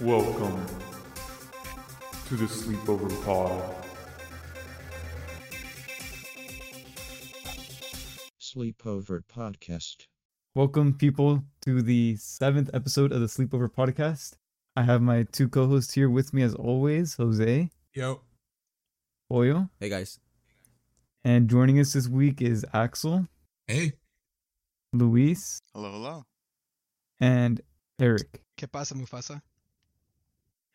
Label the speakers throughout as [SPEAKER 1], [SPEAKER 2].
[SPEAKER 1] Welcome to the Sleepover Pod.
[SPEAKER 2] Sleepover Podcast.
[SPEAKER 3] Welcome, people, to the seventh episode of the Sleepover Podcast. I have my two co hosts here with me, as always Jose,
[SPEAKER 4] Yo.
[SPEAKER 3] Pollo,
[SPEAKER 5] Hey guys.
[SPEAKER 3] and joining us this week is Axel,
[SPEAKER 4] Hey.
[SPEAKER 3] Luis,
[SPEAKER 6] Hello, hello.
[SPEAKER 3] and Eric.
[SPEAKER 7] ¿Qué pasa, Mufasa?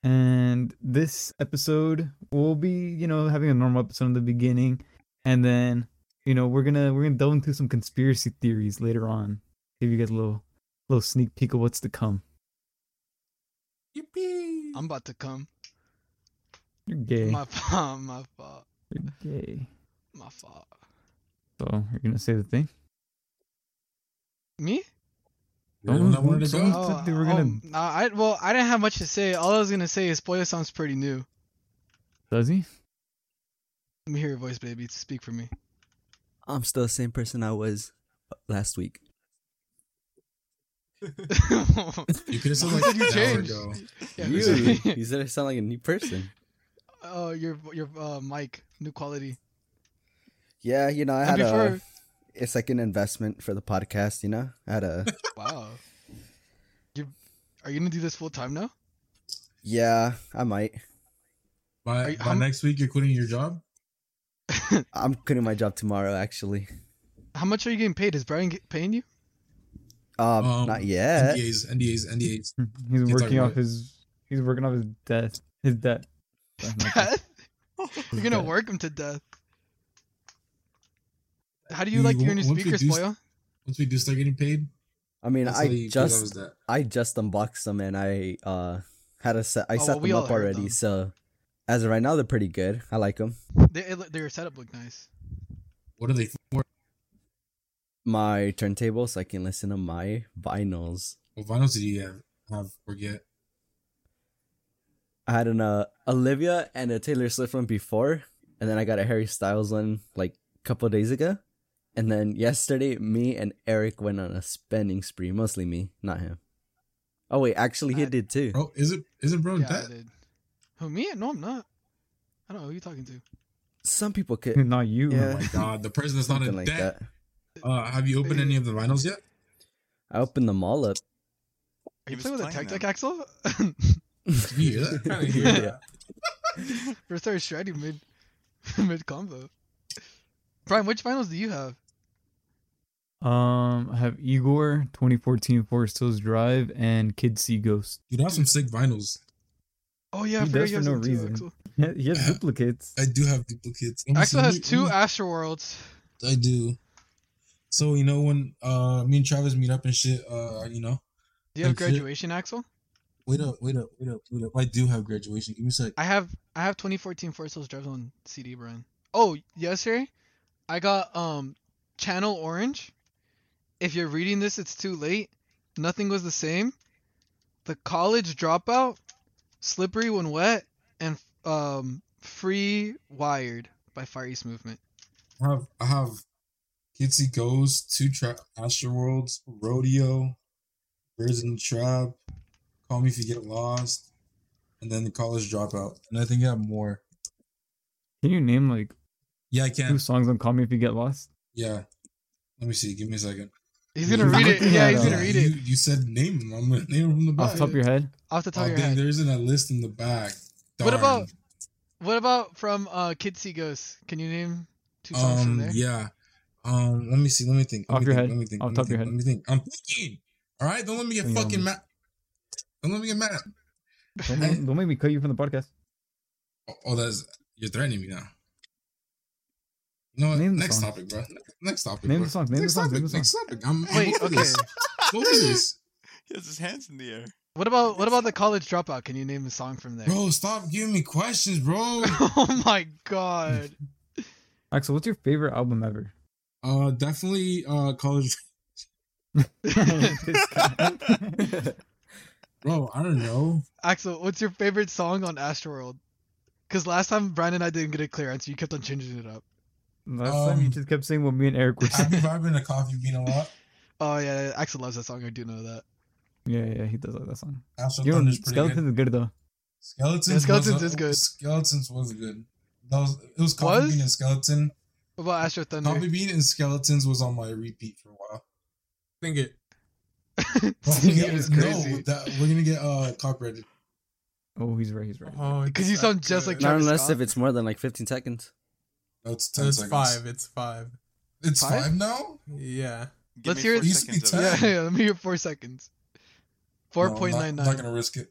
[SPEAKER 3] And this episode will be, you know, having a normal episode in the beginning, and then, you know, we're gonna we're gonna delve into some conspiracy theories later on. Give you guys a little little sneak peek of what's to come.
[SPEAKER 4] Yippee.
[SPEAKER 7] I'm about to come.
[SPEAKER 3] You're gay.
[SPEAKER 7] My fault, my fault,
[SPEAKER 3] You're gay.
[SPEAKER 7] my fault.
[SPEAKER 3] So you're gonna say the thing.
[SPEAKER 7] Me?
[SPEAKER 4] You're the one that wanted to
[SPEAKER 3] Someone
[SPEAKER 4] go.
[SPEAKER 3] said they were gonna-
[SPEAKER 7] um, nah, I, well, I didn't have much to say. All I was gonna say is Pollo sounds pretty new.
[SPEAKER 3] Does he?
[SPEAKER 7] Let me hear your voice, baby. Speak for me.
[SPEAKER 5] I'm still the same person I was last week.
[SPEAKER 4] You could have said
[SPEAKER 7] What
[SPEAKER 4] like
[SPEAKER 7] did you
[SPEAKER 4] an hour
[SPEAKER 7] change?
[SPEAKER 4] ago.
[SPEAKER 7] Yeah,
[SPEAKER 5] you,
[SPEAKER 7] sorry.
[SPEAKER 5] you said I sound like a new person.
[SPEAKER 7] Oh, your your uh, mic, new quality.
[SPEAKER 5] Yeah, you know, I
[SPEAKER 7] And
[SPEAKER 5] had a
[SPEAKER 7] before,
[SPEAKER 5] it's like an investment for the podcast, you know? I had a
[SPEAKER 7] wow. You are you gonna do this full time now?
[SPEAKER 5] yeah, I might.
[SPEAKER 7] Are
[SPEAKER 4] By,
[SPEAKER 7] you-
[SPEAKER 4] by
[SPEAKER 7] how-
[SPEAKER 4] next week, you're quitting your job.
[SPEAKER 5] I'm quitting my job tomorrow actually.
[SPEAKER 7] How much are you getting paid? Is Brian get, paying you?
[SPEAKER 5] Um,
[SPEAKER 4] Um,
[SPEAKER 5] not yet.
[SPEAKER 4] NDAs, NDAs, NDAs.
[SPEAKER 3] He's
[SPEAKER 4] Can't talk
[SPEAKER 3] working
[SPEAKER 4] about
[SPEAKER 3] off
[SPEAKER 4] it.
[SPEAKER 3] his. He's working off his debt. His debt. Sorry, not debt.
[SPEAKER 7] Death? You're gonna
[SPEAKER 3] Death.
[SPEAKER 7] work him to death. How do you
[SPEAKER 4] Dude,
[SPEAKER 7] like your
[SPEAKER 4] on-
[SPEAKER 7] new
[SPEAKER 4] once we
[SPEAKER 7] speakers,
[SPEAKER 4] do s-
[SPEAKER 7] Pollo?
[SPEAKER 4] Once we do start getting paid,
[SPEAKER 5] I mean,
[SPEAKER 4] that's how you
[SPEAKER 5] I
[SPEAKER 4] put out is
[SPEAKER 5] just
[SPEAKER 4] that.
[SPEAKER 5] I just unboxed them and I uh had a set I
[SPEAKER 7] Oh, well,
[SPEAKER 5] set
[SPEAKER 7] we
[SPEAKER 5] them
[SPEAKER 7] all
[SPEAKER 5] up
[SPEAKER 7] heard them.
[SPEAKER 5] already, so as of right now they're pretty good. I like them.
[SPEAKER 7] They, it look- their setup looked nice.
[SPEAKER 4] What are they for?
[SPEAKER 5] My turntable so I can listen to my vinyls.
[SPEAKER 4] What vinyls do you have? Have or get?
[SPEAKER 5] I had an uh, Olivia and a Taylor Swift one before, and then I got a Harry Styles one like a couple days ago. And then yesterday, me and Eric went on a spending spree. Mostly me, not him. Oh wait, actually he
[SPEAKER 7] Uh,
[SPEAKER 5] did too.
[SPEAKER 4] Bro, is it isn't bro
[SPEAKER 7] Yeah, I
[SPEAKER 4] Oh, that?
[SPEAKER 7] did. Who me? No, I'm not. I don't know who you talking to.
[SPEAKER 5] Some people could
[SPEAKER 3] Not you.
[SPEAKER 4] Oh
[SPEAKER 5] Yeah.
[SPEAKER 4] my god, the person that's not
[SPEAKER 5] something
[SPEAKER 4] in
[SPEAKER 5] like
[SPEAKER 4] debt.
[SPEAKER 5] that.
[SPEAKER 4] Uh, have you opened any of the vinyls yet?
[SPEAKER 5] I opened them all up.
[SPEAKER 7] Are
[SPEAKER 6] He
[SPEAKER 7] you
[SPEAKER 6] was
[SPEAKER 7] playing with a tech
[SPEAKER 6] playing
[SPEAKER 7] deck,
[SPEAKER 6] them.
[SPEAKER 7] Axel?
[SPEAKER 4] Did you hear that? I kinda hear that.
[SPEAKER 7] Or started shredding mid mid combo. Brian, which finals do you have?
[SPEAKER 3] Um, I have Igor, 2014 Forest Hills Drive, and Kid Sea Ghost.
[SPEAKER 4] Dude, I have some sick vinyls.
[SPEAKER 7] Oh yeah,
[SPEAKER 3] He
[SPEAKER 7] I forgot
[SPEAKER 3] does
[SPEAKER 7] you
[SPEAKER 3] for
[SPEAKER 7] have
[SPEAKER 3] no
[SPEAKER 7] some too,
[SPEAKER 3] reason.
[SPEAKER 7] Axel.
[SPEAKER 3] Yeah, he has duplicates.
[SPEAKER 4] I do have duplicates. Let me see,
[SPEAKER 7] Axel
[SPEAKER 4] let
[SPEAKER 7] has
[SPEAKER 4] me- let
[SPEAKER 7] two
[SPEAKER 4] me-
[SPEAKER 7] Astroworlds.
[SPEAKER 4] I do. So you know when uh me and Travis meet up and shit, uh you know.
[SPEAKER 7] Do you have
[SPEAKER 4] That's it.
[SPEAKER 7] graduation, Axel?
[SPEAKER 4] Wait up, wait up, wait up, wait up. I do have graduation. Give me a sec.
[SPEAKER 7] I have I have 2014 Forest Hills Drive on CD, Brian. Oh, yesterday I got um Channel Orange. If you're reading this, it's too late. Nothing was the same. The College Dropout, Slippery When Wet, and um Free Wired by Far East Movement.
[SPEAKER 4] I have I have Kitsy Goes, Two Trap Astroworlds, Rodeo, Birds in the Trap, Call Me If You Get Lost, and then the college dropout. And I think I have more.
[SPEAKER 3] Can you name like
[SPEAKER 4] Yeah, I
[SPEAKER 3] two
[SPEAKER 4] can.
[SPEAKER 3] songs on Call Me If You Get Lost?
[SPEAKER 4] Yeah. Let me see. Give me a second.
[SPEAKER 7] He's gonna
[SPEAKER 4] You-
[SPEAKER 7] read it.
[SPEAKER 3] looking
[SPEAKER 7] Yeah,
[SPEAKER 3] at
[SPEAKER 7] he's gonna
[SPEAKER 3] a-
[SPEAKER 7] read
[SPEAKER 4] you,
[SPEAKER 7] it
[SPEAKER 4] You said name them. I'm gonna name them from the back.
[SPEAKER 3] Off the top of your head?
[SPEAKER 7] off the
[SPEAKER 4] Oh,
[SPEAKER 7] top of your
[SPEAKER 4] dang,
[SPEAKER 7] head.
[SPEAKER 4] there isn't a list in the back.
[SPEAKER 7] What about-
[SPEAKER 4] Darn.
[SPEAKER 7] What about from uh Kid See Ghosts? Can you name two songs
[SPEAKER 4] um,
[SPEAKER 7] from there?
[SPEAKER 4] Yeah. Um, let me see. Let me think. Let
[SPEAKER 3] Off
[SPEAKER 4] me
[SPEAKER 3] your
[SPEAKER 4] think,
[SPEAKER 3] head.
[SPEAKER 4] Let me think.
[SPEAKER 3] Off
[SPEAKER 4] let me
[SPEAKER 3] top of your
[SPEAKER 4] think,
[SPEAKER 3] head.
[SPEAKER 4] Let me think. I'm thinking. All right. Don't let me get
[SPEAKER 3] Hang on.
[SPEAKER 4] fucking mad. Don't let me get mad.
[SPEAKER 3] Don't, make- don't make me cut you from the podcast.
[SPEAKER 4] Oh, oh, that's you're threatening me now. You know what?
[SPEAKER 3] Name the
[SPEAKER 4] next
[SPEAKER 3] song.
[SPEAKER 4] topic, bro. Next topic.
[SPEAKER 3] Name
[SPEAKER 4] bro.
[SPEAKER 3] the song, name the
[SPEAKER 4] next
[SPEAKER 3] song,
[SPEAKER 4] Topic,
[SPEAKER 3] name the
[SPEAKER 4] next topic. I'm, I'm
[SPEAKER 7] Wait,
[SPEAKER 4] over
[SPEAKER 7] okay.
[SPEAKER 4] this. I'm over this.
[SPEAKER 6] He has his hands in the air.
[SPEAKER 7] What about what about the College Dropout? Can you name a song from there?
[SPEAKER 4] Bro, stop giving me questions, bro.
[SPEAKER 7] oh my god.
[SPEAKER 3] Axel, what's your favorite album ever?
[SPEAKER 4] uh, definitely. Uh, college.
[SPEAKER 3] This guy.
[SPEAKER 4] Bro, I don't know.
[SPEAKER 7] Axel, what's your favorite song on Astroworld? Because last time Brian and I didn't get a clear answer. You kept on changing it up.
[SPEAKER 3] Last time you
[SPEAKER 4] Um,
[SPEAKER 3] just kept saying what me and Eric were saying.
[SPEAKER 4] Happy vibing a coffee bean a lot.
[SPEAKER 7] Oh yeah, Axel loves that song. I do know that.
[SPEAKER 3] Yeah, yeah, he does like that song.
[SPEAKER 4] Astro
[SPEAKER 3] You know,
[SPEAKER 4] Thunder's pretty
[SPEAKER 3] Skeleton
[SPEAKER 4] good.
[SPEAKER 3] is good though.
[SPEAKER 4] Skeletons.
[SPEAKER 7] Yeah, Skeletons
[SPEAKER 4] was,
[SPEAKER 7] is good.
[SPEAKER 4] Skeletons was good. That was it was Coffee
[SPEAKER 7] Was?
[SPEAKER 4] Bean and Skeleton.
[SPEAKER 7] What about Astro Thunder?
[SPEAKER 4] Coffee Bean and Skeletons was on my repeat for a while. Sing it.
[SPEAKER 7] Singing is
[SPEAKER 4] No,
[SPEAKER 7] crazy.
[SPEAKER 4] that, we're gonna get uh copyrighted.
[SPEAKER 3] Oh, he's right. He's right.
[SPEAKER 8] Oh,
[SPEAKER 7] Because
[SPEAKER 8] it's
[SPEAKER 7] you sound
[SPEAKER 8] that
[SPEAKER 7] just like
[SPEAKER 8] good.
[SPEAKER 5] Not
[SPEAKER 7] Travis
[SPEAKER 5] unless
[SPEAKER 7] Scott.
[SPEAKER 5] if it's more than like 15 seconds.
[SPEAKER 4] No, it's ten
[SPEAKER 8] It's
[SPEAKER 4] seconds.
[SPEAKER 8] five. It's five.
[SPEAKER 4] It's
[SPEAKER 7] Five?
[SPEAKER 4] five, now.
[SPEAKER 8] Yeah.
[SPEAKER 6] Give
[SPEAKER 7] Let's
[SPEAKER 6] me
[SPEAKER 7] hear
[SPEAKER 6] four
[SPEAKER 7] it.
[SPEAKER 4] Used to be
[SPEAKER 6] seconds of
[SPEAKER 4] ten.
[SPEAKER 7] yeah,
[SPEAKER 6] it.
[SPEAKER 7] yeah, let me hear four seconds. Four
[SPEAKER 4] No,
[SPEAKER 7] point nine
[SPEAKER 4] I'm not, I'm not
[SPEAKER 7] nine.
[SPEAKER 4] gonna risk it.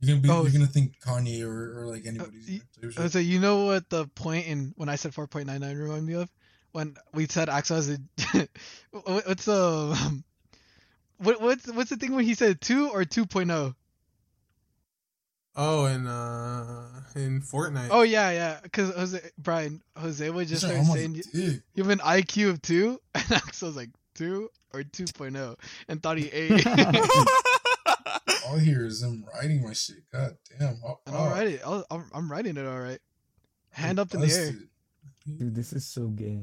[SPEAKER 4] You're gonna be.
[SPEAKER 7] Oh. Uh,
[SPEAKER 4] You're gonna think Kanye or, or like anybody.
[SPEAKER 7] y- So you know what the point in when I said four point nine nine remind me of when we said Axel has a what- what's the um, what what's what's the thing when he said two or two
[SPEAKER 8] Oh, and uh, in Fortnite.
[SPEAKER 7] Oh yeah, yeah. Because Jose Brian Jose would just start saying you you have an IQ of two, and Axel's like two or two oh?" and thought he ate.
[SPEAKER 4] All I hear is him writing my shit. God damn. Oh, I'll,
[SPEAKER 7] And I'll write it. I'll, I'm, I'm writing it all right. Hand up in the air.
[SPEAKER 3] Dude, this is so gay.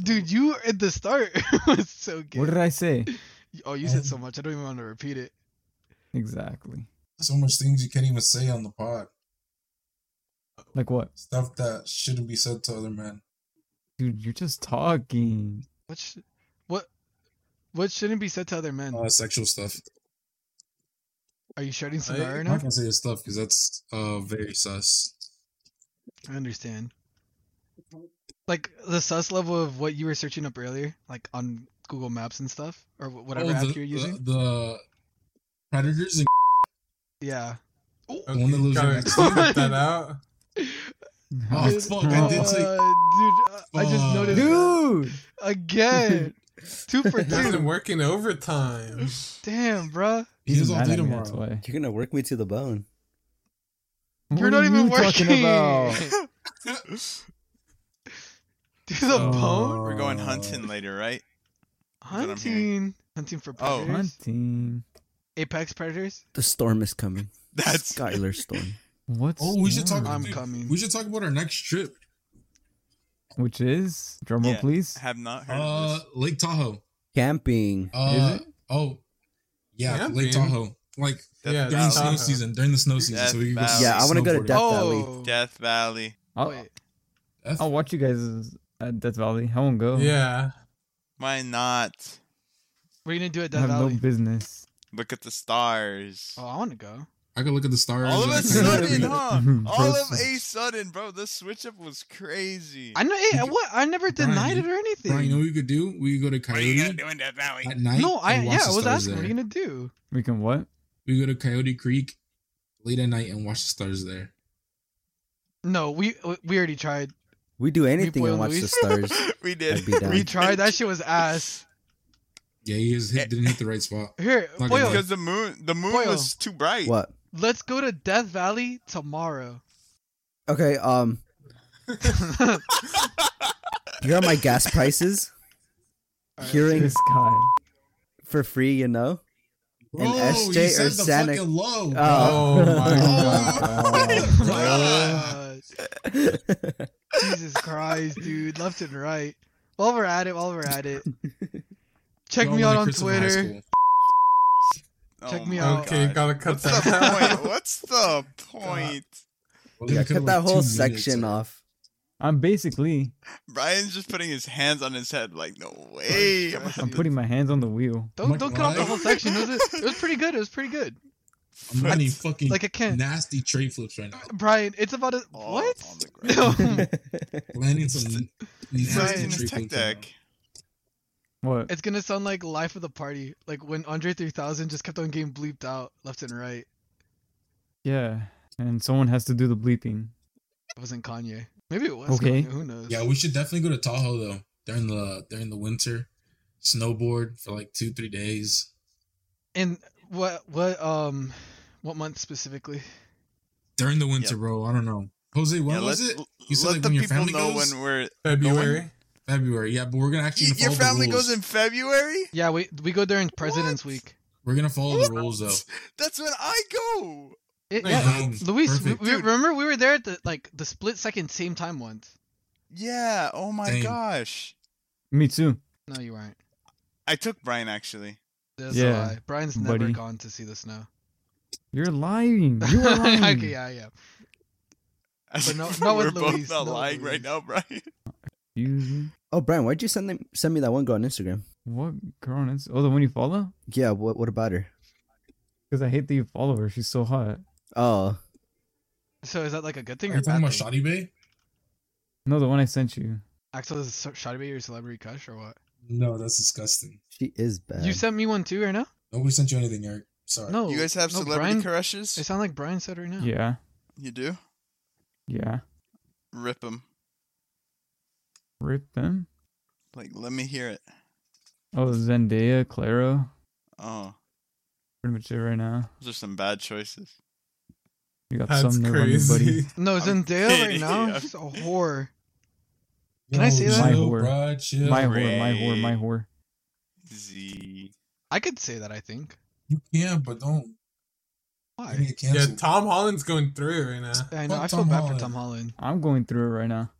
[SPEAKER 7] Dude, you at the start was so
[SPEAKER 3] What
[SPEAKER 7] good.
[SPEAKER 3] did I say?
[SPEAKER 7] Oh, you said so much. I don't even want to repeat it.
[SPEAKER 3] Exactly.
[SPEAKER 4] So much things you can't even say on the pod.
[SPEAKER 3] Like what?
[SPEAKER 4] Stuff that shouldn't be said to other men.
[SPEAKER 3] Dude, you're just talking.
[SPEAKER 7] What sh- what what shouldn't be said to other men?
[SPEAKER 4] Uh, sexual stuff.
[SPEAKER 7] Are you shredding
[SPEAKER 8] I-
[SPEAKER 7] cigar
[SPEAKER 4] I'm
[SPEAKER 7] right
[SPEAKER 4] not
[SPEAKER 7] now?
[SPEAKER 4] gonna say this stuff because that's uh very sus.
[SPEAKER 7] I understand.
[SPEAKER 3] Mm-hmm.
[SPEAKER 7] Like the sus level of what you were searching up earlier, like on Google Maps and stuff, or wh- whatever
[SPEAKER 4] Oh,
[SPEAKER 7] app
[SPEAKER 4] the,
[SPEAKER 7] you're using.
[SPEAKER 4] The, the predators and
[SPEAKER 7] Yeah.
[SPEAKER 8] Okay,
[SPEAKER 4] one that lives
[SPEAKER 8] gotta
[SPEAKER 4] next to you.
[SPEAKER 8] cut that out.
[SPEAKER 4] Oh, fuck, I did say-
[SPEAKER 7] Uh, dude, uh, I just
[SPEAKER 4] Fuck.
[SPEAKER 7] noticed
[SPEAKER 3] Dude,
[SPEAKER 7] again. two for
[SPEAKER 8] He's been
[SPEAKER 7] two.
[SPEAKER 8] working overtime.
[SPEAKER 7] Damn, bruh.
[SPEAKER 4] he
[SPEAKER 3] he's
[SPEAKER 4] does all
[SPEAKER 3] mad
[SPEAKER 4] day
[SPEAKER 3] at me, that's
[SPEAKER 4] tomorrow.
[SPEAKER 3] why.
[SPEAKER 5] You're gonna work me to the bone.
[SPEAKER 3] What
[SPEAKER 7] You're
[SPEAKER 3] are
[SPEAKER 7] not even
[SPEAKER 3] you
[SPEAKER 7] working.
[SPEAKER 3] talking about?
[SPEAKER 7] Do the
[SPEAKER 4] Oh.
[SPEAKER 8] So-
[SPEAKER 7] bone
[SPEAKER 3] Oh.
[SPEAKER 6] We're going
[SPEAKER 4] Uh,
[SPEAKER 6] hunting later, right? what I'm hearing.
[SPEAKER 7] hunting, hunting for
[SPEAKER 6] Oh.
[SPEAKER 7] predators,
[SPEAKER 3] Hunting.
[SPEAKER 7] apex predators.
[SPEAKER 5] The storm is coming.
[SPEAKER 6] That's
[SPEAKER 5] Skylar Storm.
[SPEAKER 3] What's
[SPEAKER 4] Oh, we should talk.
[SPEAKER 3] wrong?
[SPEAKER 7] I'm
[SPEAKER 4] dude,
[SPEAKER 7] coming.
[SPEAKER 4] We should talk about our next trip.
[SPEAKER 3] Which is drum roll,
[SPEAKER 6] Yeah.
[SPEAKER 3] please.
[SPEAKER 6] have not heard
[SPEAKER 4] Uh,
[SPEAKER 6] of
[SPEAKER 4] Lake Tahoe.
[SPEAKER 5] Camping.
[SPEAKER 4] Uh,
[SPEAKER 3] it?
[SPEAKER 4] oh, yeah,
[SPEAKER 8] Yeah,
[SPEAKER 4] Lake
[SPEAKER 8] dude.
[SPEAKER 4] Tahoe. Like
[SPEAKER 6] this.
[SPEAKER 8] yeah,
[SPEAKER 4] during
[SPEAKER 6] Death
[SPEAKER 4] the
[SPEAKER 8] that's
[SPEAKER 6] Valley.
[SPEAKER 4] snow
[SPEAKER 8] Tahoe.
[SPEAKER 4] season. During the snow season, so we can go.
[SPEAKER 6] Death Yeah,
[SPEAKER 5] I wanna go to
[SPEAKER 4] snowboarding.
[SPEAKER 5] Death
[SPEAKER 7] oh,
[SPEAKER 6] Death Valley.
[SPEAKER 3] I'll,
[SPEAKER 7] wait,
[SPEAKER 4] Death-
[SPEAKER 3] I'll watch you guys at Death Valley. I won't go.
[SPEAKER 8] Yeah.
[SPEAKER 6] Why not?
[SPEAKER 7] we're gonna do it
[SPEAKER 3] I
[SPEAKER 7] Death
[SPEAKER 3] have
[SPEAKER 7] Valley.
[SPEAKER 3] no business.
[SPEAKER 6] Look at the stars.
[SPEAKER 7] Oh, I want to go.
[SPEAKER 4] I could look at the stars.
[SPEAKER 6] All of a
[SPEAKER 4] and-
[SPEAKER 6] sudden, huh?
[SPEAKER 3] Bro,
[SPEAKER 6] All of
[SPEAKER 3] so-
[SPEAKER 6] a sudden, bro. This switch up was crazy.
[SPEAKER 7] I know. Hey, I, what? I never
[SPEAKER 4] Brian,
[SPEAKER 7] denied
[SPEAKER 4] you-
[SPEAKER 7] it or anything.
[SPEAKER 4] Brian, you know what we could do? We could go to
[SPEAKER 6] What are you gonna
[SPEAKER 4] Coyote
[SPEAKER 6] do in Death Valley?
[SPEAKER 4] at night.
[SPEAKER 7] no, I
[SPEAKER 4] and watch
[SPEAKER 7] yeah,
[SPEAKER 4] the
[SPEAKER 7] I was
[SPEAKER 4] stars
[SPEAKER 7] asking. What are
[SPEAKER 4] there.
[SPEAKER 7] you gonna do?
[SPEAKER 3] We can what?
[SPEAKER 4] We go to Coyote Creek late at night and watch the stars there.
[SPEAKER 7] No, we we already tried.
[SPEAKER 5] We do anything
[SPEAKER 7] boil
[SPEAKER 5] and watch the
[SPEAKER 7] Luis.
[SPEAKER 5] stars.
[SPEAKER 6] we did.
[SPEAKER 5] I'd be down.
[SPEAKER 7] We tried. That shit was ass.
[SPEAKER 4] Yeah, he is
[SPEAKER 6] Eh.
[SPEAKER 4] hit, didn't hit the right spot.
[SPEAKER 7] Here,
[SPEAKER 4] Not gonna
[SPEAKER 7] boy,
[SPEAKER 4] lie.
[SPEAKER 6] because the moon, the moon
[SPEAKER 7] Boil.
[SPEAKER 6] was too bright.
[SPEAKER 5] What?
[SPEAKER 7] let's go to Death Valley tomorrow.
[SPEAKER 5] Okay, um,
[SPEAKER 7] Alright,
[SPEAKER 5] here are my gas prices. Hearing
[SPEAKER 3] This guy.
[SPEAKER 5] for free, you know?
[SPEAKER 4] Bro,
[SPEAKER 5] SJ
[SPEAKER 4] you said
[SPEAKER 5] or
[SPEAKER 4] the
[SPEAKER 5] Sanic-
[SPEAKER 4] fucking low.
[SPEAKER 8] Oh my
[SPEAKER 4] Oh.
[SPEAKER 8] god.
[SPEAKER 7] God. Jesus Christ, dude, left and right. While we're at it, while we're at it, check
[SPEAKER 4] Y'all
[SPEAKER 7] me out
[SPEAKER 4] wanna
[SPEAKER 7] on
[SPEAKER 4] curse him in high
[SPEAKER 7] Twitter.
[SPEAKER 4] school.
[SPEAKER 6] Oh
[SPEAKER 7] Check me
[SPEAKER 6] my
[SPEAKER 7] out.
[SPEAKER 8] okay,
[SPEAKER 6] God.
[SPEAKER 8] gotta cut
[SPEAKER 6] What's the
[SPEAKER 8] that
[SPEAKER 6] point? What's the point?
[SPEAKER 4] Well,
[SPEAKER 5] Yeah,
[SPEAKER 4] you could've
[SPEAKER 5] cut that
[SPEAKER 4] like
[SPEAKER 5] whole
[SPEAKER 4] two minutes
[SPEAKER 5] section
[SPEAKER 4] or-
[SPEAKER 5] off.
[SPEAKER 3] I'm basically.
[SPEAKER 6] Brian's just putting his hands on his head, like, no way. I'm
[SPEAKER 3] I'm
[SPEAKER 7] Dude.
[SPEAKER 3] putting my hands on the wheel.
[SPEAKER 7] Don't
[SPEAKER 4] Mike
[SPEAKER 7] don't cut off the
[SPEAKER 4] Ryan?
[SPEAKER 7] whole section. It was, it was pretty good. It was pretty good.
[SPEAKER 4] I'm running fucking
[SPEAKER 7] Like I can't.
[SPEAKER 4] nasty trade flips right now.
[SPEAKER 7] Brian, it's about a
[SPEAKER 6] all
[SPEAKER 7] what?
[SPEAKER 6] on the ground.
[SPEAKER 7] No,
[SPEAKER 4] Landing some
[SPEAKER 6] He's
[SPEAKER 4] nasty
[SPEAKER 6] using his
[SPEAKER 4] trade
[SPEAKER 6] tech
[SPEAKER 4] flips right
[SPEAKER 6] deck.
[SPEAKER 3] What?
[SPEAKER 7] it's gonna sound like life of the party, like when Andre 3000 just kept on getting bleeped out left and right.
[SPEAKER 3] Yeah. And someone has to do the bleeping.
[SPEAKER 7] It wasn't Kanye. Maybe it was
[SPEAKER 3] Okay.
[SPEAKER 7] Kanye. Who knows?
[SPEAKER 4] Yeah, we should definitely go to Tahoe though during the during the winter, snowboard for like two three days.
[SPEAKER 7] And what what um what month specifically?
[SPEAKER 4] During the winter,
[SPEAKER 6] Yeah.
[SPEAKER 4] bro. I don't know. Jose, when
[SPEAKER 6] yeah, let,
[SPEAKER 4] was it?
[SPEAKER 6] l-
[SPEAKER 4] You said
[SPEAKER 6] let
[SPEAKER 4] like
[SPEAKER 6] the
[SPEAKER 4] when your
[SPEAKER 6] people
[SPEAKER 4] family
[SPEAKER 6] know
[SPEAKER 4] goes.
[SPEAKER 6] when we're.
[SPEAKER 8] February.
[SPEAKER 4] February. Yeah, but we're gonna actually
[SPEAKER 6] Y- your
[SPEAKER 4] follow
[SPEAKER 6] family
[SPEAKER 4] the rules.
[SPEAKER 6] goes in February?
[SPEAKER 7] Yeah, we we go during President's
[SPEAKER 6] What?
[SPEAKER 7] Week.
[SPEAKER 4] We're gonna follow the rules though.
[SPEAKER 6] What? That's when I go.
[SPEAKER 7] It,
[SPEAKER 4] Nice.
[SPEAKER 7] yeah,
[SPEAKER 4] Nice.
[SPEAKER 7] Luis, we,
[SPEAKER 4] Perfect.
[SPEAKER 7] we,
[SPEAKER 6] Dude.
[SPEAKER 7] remember we were there at the like the split second same time once.
[SPEAKER 6] Yeah. Oh my
[SPEAKER 4] Damn.
[SPEAKER 6] gosh.
[SPEAKER 3] Me too.
[SPEAKER 7] No, you weren't.
[SPEAKER 6] I took Brian actually.
[SPEAKER 7] That's
[SPEAKER 3] Yeah,
[SPEAKER 7] a lie. Brian's never
[SPEAKER 3] buddy.
[SPEAKER 7] gone to see the snow.
[SPEAKER 3] You're lying. You are lying.
[SPEAKER 7] okay, yeah, yeah. But no- not
[SPEAKER 6] we're
[SPEAKER 7] with
[SPEAKER 6] both
[SPEAKER 7] Luis,
[SPEAKER 6] not
[SPEAKER 7] not with
[SPEAKER 6] lying right
[SPEAKER 7] Luis.
[SPEAKER 6] now, Brian.
[SPEAKER 3] Excuse me.
[SPEAKER 5] Oh, Brian, why'd you send them send me that one girl on Instagram?
[SPEAKER 3] What girl? on Inst- Oh, the one you follow?
[SPEAKER 5] Yeah, what what about her?
[SPEAKER 3] Because I hate that you follow her. She's so hot.
[SPEAKER 5] Oh,
[SPEAKER 7] So is that like a good thing
[SPEAKER 4] Are
[SPEAKER 7] or
[SPEAKER 4] you
[SPEAKER 7] a
[SPEAKER 4] talking
[SPEAKER 7] bad
[SPEAKER 4] about Shoddy
[SPEAKER 7] thing?
[SPEAKER 4] Bay?
[SPEAKER 3] No, the one I sent you.
[SPEAKER 7] Axel is so- Shotty Bay your celebrity crush or what?
[SPEAKER 4] No, that's disgusting.
[SPEAKER 5] she is
[SPEAKER 3] Uh,
[SPEAKER 5] bad.
[SPEAKER 7] You sent me one too right now?
[SPEAKER 4] Nobody sent you anything, Eric. Sorry.
[SPEAKER 7] No.
[SPEAKER 6] Uh, you guys have
[SPEAKER 7] no,
[SPEAKER 6] celebrity
[SPEAKER 7] Brian,
[SPEAKER 6] crushes?
[SPEAKER 7] It sounded like Brian said right now.
[SPEAKER 3] Yeah.
[SPEAKER 6] You do?
[SPEAKER 3] Yeah.
[SPEAKER 6] Rip them.
[SPEAKER 3] Rip them.
[SPEAKER 6] Like, let me hear it.
[SPEAKER 3] Oh, Zendaya, Claro.
[SPEAKER 6] Oh,
[SPEAKER 3] Pretty much it right now.
[SPEAKER 6] those are some bad choices.
[SPEAKER 3] You got
[SPEAKER 8] That's
[SPEAKER 3] some nerve on your buddy.
[SPEAKER 8] crazy.
[SPEAKER 7] No,
[SPEAKER 6] I'm
[SPEAKER 7] Zendaya right now?
[SPEAKER 6] kidding.
[SPEAKER 7] She's a whore. Can I say that?
[SPEAKER 3] My
[SPEAKER 4] Chill,
[SPEAKER 3] whore.
[SPEAKER 4] bruh, chill.
[SPEAKER 3] My whore, my whore, my
[SPEAKER 6] Great.
[SPEAKER 3] whore.
[SPEAKER 6] Z.
[SPEAKER 7] I could say that, I think.
[SPEAKER 4] You can, but don't. You
[SPEAKER 7] Why?
[SPEAKER 4] get
[SPEAKER 8] Yeah,
[SPEAKER 4] canceled.
[SPEAKER 8] Tom Holland's going through it right now.
[SPEAKER 7] I know,
[SPEAKER 4] Fuck
[SPEAKER 7] I feel
[SPEAKER 4] Tom
[SPEAKER 7] bad
[SPEAKER 4] Holland.
[SPEAKER 7] for Tom Holland.
[SPEAKER 3] I'm going through it right now.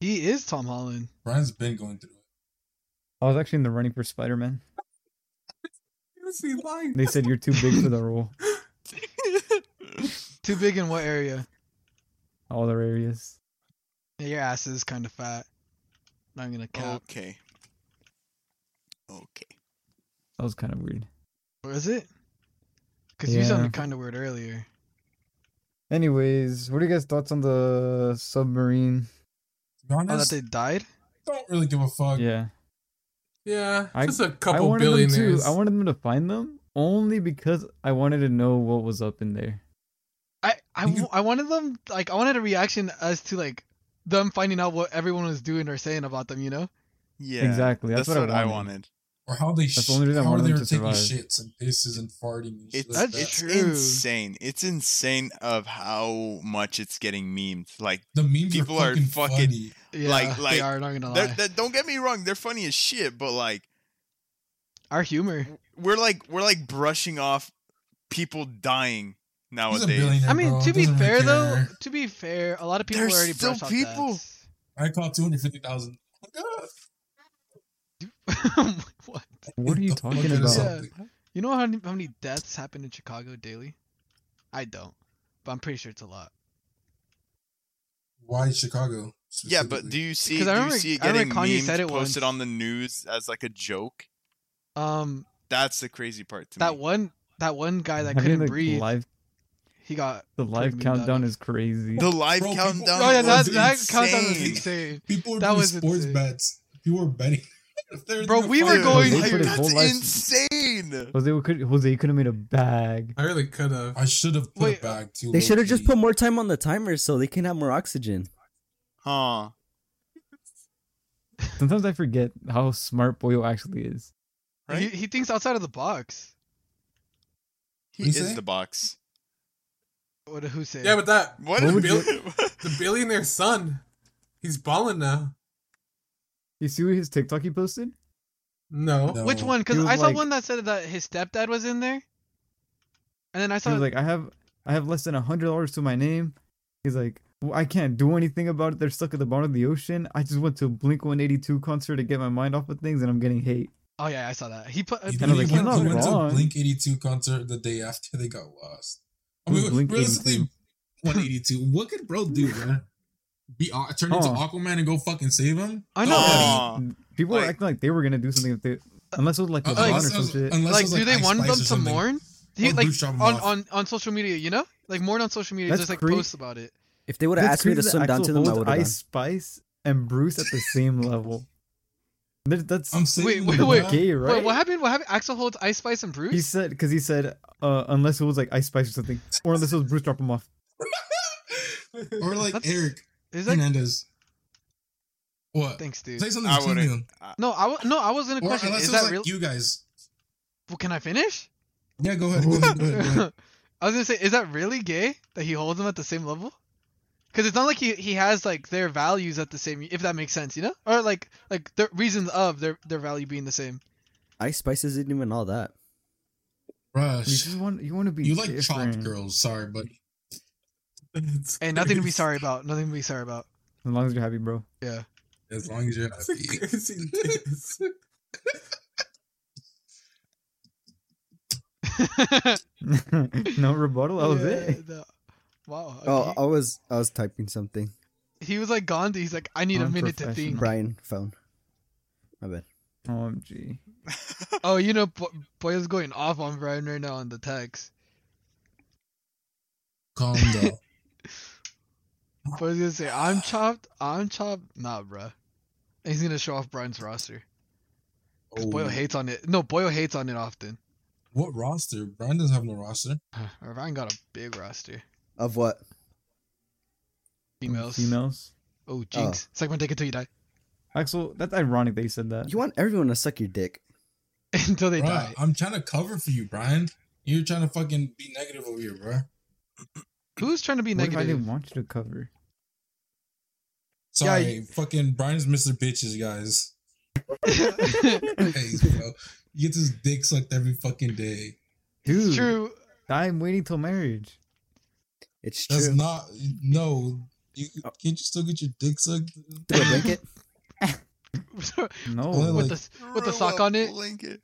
[SPEAKER 7] He is Tom Holland.
[SPEAKER 4] Brian's been going through it.
[SPEAKER 3] I was actually in the running for Spider Man.
[SPEAKER 8] Who's he lying?
[SPEAKER 3] They said you're too big for the role.
[SPEAKER 7] Too big in what area?
[SPEAKER 3] All their areas.
[SPEAKER 7] Yeah, your ass is kind of fat. Not
[SPEAKER 6] Oh.
[SPEAKER 7] gonna cap.
[SPEAKER 6] okay. Okay.
[SPEAKER 3] That was kind of weird.
[SPEAKER 7] Or Oh, is it? Because you
[SPEAKER 3] Yeah.
[SPEAKER 7] sounded kind of weird earlier.
[SPEAKER 3] Anyways, what are you guys' thoughts on the submarine?
[SPEAKER 4] To be
[SPEAKER 7] Oh,
[SPEAKER 4] honest,
[SPEAKER 7] that they died?
[SPEAKER 4] I don't really give a fuck.
[SPEAKER 3] Yeah.
[SPEAKER 8] Yeah,
[SPEAKER 3] I-
[SPEAKER 8] just a
[SPEAKER 3] I
[SPEAKER 8] couple
[SPEAKER 3] wanted them to
[SPEAKER 8] billionaires.
[SPEAKER 3] I wanted them to find them only because I wanted to know what was up in there.
[SPEAKER 7] I, I, w- I wanted them like I wanted a reaction as to like them finding out what everyone was doing or saying about them, you know?
[SPEAKER 6] Yeah.
[SPEAKER 3] Exactly, that's what I
[SPEAKER 6] I
[SPEAKER 3] wanted.
[SPEAKER 6] wanted.
[SPEAKER 4] Or how they
[SPEAKER 3] That's
[SPEAKER 4] sh-
[SPEAKER 3] the only reason I
[SPEAKER 4] how
[SPEAKER 3] wanted
[SPEAKER 4] they
[SPEAKER 3] them
[SPEAKER 4] were
[SPEAKER 3] to
[SPEAKER 4] taking
[SPEAKER 3] survive.
[SPEAKER 4] shits and pisses and farting and shit
[SPEAKER 6] It's,
[SPEAKER 4] like
[SPEAKER 7] That's
[SPEAKER 6] it's
[SPEAKER 4] that.
[SPEAKER 7] true.
[SPEAKER 6] insane. It's insane of how much it's getting memed. Like,
[SPEAKER 4] The memes
[SPEAKER 6] People
[SPEAKER 4] are
[SPEAKER 6] are
[SPEAKER 4] fucking,
[SPEAKER 6] fucking-
[SPEAKER 4] funny.
[SPEAKER 7] Yeah,
[SPEAKER 6] Like-
[SPEAKER 7] they
[SPEAKER 6] like,
[SPEAKER 7] are not gonna
[SPEAKER 6] they're-
[SPEAKER 7] lie.
[SPEAKER 6] that, don't get me wrong, they're funny as shit, but like,
[SPEAKER 7] Our humor.
[SPEAKER 6] we're like, we're like brushing off people dying
[SPEAKER 4] He's a
[SPEAKER 6] nowadays.
[SPEAKER 4] billionaire,
[SPEAKER 7] I mean,
[SPEAKER 4] bro.
[SPEAKER 7] to be
[SPEAKER 4] Doesn't really
[SPEAKER 7] fair though,
[SPEAKER 4] care.
[SPEAKER 7] to be fair, a lot of people
[SPEAKER 6] There's
[SPEAKER 7] were already
[SPEAKER 6] still
[SPEAKER 7] brushed off
[SPEAKER 6] people.
[SPEAKER 7] deaths.
[SPEAKER 4] I call two hundred fifty thousand.
[SPEAKER 7] what?
[SPEAKER 3] What are you talking about?
[SPEAKER 7] Yeah. You know how many, how many deaths happen in Chicago daily? I don't, but I'm pretty sure it's a lot.
[SPEAKER 4] Why Chicago?
[SPEAKER 6] Yeah, but do you see?
[SPEAKER 7] Because I
[SPEAKER 6] do
[SPEAKER 7] remember-
[SPEAKER 6] you see it
[SPEAKER 7] I
[SPEAKER 6] getting
[SPEAKER 7] remember Kanye
[SPEAKER 6] memes
[SPEAKER 7] said it
[SPEAKER 6] posted
[SPEAKER 7] once.
[SPEAKER 6] on the news as like a joke?
[SPEAKER 7] Um,
[SPEAKER 6] That's the crazy part to
[SPEAKER 7] that
[SPEAKER 6] me.
[SPEAKER 7] one, that one guy that
[SPEAKER 3] Having
[SPEAKER 7] couldn't
[SPEAKER 3] the
[SPEAKER 7] breathe,
[SPEAKER 3] Live,
[SPEAKER 7] he got.
[SPEAKER 3] the live
[SPEAKER 7] memed out
[SPEAKER 3] countdown
[SPEAKER 7] of-
[SPEAKER 3] is crazy.
[SPEAKER 6] the live
[SPEAKER 4] Bro, people-
[SPEAKER 6] countdown.
[SPEAKER 7] Oh yeah,
[SPEAKER 6] was
[SPEAKER 7] that
[SPEAKER 4] was
[SPEAKER 7] that countdown was
[SPEAKER 6] insane.
[SPEAKER 7] insane.
[SPEAKER 4] people were
[SPEAKER 7] That
[SPEAKER 4] doing
[SPEAKER 7] was
[SPEAKER 4] sports
[SPEAKER 7] insane.
[SPEAKER 4] bets? People were betting. If they
[SPEAKER 7] Bro,
[SPEAKER 4] gonna
[SPEAKER 7] we were
[SPEAKER 4] fight,
[SPEAKER 6] Dude,
[SPEAKER 7] going
[SPEAKER 4] like,
[SPEAKER 3] They put his
[SPEAKER 6] that's
[SPEAKER 3] whole life-
[SPEAKER 6] insane.
[SPEAKER 3] Jose could Jose could have made a bag.
[SPEAKER 8] I really could have.
[SPEAKER 4] I should have put
[SPEAKER 7] Wait,
[SPEAKER 4] it back too.
[SPEAKER 5] they should have just
[SPEAKER 4] low-key.
[SPEAKER 5] put more time on the timer so they can have more oxygen.
[SPEAKER 6] Huh.
[SPEAKER 3] Sometimes I forget how smart Boyo actually is.
[SPEAKER 6] Right?
[SPEAKER 7] He, he thinks outside of the box.
[SPEAKER 6] He
[SPEAKER 4] What'd
[SPEAKER 6] is
[SPEAKER 4] you say?
[SPEAKER 6] the box.
[SPEAKER 7] What who said?
[SPEAKER 8] Yeah, but that
[SPEAKER 6] What?
[SPEAKER 3] What
[SPEAKER 6] a
[SPEAKER 3] would
[SPEAKER 6] bill-
[SPEAKER 8] the billionaire's son, he's balling now.
[SPEAKER 3] You see what his TikTok he posted?
[SPEAKER 8] No,
[SPEAKER 4] No.
[SPEAKER 7] Which one? Because
[SPEAKER 3] He was
[SPEAKER 7] I saw
[SPEAKER 3] like-
[SPEAKER 7] one that said that his stepdad was in there, and then I
[SPEAKER 3] He
[SPEAKER 7] saw
[SPEAKER 3] was like, I have I have less than a hundred dollars to my name. He's like, well, I can't do anything about it. They're stuck at the bottom of the ocean. I just went to a Blink 182 concert to get my mind off of things, and I'm getting hate.
[SPEAKER 7] Oh yeah, I saw that. He put.
[SPEAKER 4] He
[SPEAKER 3] And I was
[SPEAKER 4] literally
[SPEAKER 3] like,
[SPEAKER 4] went,
[SPEAKER 3] you're
[SPEAKER 4] he
[SPEAKER 3] not
[SPEAKER 4] went to a
[SPEAKER 3] wrong.
[SPEAKER 4] Blink 82 concert the day after they got lost. I
[SPEAKER 3] Who's
[SPEAKER 4] mean,
[SPEAKER 3] Blink
[SPEAKER 4] realistically,
[SPEAKER 3] 82?
[SPEAKER 4] 182. What could bro do, man? Be uh, turn into
[SPEAKER 3] Huh.
[SPEAKER 4] Aquaman and go fucking save him?
[SPEAKER 7] I know.
[SPEAKER 6] Aw.
[SPEAKER 3] People were
[SPEAKER 6] Like-
[SPEAKER 3] acting like they were gonna do something if they, unless it was like
[SPEAKER 4] Uh,
[SPEAKER 3] LeBron or
[SPEAKER 4] unless it
[SPEAKER 3] some
[SPEAKER 4] was-
[SPEAKER 3] shit.
[SPEAKER 4] unless it
[SPEAKER 7] Like,
[SPEAKER 4] was,
[SPEAKER 7] do they
[SPEAKER 4] Ice
[SPEAKER 7] want
[SPEAKER 4] Spice
[SPEAKER 7] them
[SPEAKER 4] or
[SPEAKER 7] to
[SPEAKER 4] something.
[SPEAKER 7] mourn? He
[SPEAKER 4] Or
[SPEAKER 7] like
[SPEAKER 4] Bruce
[SPEAKER 7] on,
[SPEAKER 4] Schaffenhoff.
[SPEAKER 7] on on social media, you know, like mourn on social media,
[SPEAKER 3] That's
[SPEAKER 7] just like
[SPEAKER 3] crazy.
[SPEAKER 7] posts about it.
[SPEAKER 5] If they would have
[SPEAKER 3] That's
[SPEAKER 5] asked me to
[SPEAKER 3] crazy that
[SPEAKER 5] swim down
[SPEAKER 3] Axl
[SPEAKER 5] to them, I
[SPEAKER 3] holds
[SPEAKER 5] would have.
[SPEAKER 3] Ice Spice and Bruce at the same level. That- That's
[SPEAKER 4] I'm saying,
[SPEAKER 7] Wait, wait,
[SPEAKER 4] bro.
[SPEAKER 7] wait.
[SPEAKER 3] gay, right?
[SPEAKER 7] Wait, what happened? What happened? Axel holds Ice Spice and Bruce.
[SPEAKER 3] He said because he said uh, unless it was like Ice Spice or something, or unless it was Bruce drop him off.
[SPEAKER 4] Or like
[SPEAKER 7] That's-
[SPEAKER 4] Eric
[SPEAKER 7] Is that?
[SPEAKER 4] Hernandez. What?
[SPEAKER 7] Thanks, dude.
[SPEAKER 4] Say something
[SPEAKER 6] I
[SPEAKER 4] between
[SPEAKER 6] wouldn't.
[SPEAKER 4] them.
[SPEAKER 7] No, I wa- no, I was gonna
[SPEAKER 4] Or
[SPEAKER 7] question.
[SPEAKER 4] unless
[SPEAKER 7] Is
[SPEAKER 4] it was
[SPEAKER 7] that
[SPEAKER 4] like
[SPEAKER 7] real?
[SPEAKER 4] you guys.
[SPEAKER 7] Well, can I finish?
[SPEAKER 4] Yeah, go ahead. Go ahead, go ahead, go ahead.
[SPEAKER 7] I was gonna say, is that really gay that he holds them at the same level? Because it's not like he, he has like their values at the same, if that makes sense, you know, or like like the reasons of their their value being the same.
[SPEAKER 5] Ice Spice isn't even all that.
[SPEAKER 3] You
[SPEAKER 4] Rush.
[SPEAKER 3] just want you want to be
[SPEAKER 4] You like
[SPEAKER 3] different.
[SPEAKER 4] chopped girls. Sorry, but
[SPEAKER 8] It's
[SPEAKER 7] And nothing to be
[SPEAKER 8] crazy.
[SPEAKER 7] sorry about. Nothing to be sorry about.
[SPEAKER 3] As long as you're happy, bro.
[SPEAKER 7] Yeah.
[SPEAKER 4] as long as you're
[SPEAKER 8] It's a
[SPEAKER 4] happy.
[SPEAKER 8] crazy days.
[SPEAKER 3] no rebuttal. That was it.
[SPEAKER 7] the- wow.
[SPEAKER 5] Oh,
[SPEAKER 7] okay.
[SPEAKER 5] I was I was typing something.
[SPEAKER 7] He was like Gandhi. He's like, I need a minute to think.
[SPEAKER 5] Brian phone. My bad.
[SPEAKER 3] OMG.
[SPEAKER 7] Oh, you know, Bo- Boya's going off on Brian right now on the text.
[SPEAKER 4] Calm down.
[SPEAKER 7] Boya's gonna say, I'm chopped. I'm chopped. Nah, bruh. And he's gonna show off Brian's roster. Cause
[SPEAKER 3] Oh.
[SPEAKER 7] Boyle hates on it. No, Boyle hates on it
[SPEAKER 4] Oh,
[SPEAKER 7] often.
[SPEAKER 4] What roster? Brian doesn't have no roster.
[SPEAKER 7] Brian got a big roster.
[SPEAKER 5] Of what?
[SPEAKER 7] Females.
[SPEAKER 3] Females.
[SPEAKER 7] Oh,
[SPEAKER 3] Uh.
[SPEAKER 7] jinx. Suck my dick until you die.
[SPEAKER 3] Axel, that's ironic that you said that.
[SPEAKER 5] You want everyone to suck your dick.
[SPEAKER 7] until they
[SPEAKER 4] Bruh,
[SPEAKER 7] die.
[SPEAKER 4] I'm trying to cover for you, Brian. You're trying to fucking be negative over here, bro.
[SPEAKER 7] Who's trying to be
[SPEAKER 3] What if I
[SPEAKER 7] negative?
[SPEAKER 3] didn't want you to cover?
[SPEAKER 4] Sorry,
[SPEAKER 7] you-
[SPEAKER 4] fucking Brian's Mr. Bitches, guys. Hey, bro. You get this dick sucked every fucking day.
[SPEAKER 3] Dude,
[SPEAKER 7] it's true.
[SPEAKER 3] I'm waiting till marriage.
[SPEAKER 5] It's
[SPEAKER 4] That's
[SPEAKER 5] true. Oh.
[SPEAKER 4] not no. You can't you still get your dick sucked?
[SPEAKER 5] Through a blanket.
[SPEAKER 3] No.
[SPEAKER 4] Well,
[SPEAKER 7] with
[SPEAKER 4] like-
[SPEAKER 7] the with the
[SPEAKER 6] Throw
[SPEAKER 7] sock
[SPEAKER 6] a
[SPEAKER 7] on it.
[SPEAKER 6] blanket.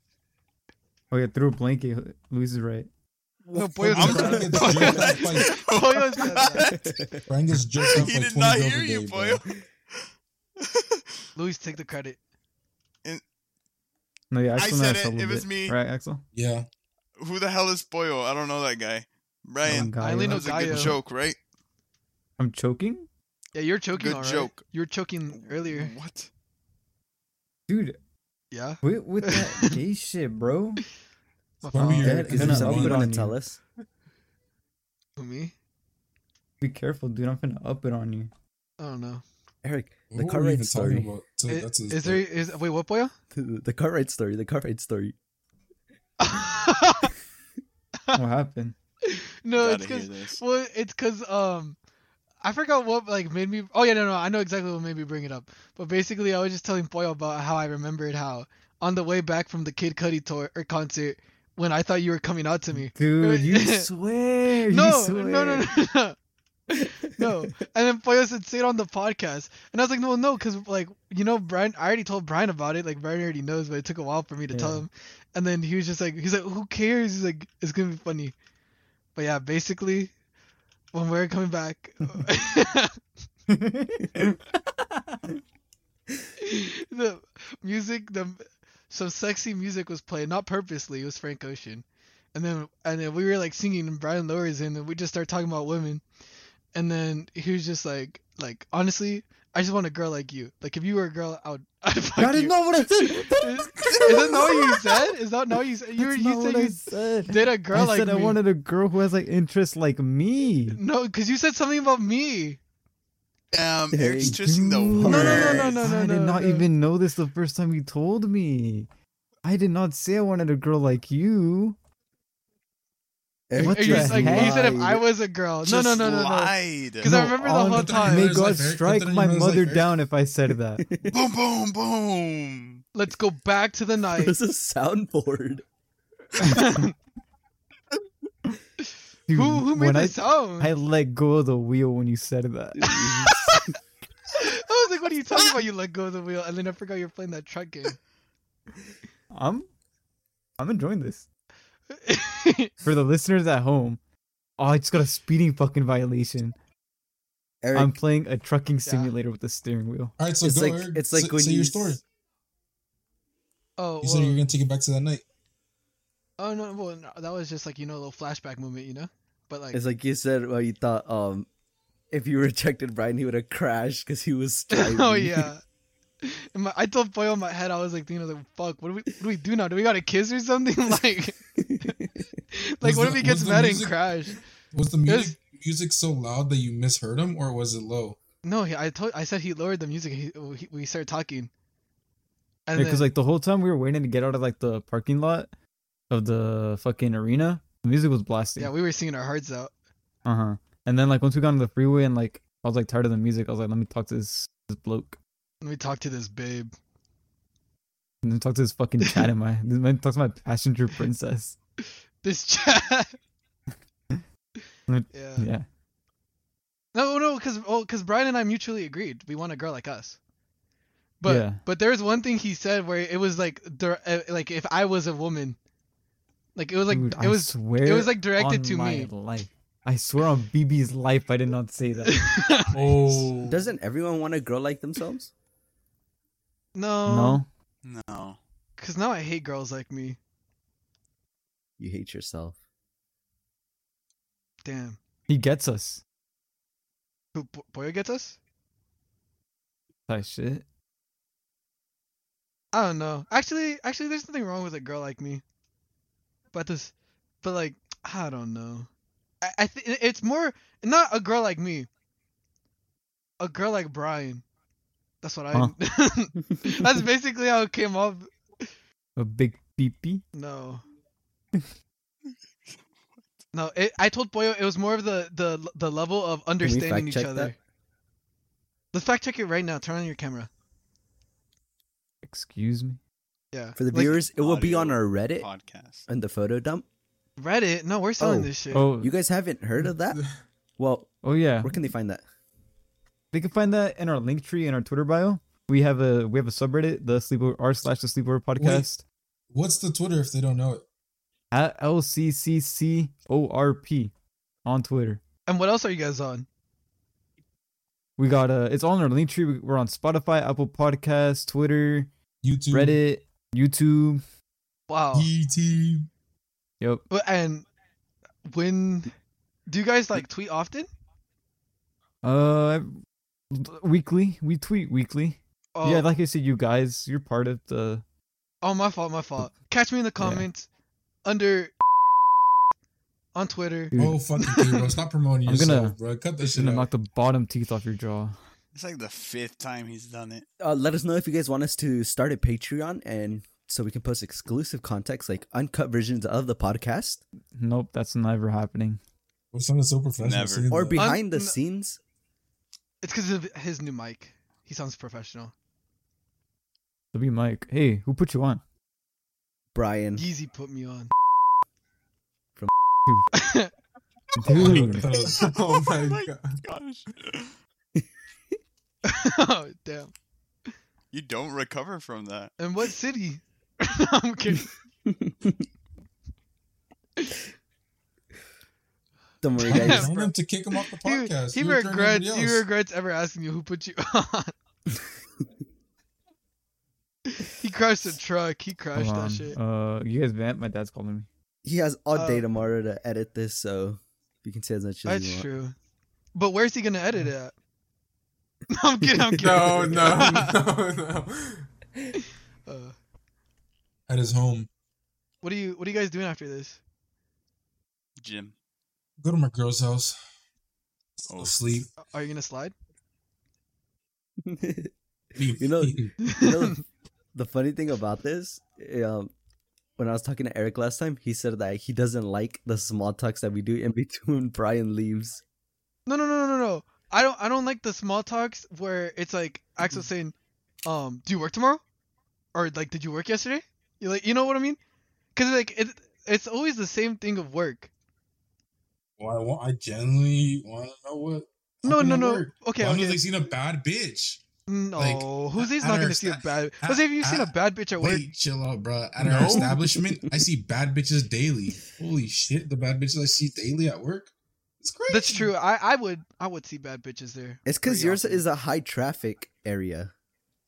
[SPEAKER 3] oh yeah, through a blanket. Luis is right.
[SPEAKER 7] No, Boyle
[SPEAKER 4] I'm
[SPEAKER 7] said
[SPEAKER 4] trying
[SPEAKER 7] that.
[SPEAKER 4] to get jerked off by-
[SPEAKER 7] Boyle said that.
[SPEAKER 4] Brian gets jerked off
[SPEAKER 6] He
[SPEAKER 4] by
[SPEAKER 6] did
[SPEAKER 4] twenty
[SPEAKER 6] not
[SPEAKER 4] girls
[SPEAKER 6] hear
[SPEAKER 4] a day,
[SPEAKER 6] you,
[SPEAKER 4] bro.
[SPEAKER 7] Luis, take the credit.
[SPEAKER 3] No, yeah, Axel
[SPEAKER 6] said
[SPEAKER 3] knows
[SPEAKER 6] it,
[SPEAKER 3] a little
[SPEAKER 6] it was
[SPEAKER 3] bit.
[SPEAKER 6] me.
[SPEAKER 3] Right, Axel?
[SPEAKER 4] Yeah,
[SPEAKER 6] Who the hell is Boyle? I don't know that guy. Brian,
[SPEAKER 3] Gaio.
[SPEAKER 7] I only
[SPEAKER 6] that
[SPEAKER 7] know
[SPEAKER 6] was a good
[SPEAKER 7] Gaio.
[SPEAKER 6] joke, right?
[SPEAKER 3] Oh, I'm choking?
[SPEAKER 7] Yeah, you're choking.
[SPEAKER 6] Good
[SPEAKER 7] all right.
[SPEAKER 6] joke.
[SPEAKER 7] You were choking earlier.
[SPEAKER 6] What?
[SPEAKER 3] Dude,
[SPEAKER 7] Yeah.
[SPEAKER 3] quit with that gay shit, bro.
[SPEAKER 7] My
[SPEAKER 4] Why were
[SPEAKER 7] fault.
[SPEAKER 4] you-
[SPEAKER 5] Dad, is there
[SPEAKER 3] Gonna up
[SPEAKER 5] something you
[SPEAKER 3] it on
[SPEAKER 5] want to
[SPEAKER 3] you.
[SPEAKER 5] tell us?
[SPEAKER 7] Who, me?
[SPEAKER 3] Be careful, dude. I'm finna up it on you.
[SPEAKER 7] I don't know.
[SPEAKER 5] Eric, the
[SPEAKER 4] What
[SPEAKER 5] car
[SPEAKER 4] were we
[SPEAKER 5] ride
[SPEAKER 4] even
[SPEAKER 5] story.
[SPEAKER 4] talking about? So
[SPEAKER 7] I-
[SPEAKER 4] that's his
[SPEAKER 7] is there? Is wait what, Boyle?
[SPEAKER 5] The, the car ride story. The car ride story.
[SPEAKER 3] What happened?
[SPEAKER 7] no,
[SPEAKER 6] Gotta
[SPEAKER 7] it's
[SPEAKER 6] hear
[SPEAKER 7] because
[SPEAKER 6] this.
[SPEAKER 7] well, it's because um, I forgot what like made me. Oh yeah, no, no, I know exactly what made me bring it up. But basically, I was just telling Boyle about how I remembered how on the way back from the Kid Cudi tour or concert when I thought you were coming out to me.
[SPEAKER 3] Dude, you swear.
[SPEAKER 7] No,
[SPEAKER 3] you swear.
[SPEAKER 7] no, no, no, no. no. And then Boyle said, say it on the podcast. And I was like, well, no, because, like, you know, Brian, I already told Brian about it. Like, Brian already knows, but it took a while for me to tell
[SPEAKER 3] Yeah.
[SPEAKER 7] him. And then he was just like, he's like, who cares? He's like, it's going to be funny. But yeah, basically, when we're coming back, the music, the some sexy music was played, not purposely. It was Frank Ocean, and then and then we were like singing, and Brian lowers in, and we just start talking about women, and then he was just like, like honestly, I just want a girl like you. Like if you were a girl, I would. I'd fuck
[SPEAKER 5] That is
[SPEAKER 7] you.
[SPEAKER 5] not what I said.
[SPEAKER 7] Is, is that not what you said? Is that not what you said? You, were-
[SPEAKER 3] That's
[SPEAKER 7] you
[SPEAKER 3] not
[SPEAKER 7] said
[SPEAKER 3] what I
[SPEAKER 7] you
[SPEAKER 3] said.
[SPEAKER 7] did a girl
[SPEAKER 3] I
[SPEAKER 7] like
[SPEAKER 3] said I
[SPEAKER 7] me.
[SPEAKER 3] wanted a girl who has like interests like me.
[SPEAKER 7] No, because you said something about me.
[SPEAKER 6] Damn,
[SPEAKER 5] Dang,
[SPEAKER 6] Eric's twisting the
[SPEAKER 3] dude.
[SPEAKER 6] words.
[SPEAKER 7] No, no, no, no, no,
[SPEAKER 3] I
[SPEAKER 7] no,
[SPEAKER 3] did
[SPEAKER 7] no,
[SPEAKER 3] not
[SPEAKER 7] no.
[SPEAKER 3] even know this the first time you told me. I did not say I wanted a girl like you.
[SPEAKER 5] Eric
[SPEAKER 3] What
[SPEAKER 7] Or you
[SPEAKER 3] the
[SPEAKER 5] just
[SPEAKER 7] just like
[SPEAKER 3] heck?
[SPEAKER 7] you said if I
[SPEAKER 5] lied.
[SPEAKER 7] was a girl. No,
[SPEAKER 6] Just
[SPEAKER 7] no, no, no, no.
[SPEAKER 6] lied.
[SPEAKER 7] Because I remember the
[SPEAKER 3] on-
[SPEAKER 7] whole
[SPEAKER 4] But then
[SPEAKER 7] time.
[SPEAKER 3] May
[SPEAKER 4] It's like
[SPEAKER 3] God
[SPEAKER 4] very-
[SPEAKER 3] strike
[SPEAKER 4] but then
[SPEAKER 3] my
[SPEAKER 4] it's like
[SPEAKER 3] mother
[SPEAKER 4] very-
[SPEAKER 3] down if I said that.
[SPEAKER 6] boom, boom, boom.
[SPEAKER 7] Let's go back to the night.
[SPEAKER 5] There's a soundboard.
[SPEAKER 3] Dude,
[SPEAKER 7] who who made
[SPEAKER 3] when
[SPEAKER 7] that
[SPEAKER 3] I,
[SPEAKER 7] sound?
[SPEAKER 3] I let go of the wheel when you said that.
[SPEAKER 7] I was like, what are you talking about? You let go of the wheel, and then I forgot you're playing that truck game.
[SPEAKER 3] I'm I'm enjoying this. For the listeners at home, oh, I just got a speeding fucking violation.
[SPEAKER 5] Eric,
[SPEAKER 3] I'm playing a trucking simulator with a steering wheel.
[SPEAKER 4] All right, so
[SPEAKER 5] it's
[SPEAKER 4] go
[SPEAKER 5] like
[SPEAKER 4] Eric.
[SPEAKER 5] it's like
[SPEAKER 4] say,
[SPEAKER 5] when
[SPEAKER 4] say
[SPEAKER 5] you
[SPEAKER 4] your story.
[SPEAKER 5] s-
[SPEAKER 7] oh,
[SPEAKER 4] You said
[SPEAKER 7] well-
[SPEAKER 4] you're gonna take it back to that night.
[SPEAKER 7] oh no, well, no, that was just like you know a little flashback moment, you know. But like,
[SPEAKER 5] It's like you said. Well, you thought um, if you rejected Brian, he would have crashed because he was driving.
[SPEAKER 7] oh yeah. In my, I told Boyle in my head, I was like, thinking, I was like, fuck, what do we, what do we do now? Do we gotta kiss or something? like, like
[SPEAKER 4] Was
[SPEAKER 7] what
[SPEAKER 4] the-
[SPEAKER 7] if he
[SPEAKER 4] was
[SPEAKER 7] gets
[SPEAKER 4] the
[SPEAKER 7] mad and
[SPEAKER 4] music-
[SPEAKER 7] crash?
[SPEAKER 4] Was the
[SPEAKER 7] Yes.
[SPEAKER 4] music music so loud that you misheard him, or was it low?
[SPEAKER 7] No, he, I told, I said he lowered the music. He, oh, he, we started talking. And
[SPEAKER 3] Because like the whole time we were waiting to get out of like the parking lot of the fucking arena, the music was blasting.
[SPEAKER 7] yeah, we were singing our hearts out.
[SPEAKER 3] Uh huh. And then like once we got on the freeway and like I was like tired of the music, I was like, let me talk to this this bloke.
[SPEAKER 7] And we talked to this babe.
[SPEAKER 3] And then talk to this fucking chat in my this man talks to my passenger princess.
[SPEAKER 7] This chat. yeah.
[SPEAKER 3] Mm, Yeah.
[SPEAKER 7] No, no, because because Brian and I mutually agreed we want a girl like us. But
[SPEAKER 3] Yeah.
[SPEAKER 7] eh, but there was one thing he said where it was like dir- uh, like if I was a woman, Like it was like
[SPEAKER 3] Dude,
[SPEAKER 7] it
[SPEAKER 3] I
[SPEAKER 7] was
[SPEAKER 3] swear
[SPEAKER 7] it was like directed
[SPEAKER 3] on
[SPEAKER 7] to
[SPEAKER 3] my
[SPEAKER 7] me.
[SPEAKER 3] Life. I swear on BB's life, I did not say that.
[SPEAKER 8] Oh,
[SPEAKER 5] Doesn't everyone want to grow like themselves?
[SPEAKER 7] no,
[SPEAKER 3] no,
[SPEAKER 6] No.
[SPEAKER 7] because now I hate girls like me.
[SPEAKER 5] You hate yourself.
[SPEAKER 7] Damn,
[SPEAKER 3] he gets us.
[SPEAKER 7] who Bo- Boyo gets us?
[SPEAKER 3] Type shit.
[SPEAKER 7] I don't know. Actually, actually, there's nothing wrong with a girl like me. But this, but like, I don't know. I, I think it's more not a girl like me. A girl like Brian. That's what I. That's basically how it came up.
[SPEAKER 3] A big PP.
[SPEAKER 7] No. No, it, I told Boyo it was more of the the the level of understanding
[SPEAKER 5] fact
[SPEAKER 7] each
[SPEAKER 5] check
[SPEAKER 7] other.
[SPEAKER 5] that?
[SPEAKER 7] Let's fact check it right now. Turn on your camera.
[SPEAKER 3] Excuse me.
[SPEAKER 7] Yeah.
[SPEAKER 5] For the
[SPEAKER 7] Like,
[SPEAKER 5] viewers, it will be on
[SPEAKER 6] audio
[SPEAKER 5] our Reddit
[SPEAKER 6] Podcast.
[SPEAKER 5] and the photo dump.
[SPEAKER 7] Reddit. No, we're selling
[SPEAKER 5] Oh.
[SPEAKER 7] this shit.
[SPEAKER 3] Oh,
[SPEAKER 5] You guys haven't heard of that? Well,
[SPEAKER 3] oh yeah.
[SPEAKER 5] where can they find that?
[SPEAKER 3] They can find that in our link tree in our Twitter bio. We have a we have a subreddit, the sleepover r slash the sleepover podcast.
[SPEAKER 4] What's the Twitter if they don't know it?
[SPEAKER 3] At L C C C O R P on Twitter.
[SPEAKER 7] And what else are you guys on?
[SPEAKER 3] We got uh it's all in our link tree. We- We're on Spotify, Apple Podcasts, Twitter,
[SPEAKER 4] YouTube, E
[SPEAKER 3] Reddit, YouTube.
[SPEAKER 7] Wow.
[SPEAKER 4] ET.
[SPEAKER 3] Yep.
[SPEAKER 7] But and when do you guys like tweet often?
[SPEAKER 3] Uh weekly. We tweet weekly.
[SPEAKER 7] Oh,
[SPEAKER 3] Yeah, like I said, you guys, you're part of the
[SPEAKER 7] oh my fault, my fault. Catch me in the comments under on Twitter.
[SPEAKER 3] Dude,
[SPEAKER 4] Oh fucking dude, bro! Stop promoting
[SPEAKER 3] I'm
[SPEAKER 4] yourself,
[SPEAKER 3] gonna-
[SPEAKER 4] bro. Cut this
[SPEAKER 3] it's
[SPEAKER 4] shit
[SPEAKER 3] gonna
[SPEAKER 4] out.
[SPEAKER 3] knock the bottom teeth off your jaw.
[SPEAKER 6] It's like the fifth time he's done it.
[SPEAKER 5] Uh, let us know if you guys want us to start a Patreon and so we can post exclusive context like uncut versions of the podcast
[SPEAKER 3] Nope, that's never happening.
[SPEAKER 4] Well, sounded so professional.
[SPEAKER 6] Never.
[SPEAKER 4] saying
[SPEAKER 5] or
[SPEAKER 3] Mm.
[SPEAKER 4] that.
[SPEAKER 5] behind the
[SPEAKER 7] n-
[SPEAKER 5] scenes.
[SPEAKER 7] It's because of his new mic. He sounds professional.
[SPEAKER 3] It'll be Mike. Hey, who put you on? Mm.
[SPEAKER 5] Brian,
[SPEAKER 7] Yeezy put me on.
[SPEAKER 3] Dude.
[SPEAKER 8] oh my god.
[SPEAKER 6] gosh.
[SPEAKER 7] oh damn.
[SPEAKER 6] You don't recover from that.
[SPEAKER 7] And what city? I'm kidding.
[SPEAKER 5] don't worry,
[SPEAKER 4] I
[SPEAKER 5] guys.
[SPEAKER 4] want him to kick him off the
[SPEAKER 7] He,
[SPEAKER 4] podcast.
[SPEAKER 7] he
[SPEAKER 4] You're turning
[SPEAKER 7] regrets.
[SPEAKER 4] everybody
[SPEAKER 7] He
[SPEAKER 4] else.
[SPEAKER 7] regrets ever asking you who put you on. he crashed the truck. He crashed
[SPEAKER 3] Hold
[SPEAKER 7] that
[SPEAKER 3] on.
[SPEAKER 7] shit.
[SPEAKER 3] Uh, you guys vamp. My dad's calling me.
[SPEAKER 5] He has all day
[SPEAKER 7] Uh,
[SPEAKER 5] tomorrow to edit this, so you can say as much as you
[SPEAKER 7] That's
[SPEAKER 5] want.
[SPEAKER 7] true. But where's he gonna edit it at? I'm kidding. I'm kidding.
[SPEAKER 8] No, no, no, no.
[SPEAKER 7] Uh,
[SPEAKER 4] at his home.
[SPEAKER 7] what are you What are you guys doing after this?
[SPEAKER 6] Jim.
[SPEAKER 4] Go to my girl's house.
[SPEAKER 6] Oh.
[SPEAKER 4] Sleep.
[SPEAKER 7] Are you gonna slide?
[SPEAKER 5] You know- You know, the funny thing about this, um, when I was talking to Eric last time, he said that he doesn't like the small talks that we do in between Brian leaves.
[SPEAKER 7] No, no, no, no, no, no. I don't. I don't like the small talks where it's like
[SPEAKER 4] Mm-hmm.
[SPEAKER 7] Axel saying, "Um, do you work tomorrow?" Or like, "Did you work yesterday?" You like, you know what I mean? Because like it, it's always the same thing of work.
[SPEAKER 4] well, I want. I genuinely want to know what.
[SPEAKER 7] No,
[SPEAKER 4] happened
[SPEAKER 7] no,
[SPEAKER 4] at
[SPEAKER 7] no.
[SPEAKER 4] work.
[SPEAKER 7] Okay,
[SPEAKER 4] Why haven't
[SPEAKER 7] okay.
[SPEAKER 4] they seen a bad bitch?
[SPEAKER 7] No,
[SPEAKER 4] like,
[SPEAKER 7] Jose's
[SPEAKER 4] I- I
[SPEAKER 7] not
[SPEAKER 4] don't
[SPEAKER 7] gonna see a bad.
[SPEAKER 4] understand. I-
[SPEAKER 7] Jose, have you seen
[SPEAKER 4] I-
[SPEAKER 7] a bad bitch at work?
[SPEAKER 4] Wait, chill out, bro. At our
[SPEAKER 8] No.
[SPEAKER 4] establishment, I see bad bitches daily. Holy shit, the bad bitches I see daily at work. It's crazy.
[SPEAKER 7] That's true. I, I would I would see bad bitches there.
[SPEAKER 5] It's because
[SPEAKER 7] pretty
[SPEAKER 5] yours
[SPEAKER 7] often.
[SPEAKER 5] is a high traffic area.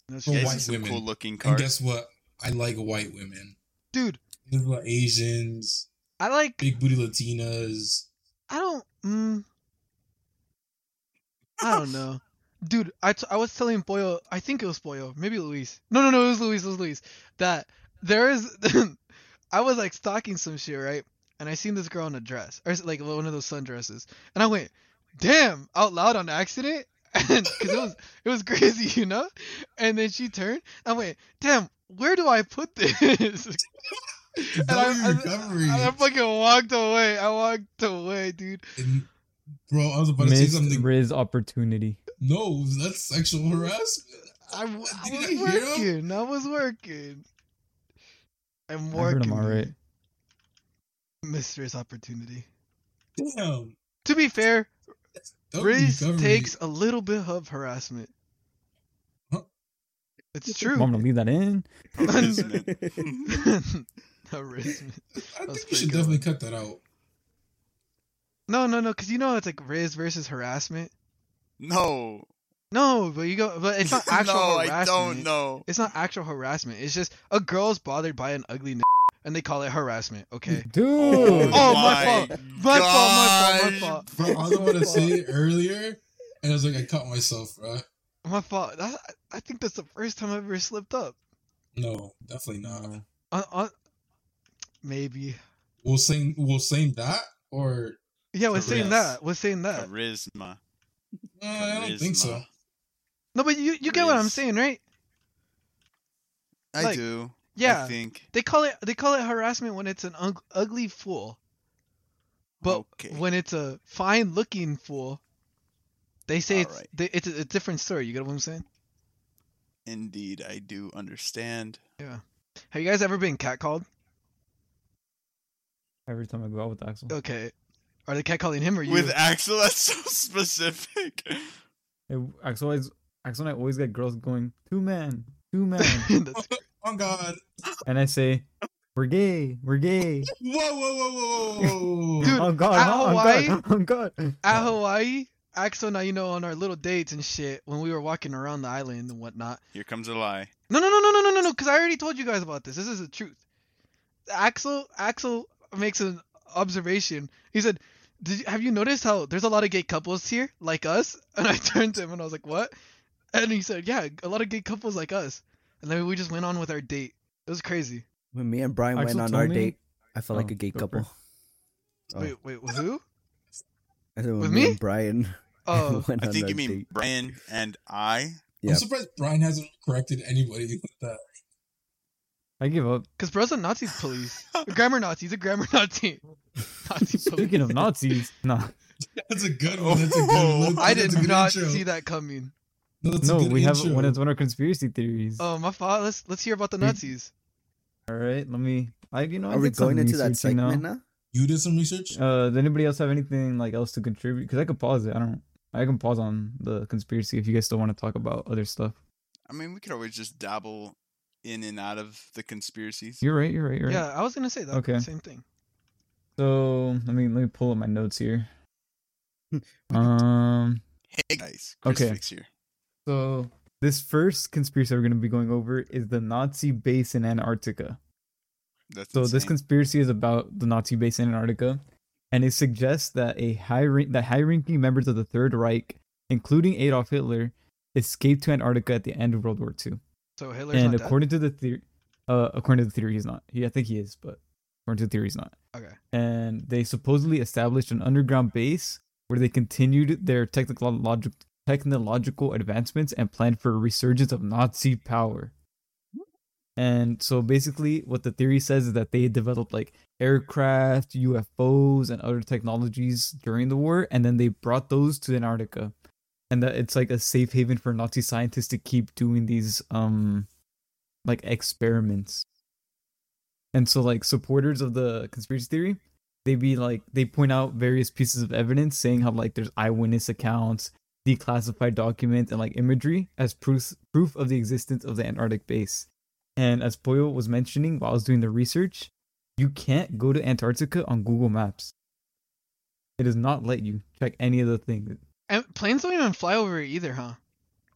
[SPEAKER 7] That's
[SPEAKER 4] Well,
[SPEAKER 7] true.
[SPEAKER 6] Yeah,
[SPEAKER 4] white
[SPEAKER 6] he's some
[SPEAKER 4] women.
[SPEAKER 6] cool looking
[SPEAKER 4] And
[SPEAKER 6] card.
[SPEAKER 4] guess what? I like white women.
[SPEAKER 7] Dude,
[SPEAKER 4] There's about Asians,
[SPEAKER 7] I like
[SPEAKER 4] big booty Latinas.
[SPEAKER 7] I don't. Mm, I don't know, dude. I, t- I was telling Boyo. I think it was Boyo. Maybe Luis. No, no, no. It was Luis. It was Luis. That there is. I was like stalking some shit, right? And I seen this girl in a dress, or like one of those sundresses, and I went, "Damn!" out loud on accident, because it was it was crazy, you know. And then she turned. I went, "Damn, where do I put this?"
[SPEAKER 4] It's
[SPEAKER 7] And I-
[SPEAKER 4] W
[SPEAKER 7] I-
[SPEAKER 4] recovery.
[SPEAKER 7] I fucking walked away. I walked away, dude.
[SPEAKER 4] And- bro, I was about to say
[SPEAKER 3] Missed
[SPEAKER 4] something.
[SPEAKER 3] Riz opportunity.
[SPEAKER 4] No, that's sexual harassment.
[SPEAKER 7] I, w- I
[SPEAKER 4] Did
[SPEAKER 7] was
[SPEAKER 4] you not hear him?
[SPEAKER 7] working. I was working. I'm
[SPEAKER 3] I heard
[SPEAKER 7] working.
[SPEAKER 3] him all right.
[SPEAKER 7] Mistress opportunity.
[SPEAKER 4] Damn.
[SPEAKER 7] To be fair,
[SPEAKER 4] W
[SPEAKER 7] Riz
[SPEAKER 4] recovery.
[SPEAKER 7] takes a little bit of harassment.
[SPEAKER 4] Huh?
[SPEAKER 7] It's true.
[SPEAKER 3] Mom, to leave that in.
[SPEAKER 6] Proficient.
[SPEAKER 7] Huh? Riz.
[SPEAKER 4] I
[SPEAKER 7] That's
[SPEAKER 4] think we
[SPEAKER 7] pretty
[SPEAKER 4] should
[SPEAKER 7] good
[SPEAKER 4] definitely cut
[SPEAKER 7] one.
[SPEAKER 4] that out.
[SPEAKER 7] No, no, no, because you know it's like Riz versus harassment.
[SPEAKER 6] No.
[SPEAKER 7] No, but you go, but it's not actual
[SPEAKER 6] no,
[SPEAKER 7] harassment.
[SPEAKER 6] I don't know.
[SPEAKER 7] It's not actual harassment. It's just a girl's bothered by an ugly n- and they call it harassment. Okay.
[SPEAKER 3] Dude.
[SPEAKER 7] Oh, my fault. My fault. My fault. My
[SPEAKER 6] gosh.
[SPEAKER 7] fault.
[SPEAKER 4] Bro, I don't want to say it earlier, and I was like, I caught myself, bro.
[SPEAKER 7] My fault. That, I think that's the first time I've ever slipped up.
[SPEAKER 4] No, definitely not.
[SPEAKER 7] On, on, maybe.
[SPEAKER 4] We'll sing. We'll sing that, or
[SPEAKER 7] Yeah, we're saying
[SPEAKER 6] Charis-
[SPEAKER 7] that. We're saying that.
[SPEAKER 6] Charisma.
[SPEAKER 4] uh, I don't think so.
[SPEAKER 6] Charisma.
[SPEAKER 7] No, but you you get what I'm
[SPEAKER 6] Riz.
[SPEAKER 7] saying, right?
[SPEAKER 6] I
[SPEAKER 7] Like,
[SPEAKER 6] do.
[SPEAKER 7] Yeah.
[SPEAKER 6] I think.
[SPEAKER 7] They call it they call it harassment when it's an ug- ugly fool, but
[SPEAKER 6] okay.
[SPEAKER 7] when it's a fine looking fool, they say it's
[SPEAKER 6] Alright.
[SPEAKER 7] they, it's a, a different story. You get what I'm saying?
[SPEAKER 6] Indeed, I do understand.
[SPEAKER 7] Have you guys ever been catcalled?
[SPEAKER 3] Every time I go out with Axel.
[SPEAKER 7] Okay, are they catcalling him or you?
[SPEAKER 6] With Axel, that's so specific.
[SPEAKER 3] Hey, Axel always Axel and I always get girls going, two men, two men.
[SPEAKER 7] That's-
[SPEAKER 4] Oh God!
[SPEAKER 3] and I say, We're gay, we're gay.
[SPEAKER 4] Whoa! Whoa! Whoa! Whoa! Whoa! whoa.
[SPEAKER 7] Dude,
[SPEAKER 3] oh god,
[SPEAKER 7] at
[SPEAKER 3] oh,
[SPEAKER 7] Hawaii-
[SPEAKER 3] god, oh god.
[SPEAKER 7] at Hawaii, Axel and I, you know, on our little dates and shit, when we were walking around the island and whatnot.
[SPEAKER 6] Here comes a lie.
[SPEAKER 7] No, no, no, no, no, no, no, no, because I already told you guys about this. This is the truth. Axel, Axel makes an observation. He said, Did you, "Have you noticed how there's a lot of gay couples here, like us?" And I turned to him and I was like, "What?" And he said, "Yeah, a lot of gay couples like us." And then we just went on with our date. It was crazy.
[SPEAKER 5] When me and Brian
[SPEAKER 3] Axel
[SPEAKER 5] went on
[SPEAKER 3] told
[SPEAKER 5] our
[SPEAKER 3] me-
[SPEAKER 5] date, I felt
[SPEAKER 3] Oh,
[SPEAKER 5] like a gay
[SPEAKER 3] go for it.
[SPEAKER 5] couple. Oh.
[SPEAKER 7] Wait, wait, who?
[SPEAKER 5] And then when
[SPEAKER 7] with
[SPEAKER 5] me
[SPEAKER 7] me?
[SPEAKER 5] and Brian
[SPEAKER 7] Oh,
[SPEAKER 5] went
[SPEAKER 6] I
[SPEAKER 5] on
[SPEAKER 6] think
[SPEAKER 5] our
[SPEAKER 6] you mean
[SPEAKER 5] date.
[SPEAKER 6] Brian and I.
[SPEAKER 5] Yeah.
[SPEAKER 4] I'm surprised Brian hasn't corrected anybody like that.
[SPEAKER 3] I give up.
[SPEAKER 7] because bro's a Nazi police, a grammar Nazi. He's a grammar Nazi. Nazi police.
[SPEAKER 3] Speaking of Nazis, no,
[SPEAKER 4] That's a good one. That's a good one.
[SPEAKER 7] I
[SPEAKER 4] That's
[SPEAKER 7] did
[SPEAKER 4] a good
[SPEAKER 7] not
[SPEAKER 4] intro.
[SPEAKER 7] see that coming.
[SPEAKER 4] No, that's a
[SPEAKER 3] no,
[SPEAKER 4] good
[SPEAKER 3] we have
[SPEAKER 4] intro.
[SPEAKER 3] one. It's one of our conspiracy theories.
[SPEAKER 7] Oh my father. Let's let's hear about the Nazis.
[SPEAKER 3] All right, let me. I you know. I
[SPEAKER 5] Are we
[SPEAKER 3] did some
[SPEAKER 5] going into that
[SPEAKER 3] research, you know.
[SPEAKER 5] segment now?
[SPEAKER 4] You did some research.
[SPEAKER 3] Uh, does anybody else have anything like else to contribute? Because I could pause it. I don't. I can pause on the conspiracy if you guys still want to talk about other stuff.
[SPEAKER 6] I mean, we could always just dabble in and out of the conspiracies.
[SPEAKER 3] You're right. You're right. You're right.
[SPEAKER 7] Yeah, I was gonna say that.
[SPEAKER 3] Okay.
[SPEAKER 7] Same thing.
[SPEAKER 3] So let me let me pull up my notes here. um.
[SPEAKER 6] Hey guys, Chris
[SPEAKER 3] Okay.
[SPEAKER 6] Fix here.
[SPEAKER 3] So this first conspiracy we're gonna be going over is the Nazi base in Antarctica.
[SPEAKER 6] That's
[SPEAKER 3] So this
[SPEAKER 6] insane.
[SPEAKER 3] conspiracy is about the Nazi base in Antarctica, and it suggests that a high ra- that high-ranking members of the Third Reich, including Adolf Hitler, escaped to Antarctica at the end of World War II.
[SPEAKER 7] So Hitler's
[SPEAKER 3] and
[SPEAKER 7] not dead.
[SPEAKER 3] according to the theory, uh, according to the theory, he's not. He, I think he is, but according to the theory, he's not.
[SPEAKER 7] Okay.
[SPEAKER 3] And they supposedly established an underground base where they continued their technological technological advancements and planned for a resurgence of Nazi power. And so basically, what the theory says is that they developed like aircraft, UFOs, and other technologies during the war, and then they brought those to Antarctica, and that it's like a safe haven for Nazi scientists to keep doing these um, like experiments. And so, like supporters of the conspiracy theory, they be like they point out various pieces of evidence saying how like there's eyewitness accounts, declassified documents, and like imagery as proof proof of the existence of the Antarctic base. And as Boyle was mentioning while I was doing the research, you can't go to Antarctica on Google Maps. It does not let you check any of the things.
[SPEAKER 7] And planes don't even fly over it either, huh?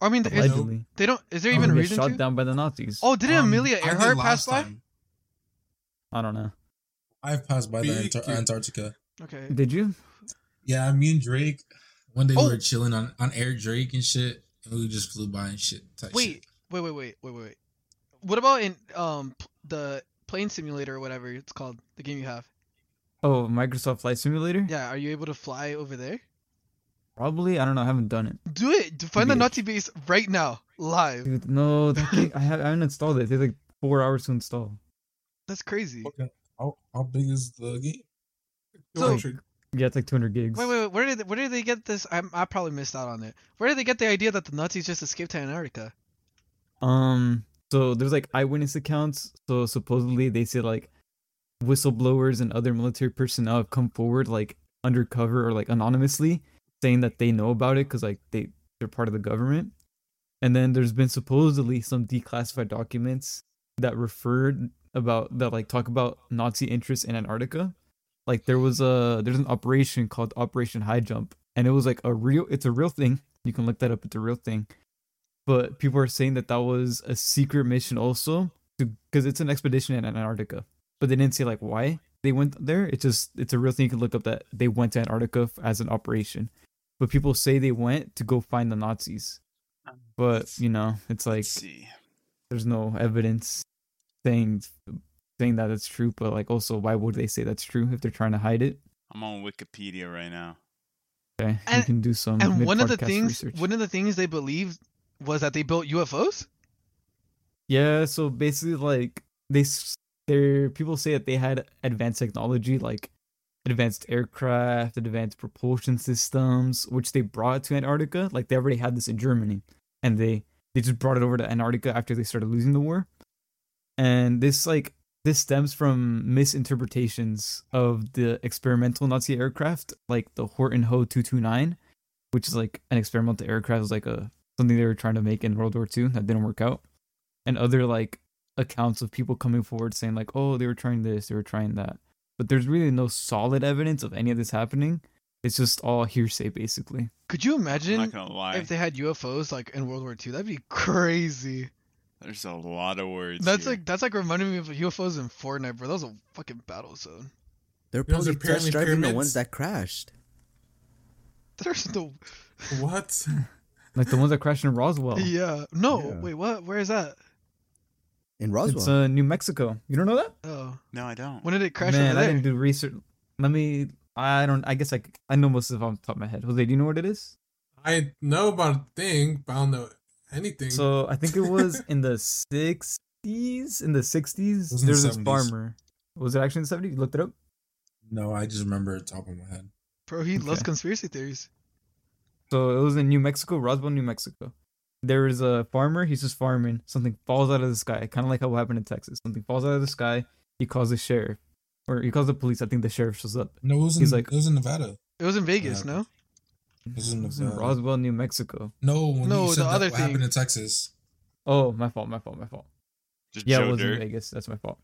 [SPEAKER 7] Or, I mean, there is,
[SPEAKER 3] Allegedly,
[SPEAKER 7] they don't. Is there
[SPEAKER 4] Oh,
[SPEAKER 7] even a
[SPEAKER 3] They got
[SPEAKER 7] reason
[SPEAKER 3] shot
[SPEAKER 7] to?
[SPEAKER 3] down by the Nazis.
[SPEAKER 7] Oh, didn't
[SPEAKER 4] Um,
[SPEAKER 7] Amelia
[SPEAKER 4] I did
[SPEAKER 7] Earhart
[SPEAKER 4] last
[SPEAKER 7] pass by?
[SPEAKER 4] time.
[SPEAKER 3] I don't know.
[SPEAKER 4] I've passed by the
[SPEAKER 8] Big
[SPEAKER 4] Antar-
[SPEAKER 8] kid.
[SPEAKER 4] Antarctica.
[SPEAKER 7] Okay.
[SPEAKER 3] Did you?
[SPEAKER 4] Yeah, me and Drake. One day
[SPEAKER 7] Oh.
[SPEAKER 4] we were chilling on, on Air Drake and shit, and we just flew by and shit. type
[SPEAKER 7] Wait, wait, wait, wait, wait, wait. What about in um p- the plane simulator or whatever it's called, the game you have?
[SPEAKER 3] Oh, Microsoft Flight Simulator?
[SPEAKER 7] Yeah, are you able to fly over there?
[SPEAKER 3] Probably. I don't know. I haven't done it.
[SPEAKER 7] Do it. Do- Find the
[SPEAKER 3] Maybe.
[SPEAKER 7] Nazi base right now, live.
[SPEAKER 3] Dude, no, that thing, I, have, I haven't installed it. It takes like four hours to install.
[SPEAKER 7] That's crazy.
[SPEAKER 4] shit. Okay. How, how big is the game?
[SPEAKER 7] So-
[SPEAKER 8] Tortured.
[SPEAKER 3] Yeah, it's like 200 gigs.
[SPEAKER 7] Wait, wait, wait. Where did they, where did they get this? I, I probably missed out on it. Where did they get the idea that the Nazis just escaped to Antarctica?
[SPEAKER 3] Um, so there's like eyewitness accounts. So supposedly they say like whistleblowers and other military personnel have come forward like undercover or like anonymously saying that they know about it because like they they're part of the government. And then there's been supposedly some declassified documents that referred about that like talk about Nazi interests in Antarctica. Like there was a there's an operation called Operation High Jump, and it was like a real it's a real thing. You can look that up. It's a real thing. But people are saying that that was a secret mission also, because it's an expedition in Antarctica. But they didn't say like why they went there. It's just it's a real thing. You can look up that they went to Antarctica f- as an operation. But people say they went to go find the Nazis. But you know, it's like
[SPEAKER 6] Let's see.
[SPEAKER 3] there's no evidence saying saying that it's true but like also why would they say that's true if they're trying to hide it
[SPEAKER 6] I'm on Wikipedia right now.
[SPEAKER 3] okay you
[SPEAKER 7] And-
[SPEAKER 3] can do some
[SPEAKER 7] And one of the
[SPEAKER 3] Mm, mid-podcast
[SPEAKER 7] things,
[SPEAKER 3] research.
[SPEAKER 7] one of the things they believed was that they built UFOs.
[SPEAKER 3] yeah so basically like they s- they're people say that they had advanced technology like advanced aircraft advanced propulsion systems which they brought to antarctica like they already had this in germany and they they just brought it over to antarctica after they started losing the war and this like this stems from misinterpretations of the experimental Nazi aircraft, like the Horton Ho 229, which is like an experimental aircraft, it was like a something they were trying to make in World War II that didn't work out, and other like accounts of people coming forward saying like, oh, they were trying this, they were trying that, but there's really no solid evidence of any of this happening. It's just all hearsay, basically.
[SPEAKER 7] Could you
[SPEAKER 6] I'm
[SPEAKER 7] imagine
[SPEAKER 6] not gonna lie.
[SPEAKER 7] if they had UFOs like in World War II? That'd be crazy.
[SPEAKER 6] There's a lot of words.
[SPEAKER 7] that's
[SPEAKER 6] here.
[SPEAKER 7] like that's like reminding me of UFOs in Fortnite, bro. That was a fucking battle zone.
[SPEAKER 5] They're
[SPEAKER 8] Those are
[SPEAKER 5] probably
[SPEAKER 8] apparently
[SPEAKER 5] test driving the
[SPEAKER 8] pyramids.
[SPEAKER 5] ones that crashed.
[SPEAKER 7] There's no.
[SPEAKER 8] What?
[SPEAKER 3] Like the ones that crashed in Roswell.
[SPEAKER 7] yeah. No.
[SPEAKER 5] Yeah.
[SPEAKER 7] Wait. What? Where is that?
[SPEAKER 5] In
[SPEAKER 3] It's
[SPEAKER 5] Roswell.
[SPEAKER 3] uh, New Mexico. You don't know that?
[SPEAKER 7] Oh.
[SPEAKER 6] no, I don't.
[SPEAKER 7] When did it crash
[SPEAKER 3] Man,
[SPEAKER 7] over
[SPEAKER 3] I
[SPEAKER 7] there?
[SPEAKER 3] didn't do research. Let me. I don't. I guess I. c- I know most of it off the top of my head. Jose, do you know what it is?
[SPEAKER 8] I know about a thing, but I don't know
[SPEAKER 4] Mm-hmm.
[SPEAKER 8] anything.
[SPEAKER 3] So I think it was in the sixties. In the sixties,
[SPEAKER 4] It was in the
[SPEAKER 3] there's this
[SPEAKER 4] 70s.
[SPEAKER 3] farmer. Was it actually in the seventies? You looked it up.
[SPEAKER 4] No, I just remember it top of my head.
[SPEAKER 7] Bro, he loves
[SPEAKER 3] Okay.
[SPEAKER 7] conspiracy theories.
[SPEAKER 3] So it was in New Mexico, Roswell, New Mexico. There is a farmer. He's just farming. Something falls out of the sky, kind of like how what happened in Texas. Something falls out of the sky. He calls the sheriff, or he calls the police. I think the sheriff shows up.
[SPEAKER 4] No, it was in,
[SPEAKER 3] He's like-
[SPEAKER 4] it was in Nevada.
[SPEAKER 7] It was in Vegas,
[SPEAKER 4] Yeah.
[SPEAKER 7] no?
[SPEAKER 4] It was in
[SPEAKER 3] It was in
[SPEAKER 4] Nevada.
[SPEAKER 3] Roswell, New Mexico.
[SPEAKER 4] No, when
[SPEAKER 7] No,
[SPEAKER 4] you
[SPEAKER 7] the
[SPEAKER 4] said that
[SPEAKER 7] other
[SPEAKER 4] what happened
[SPEAKER 7] thing.
[SPEAKER 4] in Texas.
[SPEAKER 3] Oh, my fault. My fault. My fault.
[SPEAKER 6] Just
[SPEAKER 3] Yeah, it
[SPEAKER 6] Joe
[SPEAKER 3] was in
[SPEAKER 6] Dirt.
[SPEAKER 3] Vegas. That's my fault.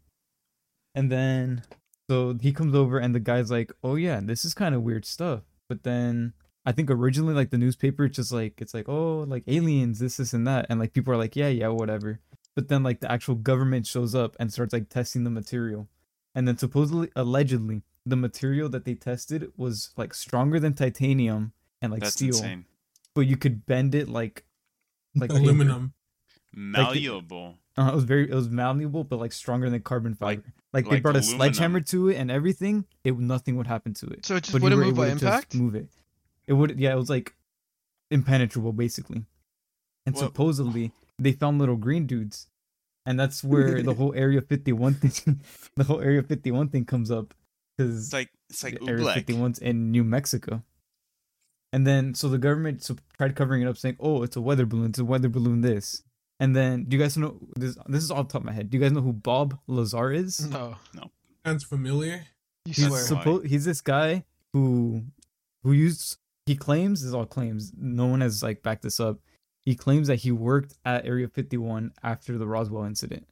[SPEAKER 3] And then, so he comes over, and the guy's like, "Oh yeah, this is kind of weird stuff." But then I think originally, like the newspaper, it's just like it's like, "Oh, like aliens, this, this, and that," and like people are like, "Yeah, yeah, whatever." But then like the actual government shows up and starts like testing the material, and then supposedly, allegedly, the material that they tested was like stronger than titanium and like
[SPEAKER 6] That's
[SPEAKER 3] steel,
[SPEAKER 6] insane.
[SPEAKER 3] but you could bend it like like paper.
[SPEAKER 8] Aluminum.
[SPEAKER 6] Malleable.
[SPEAKER 3] Uh, it was very, it was malleable, but like stronger than carbon
[SPEAKER 6] Like-
[SPEAKER 3] fiber. Like, they
[SPEAKER 6] like
[SPEAKER 3] brought a
[SPEAKER 6] aluminum.
[SPEAKER 3] sledgehammer to it and everything. It nothing would happen to it.
[SPEAKER 7] So it just
[SPEAKER 3] But you
[SPEAKER 7] wouldn't
[SPEAKER 3] were
[SPEAKER 7] move by
[SPEAKER 3] able to just
[SPEAKER 7] impact?
[SPEAKER 3] Move it. It would. Yeah, it was like impenetrable, basically. And
[SPEAKER 6] Well-
[SPEAKER 3] supposedly they found little green dudes, and that's where the whole Area 51 thing, the whole Area 51 thing comes up, because
[SPEAKER 6] It's like it's like
[SPEAKER 3] Area
[SPEAKER 6] Oobleck.
[SPEAKER 3] 51's in New Mexico. And then, so the government so tried covering it up, saying, "Oh, it's a weather balloon. It's a weather balloon." This, and then, do you guys know this? This is off the top of my head. Do you guys know who Bob Lazar is?
[SPEAKER 7] No.
[SPEAKER 8] Sounds familiar.
[SPEAKER 7] You
[SPEAKER 3] He's
[SPEAKER 7] swear.
[SPEAKER 6] so-
[SPEAKER 3] supposed. He's this guy who, who used. He claims this is all claims. No one has like backed this up. He claims that he worked at Area 51 after the Roswell incident,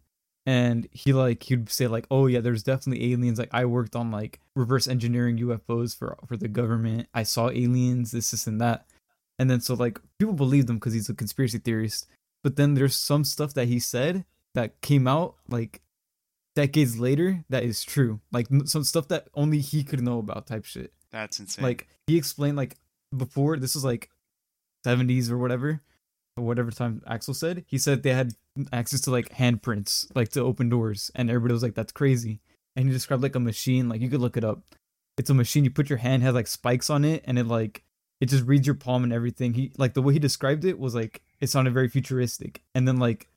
[SPEAKER 3] and he like he'd say like, "Oh yeah, there's definitely aliens. Like I worked on like reverse engineering UFOs for for the government. I saw aliens. This, this, and that." And then so like people believed him because he's a conspiracy theorist. But then there's some stuff that he said that came out like decades later that is true. Like n- some stuff that only he could know about type shit.
[SPEAKER 6] That's insane.
[SPEAKER 3] Like he explained like before this was like 70s or whatever or whatever time Axel said. He said they had access to like handprints like to open doors and everybody was like that's crazy. And he described like a machine like you could look it up. It's a machine you put your hand has like spikes on it and it like it just reads your palm and everything. He like the way he described it was like it sounded very futuristic. And then like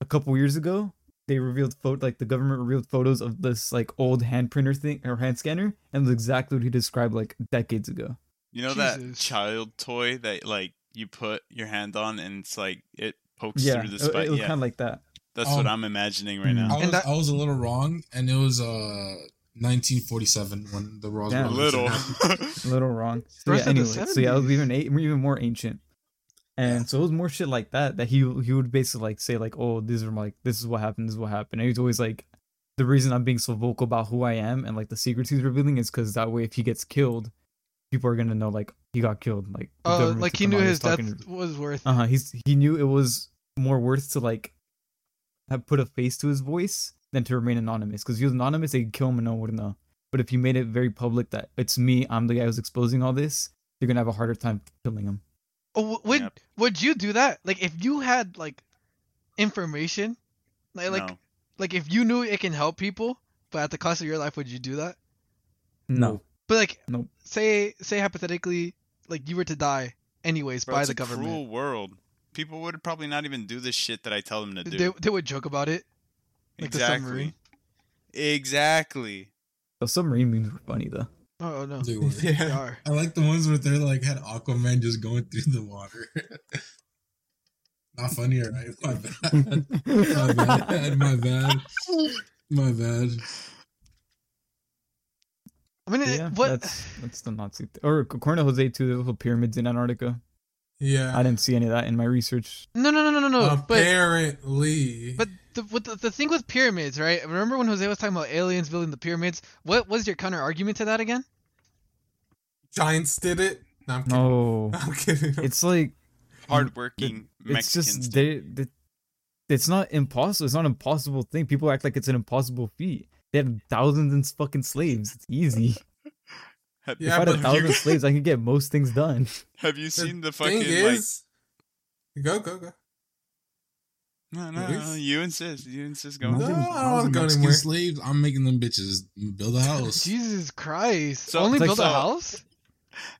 [SPEAKER 3] a couple years ago they revealed photo like the government revealed photos of this like old hand printer thing or hand scanner and it was exactly what he described like decades ago.
[SPEAKER 6] you know that
[SPEAKER 7] Jesus.
[SPEAKER 6] child toy that like you put your hand on and it's like it pokes
[SPEAKER 3] Yeah,
[SPEAKER 6] through the
[SPEAKER 3] it, it
[SPEAKER 6] spike.
[SPEAKER 3] was Mm.
[SPEAKER 6] Yeah,
[SPEAKER 3] kind of like that.
[SPEAKER 6] that's what
[SPEAKER 4] Oh.
[SPEAKER 6] I'm imagining right
[SPEAKER 4] I
[SPEAKER 6] now.
[SPEAKER 4] was,
[SPEAKER 7] And that-
[SPEAKER 4] I was a little wrong, and it was uh 1947 when the Roswell.
[SPEAKER 3] Damn.
[SPEAKER 6] A
[SPEAKER 4] incident
[SPEAKER 6] little.
[SPEAKER 4] happened.
[SPEAKER 3] a little wrong. So
[SPEAKER 7] Throw
[SPEAKER 3] yeah,
[SPEAKER 7] us in the
[SPEAKER 3] anyway, so yeah, it was
[SPEAKER 7] 70s.
[SPEAKER 3] even a- even more ancient, and so it was more shit like that that he he would basically like say like, oh, these are like this is what happened, this is what happened, and he was always like, the reason I'm being so vocal about who I am and like the secrets he's revealing is because that way, if he gets killed, people are gonna know like he got killed. Like, the
[SPEAKER 7] Oh,
[SPEAKER 3] government
[SPEAKER 7] like
[SPEAKER 3] took
[SPEAKER 7] he
[SPEAKER 3] him
[SPEAKER 7] knew
[SPEAKER 3] out,
[SPEAKER 7] his death
[SPEAKER 3] talking to-
[SPEAKER 7] was worth. it.
[SPEAKER 3] uh-huh he's he knew it was more worth to like have put a face to his voice than to remain anonymous because if he was anonymous they'd kill him and no one would know but if you made it very public that it's me i'm the guy who's exposing all this you're gonna have a harder time killing him
[SPEAKER 7] Oh, w- would
[SPEAKER 6] Yep.
[SPEAKER 7] would you do that? Like if you had like information, like like,
[SPEAKER 6] no.
[SPEAKER 7] like if you knew it can help people, but at the cost of your life, would you do that?
[SPEAKER 3] no
[SPEAKER 7] But like,
[SPEAKER 3] Nope.
[SPEAKER 7] say say hypothetically, like you were to die anyways
[SPEAKER 6] Bro,
[SPEAKER 7] by
[SPEAKER 6] it's
[SPEAKER 7] the
[SPEAKER 6] a
[SPEAKER 7] government.
[SPEAKER 6] cruel world. People would probably not even do the shit that I tell them to do.
[SPEAKER 7] They, they would joke about it. Like the
[SPEAKER 6] exactly.
[SPEAKER 7] submarine.
[SPEAKER 6] Exactly.
[SPEAKER 3] the submarine memes were funny though
[SPEAKER 7] Oh no,
[SPEAKER 4] They were.
[SPEAKER 7] they
[SPEAKER 8] yeah.
[SPEAKER 7] are.
[SPEAKER 4] I like the ones where they're like had Aquaman just going through the water. Not funny, all right? My bad. My bad. My bad. My bad.
[SPEAKER 7] I mean,
[SPEAKER 3] But
[SPEAKER 7] it-
[SPEAKER 3] yeah
[SPEAKER 7] what?
[SPEAKER 3] that's that's the nazi th- or according to jose too there were pyramids in antarctica
[SPEAKER 8] Yeah.
[SPEAKER 3] i didn't see any of that in my research
[SPEAKER 7] No, no, no, no, no, no.
[SPEAKER 4] Um,
[SPEAKER 7] but
[SPEAKER 8] Apparently.
[SPEAKER 7] but the, what the the thing with pyramids, right? Remember when Jose was talking about aliens building the pyramids? What was your counter argument to that again?
[SPEAKER 8] Giants did it. No, I'm kidding.
[SPEAKER 3] no
[SPEAKER 8] I'm kidding.
[SPEAKER 3] Oh, it's like
[SPEAKER 6] Hardworking
[SPEAKER 3] it's
[SPEAKER 6] Mexicans.
[SPEAKER 3] just they, they it's not impossible it's not an impossible thing people act like it's an impossible feat they had thousands and fucking slaves it's easy
[SPEAKER 6] Have-
[SPEAKER 8] Yeah,
[SPEAKER 3] if i had a
[SPEAKER 8] but you-
[SPEAKER 3] thousand slaves i could get most things done
[SPEAKER 6] Have you seen the fucking
[SPEAKER 8] Thing is, go go go.
[SPEAKER 6] like? No, no,
[SPEAKER 8] Yes.
[SPEAKER 6] no, You insist. You insist. Go.
[SPEAKER 4] No,
[SPEAKER 6] on.
[SPEAKER 8] No, I don't
[SPEAKER 4] I was
[SPEAKER 8] wanna go
[SPEAKER 4] Mexican
[SPEAKER 8] anywhere.
[SPEAKER 4] slaves. I'm making them bitches build a house.
[SPEAKER 7] Jesus Christ!
[SPEAKER 6] So-
[SPEAKER 7] Only
[SPEAKER 3] It's like-
[SPEAKER 7] build a
[SPEAKER 6] so-
[SPEAKER 7] house?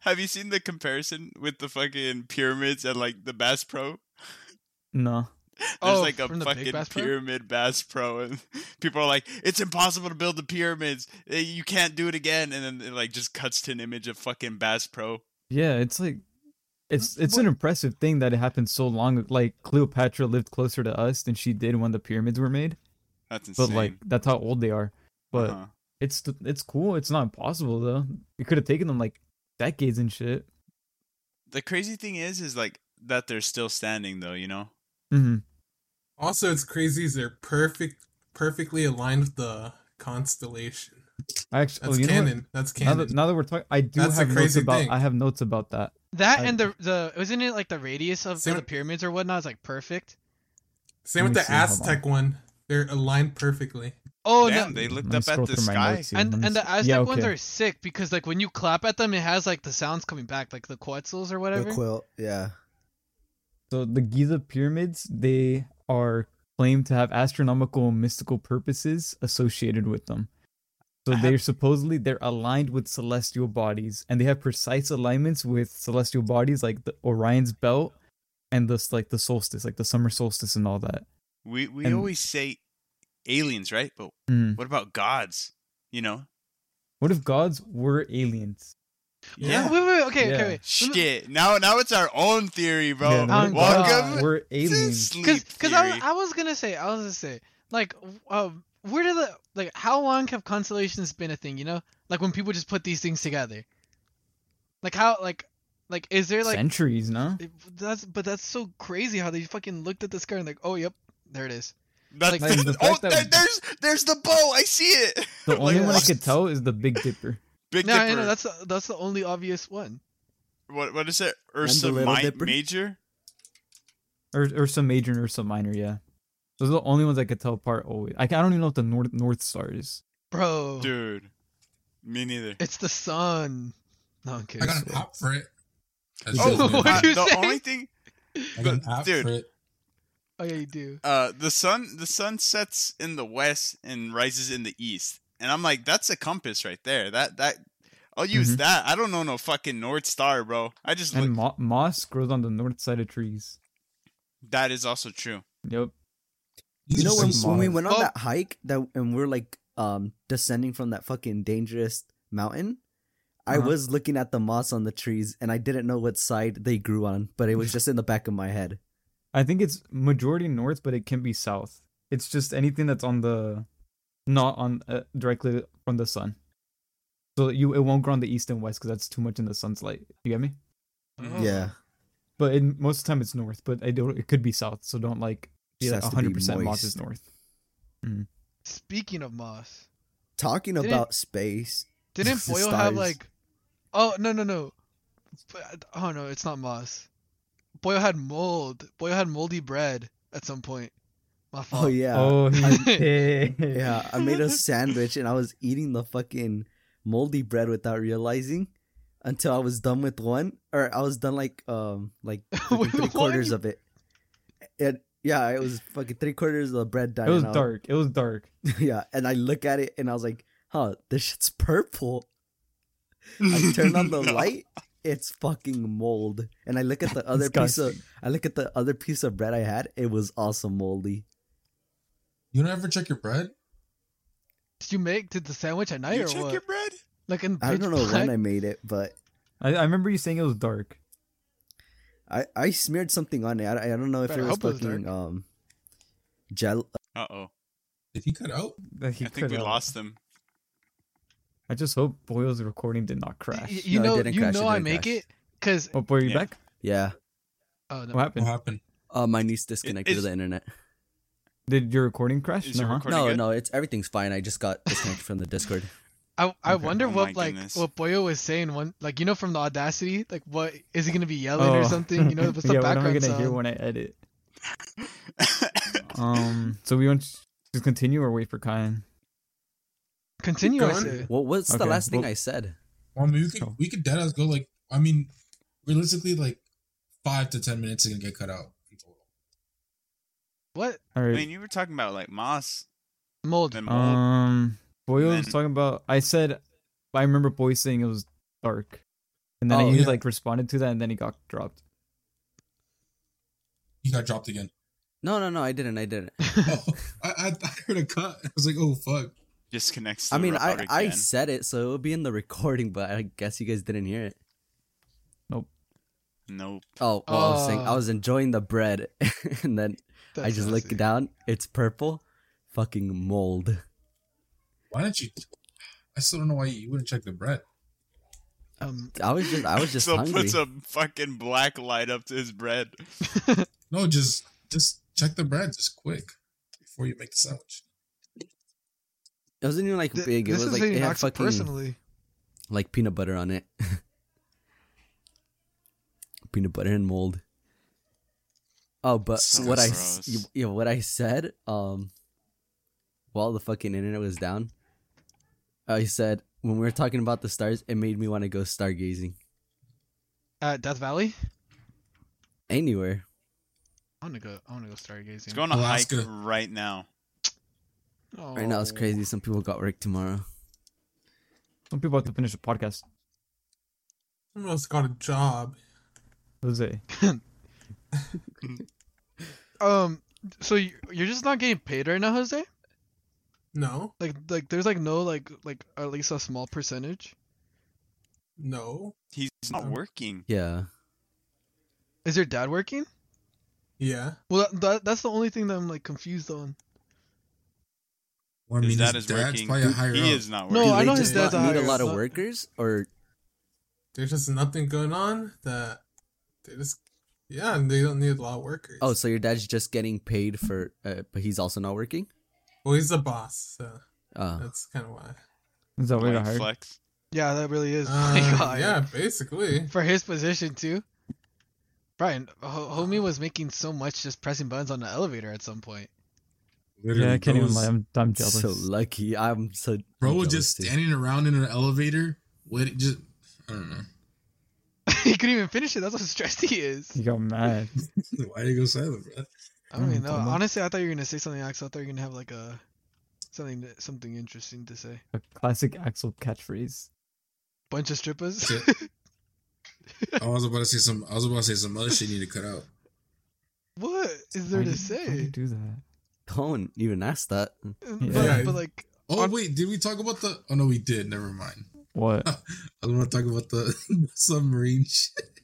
[SPEAKER 6] Have you seen the comparison with the fucking pyramids and like the Bass Pro?
[SPEAKER 3] no
[SPEAKER 6] There's
[SPEAKER 7] Oh,
[SPEAKER 6] like a
[SPEAKER 7] from the Big
[SPEAKER 6] fucking
[SPEAKER 7] Bass Pro?
[SPEAKER 6] pyramid Bass Pro, and people are like, "It's impossible to build the pyramids. Eh, You can't do it again." And then it like just cuts to an image of fucking Bass Pro.
[SPEAKER 3] yeah it's like it's it's an impressive thing that it happened so long like cleopatra lived closer to us than she did when the pyramids were made
[SPEAKER 6] That's insane.
[SPEAKER 3] but like that's how old they are but
[SPEAKER 6] Uh-huh.
[SPEAKER 3] it's th- it's cool it's not impossible though it could have taken them like decades and shit
[SPEAKER 6] the crazy thing is, is like that they're still standing though. You know.
[SPEAKER 3] hmm
[SPEAKER 8] Also, it's crazy. Is they're perfect, perfectly aligned with the constellation.
[SPEAKER 3] i actually
[SPEAKER 8] That's
[SPEAKER 3] oh, you know what?
[SPEAKER 8] canon. That's
[SPEAKER 3] Now
[SPEAKER 8] canon.
[SPEAKER 3] that, now that we're talking, I do
[SPEAKER 8] That's the
[SPEAKER 3] have notes
[SPEAKER 8] crazy
[SPEAKER 3] about.
[SPEAKER 8] thing.
[SPEAKER 3] I have notes about that.
[SPEAKER 7] That
[SPEAKER 3] I-
[SPEAKER 7] and the the isn't it like the radius of, of
[SPEAKER 8] Sim-
[SPEAKER 7] the pyramids or whatnot is like perfect.
[SPEAKER 8] Same
[SPEAKER 3] Let
[SPEAKER 8] with
[SPEAKER 3] me
[SPEAKER 8] the
[SPEAKER 3] see, hold on.
[SPEAKER 8] Aztec one. They're aligned perfectly.
[SPEAKER 7] Oh
[SPEAKER 6] Damn,
[SPEAKER 7] no.
[SPEAKER 6] they looked
[SPEAKER 3] Let me
[SPEAKER 6] up
[SPEAKER 3] scroll
[SPEAKER 6] at the
[SPEAKER 3] through my
[SPEAKER 6] sky.
[SPEAKER 3] notes here.
[SPEAKER 7] And
[SPEAKER 3] Let me
[SPEAKER 7] and the
[SPEAKER 3] see-
[SPEAKER 7] Aztec
[SPEAKER 3] yeah,
[SPEAKER 7] ones
[SPEAKER 3] okay.
[SPEAKER 7] are sick because like when you clap at them, it has like the sounds coming back, like the quetzals or
[SPEAKER 5] The
[SPEAKER 7] whatever.
[SPEAKER 5] quilt. Yeah.
[SPEAKER 3] So the Giza pyramids, they are claimed to have astronomical and mystical purposes associated with them. So
[SPEAKER 6] I have-
[SPEAKER 3] they're supposedly they're aligned with celestial bodies, and they have precise alignments with celestial bodies like the Orion's belt and the like the solstice, like the summer solstice and all that.
[SPEAKER 6] We we
[SPEAKER 3] And-
[SPEAKER 6] always say aliens, right? But
[SPEAKER 3] Mm.
[SPEAKER 6] what about gods? You know?
[SPEAKER 3] What if gods were aliens?
[SPEAKER 7] Wait, wait, wait, okay,
[SPEAKER 3] Yeah.
[SPEAKER 7] okay, wait.
[SPEAKER 6] Shit. Now now it's our own theory, bro.
[SPEAKER 3] Yeah, what if gods
[SPEAKER 7] God.
[SPEAKER 6] Welcome
[SPEAKER 3] were
[SPEAKER 6] to
[SPEAKER 3] aliens.
[SPEAKER 7] Because
[SPEAKER 6] sleep
[SPEAKER 7] because
[SPEAKER 6] theory.
[SPEAKER 7] I, I was gonna say I was gonna say like um where do the like how long have constellations been a thing? You know, like when people just put these things together. Like how like like is there like
[SPEAKER 3] Centuries, no?
[SPEAKER 7] that's but that's so crazy how they fucking looked at the sky and like oh yep there it is.
[SPEAKER 6] That's
[SPEAKER 7] like,
[SPEAKER 3] the
[SPEAKER 6] oh,
[SPEAKER 3] fact that-
[SPEAKER 6] there- there's there's the bow. I see it.
[SPEAKER 3] The
[SPEAKER 6] Like,
[SPEAKER 3] only one I
[SPEAKER 6] what?
[SPEAKER 3] could tell is the Big Dipper.
[SPEAKER 6] Big
[SPEAKER 7] No, I
[SPEAKER 6] Dipper.
[SPEAKER 7] know that's the, that's the only obvious one.
[SPEAKER 6] what what is it? Ursa
[SPEAKER 5] Little
[SPEAKER 6] Mi-
[SPEAKER 5] Dipper?
[SPEAKER 6] Major.
[SPEAKER 3] Ur- Ursa Major and Ursa Minor, yeah. Those are the only ones I could tell apart always. I, ca- I don't even know what the North North Star is.
[SPEAKER 7] Bro,
[SPEAKER 6] Dude, me neither.
[SPEAKER 7] it's the sun. No, I'm
[SPEAKER 4] I
[SPEAKER 7] kidding.
[SPEAKER 4] got an app for it. That's
[SPEAKER 6] Oh,
[SPEAKER 4] it, man.
[SPEAKER 7] what
[SPEAKER 6] uh,
[SPEAKER 7] did you
[SPEAKER 6] the
[SPEAKER 7] say?
[SPEAKER 6] only thing,
[SPEAKER 4] I got an app
[SPEAKER 6] dude.
[SPEAKER 4] for it.
[SPEAKER 7] Oh yeah, you do.
[SPEAKER 6] uh, the sun the sun sets in the west and rises in the east, and I'm like, that's a compass right there. That that. I'll use
[SPEAKER 5] Mm-hmm.
[SPEAKER 3] Mhm.
[SPEAKER 6] that. I don't know no fucking North Star, bro. I just
[SPEAKER 3] And
[SPEAKER 6] look.
[SPEAKER 3] mo- moss grows on the north side of trees.
[SPEAKER 6] That is also true.
[SPEAKER 3] Yep.
[SPEAKER 5] You know when,
[SPEAKER 3] Some
[SPEAKER 5] when we
[SPEAKER 3] models.
[SPEAKER 5] went on
[SPEAKER 7] Well-
[SPEAKER 5] that hike that and we're like um descending from that fucking dangerous mountain. I
[SPEAKER 3] Uh-huh.
[SPEAKER 5] was looking at the moss on the trees and I didn't know what side they grew on, but it was just in the back of my head.
[SPEAKER 3] I think it's majority north, but it can be south. It's just anything that's on the, not on uh, directly from the sun. So you it won't grow on the east and west because that's too much in the sun's light. You get me?
[SPEAKER 7] Oh.
[SPEAKER 5] Yeah.
[SPEAKER 3] But in, most of the time it's north, but I don't, it could be south. So don't like be
[SPEAKER 5] Just
[SPEAKER 3] like
[SPEAKER 5] has to be
[SPEAKER 3] 100% moss is
[SPEAKER 5] moist.
[SPEAKER 3] north.
[SPEAKER 7] Speaking of moss,
[SPEAKER 5] Talking
[SPEAKER 7] Didn't-
[SPEAKER 5] about space.
[SPEAKER 7] didn't
[SPEAKER 5] The
[SPEAKER 7] Boyle have
[SPEAKER 5] stars.
[SPEAKER 7] like? Oh no no no! But- Oh no, it's not moss. Boyle had mold. Boyle had moldy bread at some point. My fault.
[SPEAKER 5] Oh yeah.
[SPEAKER 3] oh, he
[SPEAKER 7] I-
[SPEAKER 3] did.
[SPEAKER 5] Yeah, I made a sandwich and I was eating the fucking moldy bread without realizing until I was done with one or I was done like um like fucking
[SPEAKER 7] Wait,
[SPEAKER 5] three
[SPEAKER 7] what?
[SPEAKER 5] quarters of it. It yeah, it was fucking three quarters of the bread died.
[SPEAKER 3] It was
[SPEAKER 5] and I
[SPEAKER 3] dark. It was dark.
[SPEAKER 5] yeah, and I look at it and I was like, huh, this shit's purple. I turn on the
[SPEAKER 6] No.
[SPEAKER 5] light, it's fucking mold. And I look at the other piece of I look at the other piece of bread I had, it was also moldy.
[SPEAKER 4] You don't ever check your bread?
[SPEAKER 7] Did you make did the sandwich at night
[SPEAKER 6] You
[SPEAKER 7] or
[SPEAKER 6] check
[SPEAKER 7] what?
[SPEAKER 6] your bread?
[SPEAKER 7] Like in
[SPEAKER 5] I
[SPEAKER 7] pitch
[SPEAKER 5] don't know when
[SPEAKER 7] black?
[SPEAKER 5] I made it, but
[SPEAKER 3] I, I remember you saying it was dark.
[SPEAKER 5] I, I smeared something on it. I, I don't know if
[SPEAKER 7] Better
[SPEAKER 5] it was
[SPEAKER 7] hope it was
[SPEAKER 5] fucking um gel.
[SPEAKER 6] Uh oh.
[SPEAKER 4] Did he cut out?
[SPEAKER 3] That he
[SPEAKER 6] I think we
[SPEAKER 3] cut out.
[SPEAKER 6] lost them.
[SPEAKER 3] I just hope Boyle's recording did not
[SPEAKER 7] Y-
[SPEAKER 3] crash.
[SPEAKER 7] y- You
[SPEAKER 5] No,
[SPEAKER 7] know,
[SPEAKER 5] it didn't
[SPEAKER 7] you
[SPEAKER 5] crash, it
[SPEAKER 7] know I
[SPEAKER 5] didn't
[SPEAKER 7] make
[SPEAKER 5] crash.
[SPEAKER 7] it because
[SPEAKER 3] Oh, boy, you
[SPEAKER 6] Yeah.
[SPEAKER 3] back?
[SPEAKER 5] Yeah,
[SPEAKER 7] oh, no.
[SPEAKER 3] What
[SPEAKER 4] What
[SPEAKER 3] happened?
[SPEAKER 4] happened?
[SPEAKER 5] uh, my niece disconnected
[SPEAKER 6] is-
[SPEAKER 5] the internet.
[SPEAKER 3] Did your recording crash?
[SPEAKER 6] Is your
[SPEAKER 3] No, huh?
[SPEAKER 6] recording- Pretty
[SPEAKER 5] No,
[SPEAKER 6] good?
[SPEAKER 5] no, it's everything's fine. I just got disconnected from the Discord.
[SPEAKER 7] I I
[SPEAKER 6] Okay.
[SPEAKER 7] wonder
[SPEAKER 6] Oh my
[SPEAKER 7] what like
[SPEAKER 6] goodness.
[SPEAKER 7] what Boyo was saying one like you know from the audacity like what is he gonna be yelling or
[SPEAKER 3] Oh.
[SPEAKER 7] something you know what's the
[SPEAKER 3] yeah, what am I
[SPEAKER 7] background
[SPEAKER 3] gonna hear
[SPEAKER 7] sound?
[SPEAKER 3] when I edit? Um, so we want to just continue or wait for Kyan.
[SPEAKER 7] Continue.
[SPEAKER 8] Keep
[SPEAKER 7] I
[SPEAKER 8] going.
[SPEAKER 7] say.
[SPEAKER 5] What what's the
[SPEAKER 3] Okay,
[SPEAKER 5] last thing
[SPEAKER 3] well-
[SPEAKER 5] I said?
[SPEAKER 4] Well, I mean, we could
[SPEAKER 3] Oh.
[SPEAKER 4] we could dead ass go like I mean, realistically, like five to ten minutes is gonna get cut out.
[SPEAKER 7] What
[SPEAKER 3] All
[SPEAKER 6] I
[SPEAKER 3] right.
[SPEAKER 6] mean, you were talking about like moss
[SPEAKER 7] mold?
[SPEAKER 5] Uh,
[SPEAKER 6] and mold.
[SPEAKER 3] Um, Boyle was
[SPEAKER 6] then-
[SPEAKER 3] talking about. I said, I remember Boy saying it was dark, and then
[SPEAKER 5] Oh,
[SPEAKER 3] he
[SPEAKER 4] yeah.
[SPEAKER 3] like responded to that, and then he got dropped.
[SPEAKER 4] He got dropped again.
[SPEAKER 5] No, no, no, I didn't. I didn't.
[SPEAKER 4] oh, I, I I heard a cut. I was like, oh fuck.
[SPEAKER 6] disconnects.
[SPEAKER 5] I
[SPEAKER 6] the
[SPEAKER 5] mean, I
[SPEAKER 6] router
[SPEAKER 5] I
[SPEAKER 6] again.
[SPEAKER 5] said it, so it would be in the recording, but I guess you guys didn't hear it.
[SPEAKER 6] nope.
[SPEAKER 5] Oh, well, I was saying I
[SPEAKER 7] Oh.
[SPEAKER 5] was enjoying the bread, and then I just look
[SPEAKER 7] looked
[SPEAKER 5] down. It's purple, fucking mold.
[SPEAKER 4] Why didn't you? I still don't know why you wouldn't check the bread.
[SPEAKER 7] Um,
[SPEAKER 5] I was just I was just
[SPEAKER 6] so
[SPEAKER 5] hungry.
[SPEAKER 6] puts a fucking black light up to his bread.
[SPEAKER 4] No, just just check the bread, just quick before you make the sandwich.
[SPEAKER 5] It wasn't even like
[SPEAKER 7] th-
[SPEAKER 5] big. It
[SPEAKER 7] this
[SPEAKER 5] was
[SPEAKER 7] is
[SPEAKER 5] like
[SPEAKER 7] hitting
[SPEAKER 5] it had
[SPEAKER 7] Knox
[SPEAKER 5] fucking
[SPEAKER 7] personally.
[SPEAKER 5] like peanut butter on it. peanut butter and mold. Oh, but
[SPEAKER 6] So
[SPEAKER 5] what I
[SPEAKER 6] gross.
[SPEAKER 5] you, yeah, what I said um while the fucking internet was down, I said when we were talking about the stars, it made me want to go stargazing
[SPEAKER 7] At Death Valley,
[SPEAKER 5] anywhere.
[SPEAKER 7] I wanna go. I wanna go stargazing.
[SPEAKER 6] He's going on a hike
[SPEAKER 4] Alaska.
[SPEAKER 6] right now.
[SPEAKER 5] Right now it's
[SPEAKER 7] Oh.
[SPEAKER 5] crazy. Some people got work tomorrow.
[SPEAKER 3] Some people have to finish the podcast.
[SPEAKER 8] Someone else got a job.
[SPEAKER 3] Jose,
[SPEAKER 7] Um, so you, you're just not getting paid right now, Jose?
[SPEAKER 8] No,
[SPEAKER 7] Like, like there's like no like like at least a small percentage.
[SPEAKER 8] no.
[SPEAKER 6] He's not working.
[SPEAKER 5] Yeah,
[SPEAKER 7] Is your dad working?
[SPEAKER 8] Yeah,
[SPEAKER 7] Well, that, that that's the only thing that I'm like confused on.
[SPEAKER 4] Well, I
[SPEAKER 6] his
[SPEAKER 4] mean,
[SPEAKER 6] dad
[SPEAKER 4] his
[SPEAKER 6] is
[SPEAKER 4] dad's
[SPEAKER 6] working.
[SPEAKER 4] probably a higher
[SPEAKER 6] he
[SPEAKER 4] up.
[SPEAKER 6] is not
[SPEAKER 7] No,
[SPEAKER 6] working.
[SPEAKER 5] Do
[SPEAKER 7] I
[SPEAKER 5] they
[SPEAKER 7] know his
[SPEAKER 5] just
[SPEAKER 7] dad's
[SPEAKER 5] not
[SPEAKER 7] a
[SPEAKER 5] need a
[SPEAKER 7] higher
[SPEAKER 5] lot of
[SPEAKER 7] up.
[SPEAKER 5] workers, or
[SPEAKER 8] there's just nothing going on. That they just yeah, and they don't need a lot of workers.
[SPEAKER 5] oh, so your dad's just getting paid for, uh, but he's also not working.
[SPEAKER 8] well, he's the boss, so
[SPEAKER 5] Uh,
[SPEAKER 8] that's kind of why.
[SPEAKER 3] is that what you
[SPEAKER 6] Like,
[SPEAKER 3] hired?
[SPEAKER 6] flex.
[SPEAKER 7] Yeah, that really is.
[SPEAKER 8] Uh,
[SPEAKER 7] God.
[SPEAKER 8] yeah, basically.
[SPEAKER 7] For his position too. Brian, ho- homie was making so much just pressing buttons on the elevator at some point.
[SPEAKER 3] Yeah, I can't
[SPEAKER 4] Bro
[SPEAKER 3] even lie.
[SPEAKER 4] was-
[SPEAKER 3] I'm, I'm jealous.
[SPEAKER 5] so lucky. I'm so I'm
[SPEAKER 4] Bro was
[SPEAKER 5] jealous,
[SPEAKER 4] just
[SPEAKER 5] too.
[SPEAKER 4] standing around in an elevator, waiting. Just I don't know.
[SPEAKER 7] he couldn't even finish it. That's how stressed he is.
[SPEAKER 3] he got mad.
[SPEAKER 4] Why did you go silent, bro?
[SPEAKER 7] I don't even
[SPEAKER 3] Mm,
[SPEAKER 7] know.
[SPEAKER 3] dumbass.
[SPEAKER 7] Honestly, I thought you were gonna say something, Axel. I thought you were gonna have like a something that- something interesting to say.
[SPEAKER 3] A classic Axel catchphrase.
[SPEAKER 7] Bunch of strippers.
[SPEAKER 4] Yeah. I was about to say some. I was about to say some other shit you need to cut out.
[SPEAKER 7] what is there
[SPEAKER 3] Why did- why do
[SPEAKER 7] to
[SPEAKER 3] you
[SPEAKER 7] say?
[SPEAKER 3] do that?
[SPEAKER 5] Don't even ask that.
[SPEAKER 7] But,
[SPEAKER 3] Yeah.
[SPEAKER 7] but like,
[SPEAKER 4] Oh
[SPEAKER 7] On-
[SPEAKER 4] wait, did we talk about the? Oh no, we did. Never mind.
[SPEAKER 3] What?
[SPEAKER 4] I want to talk about the submarine shit,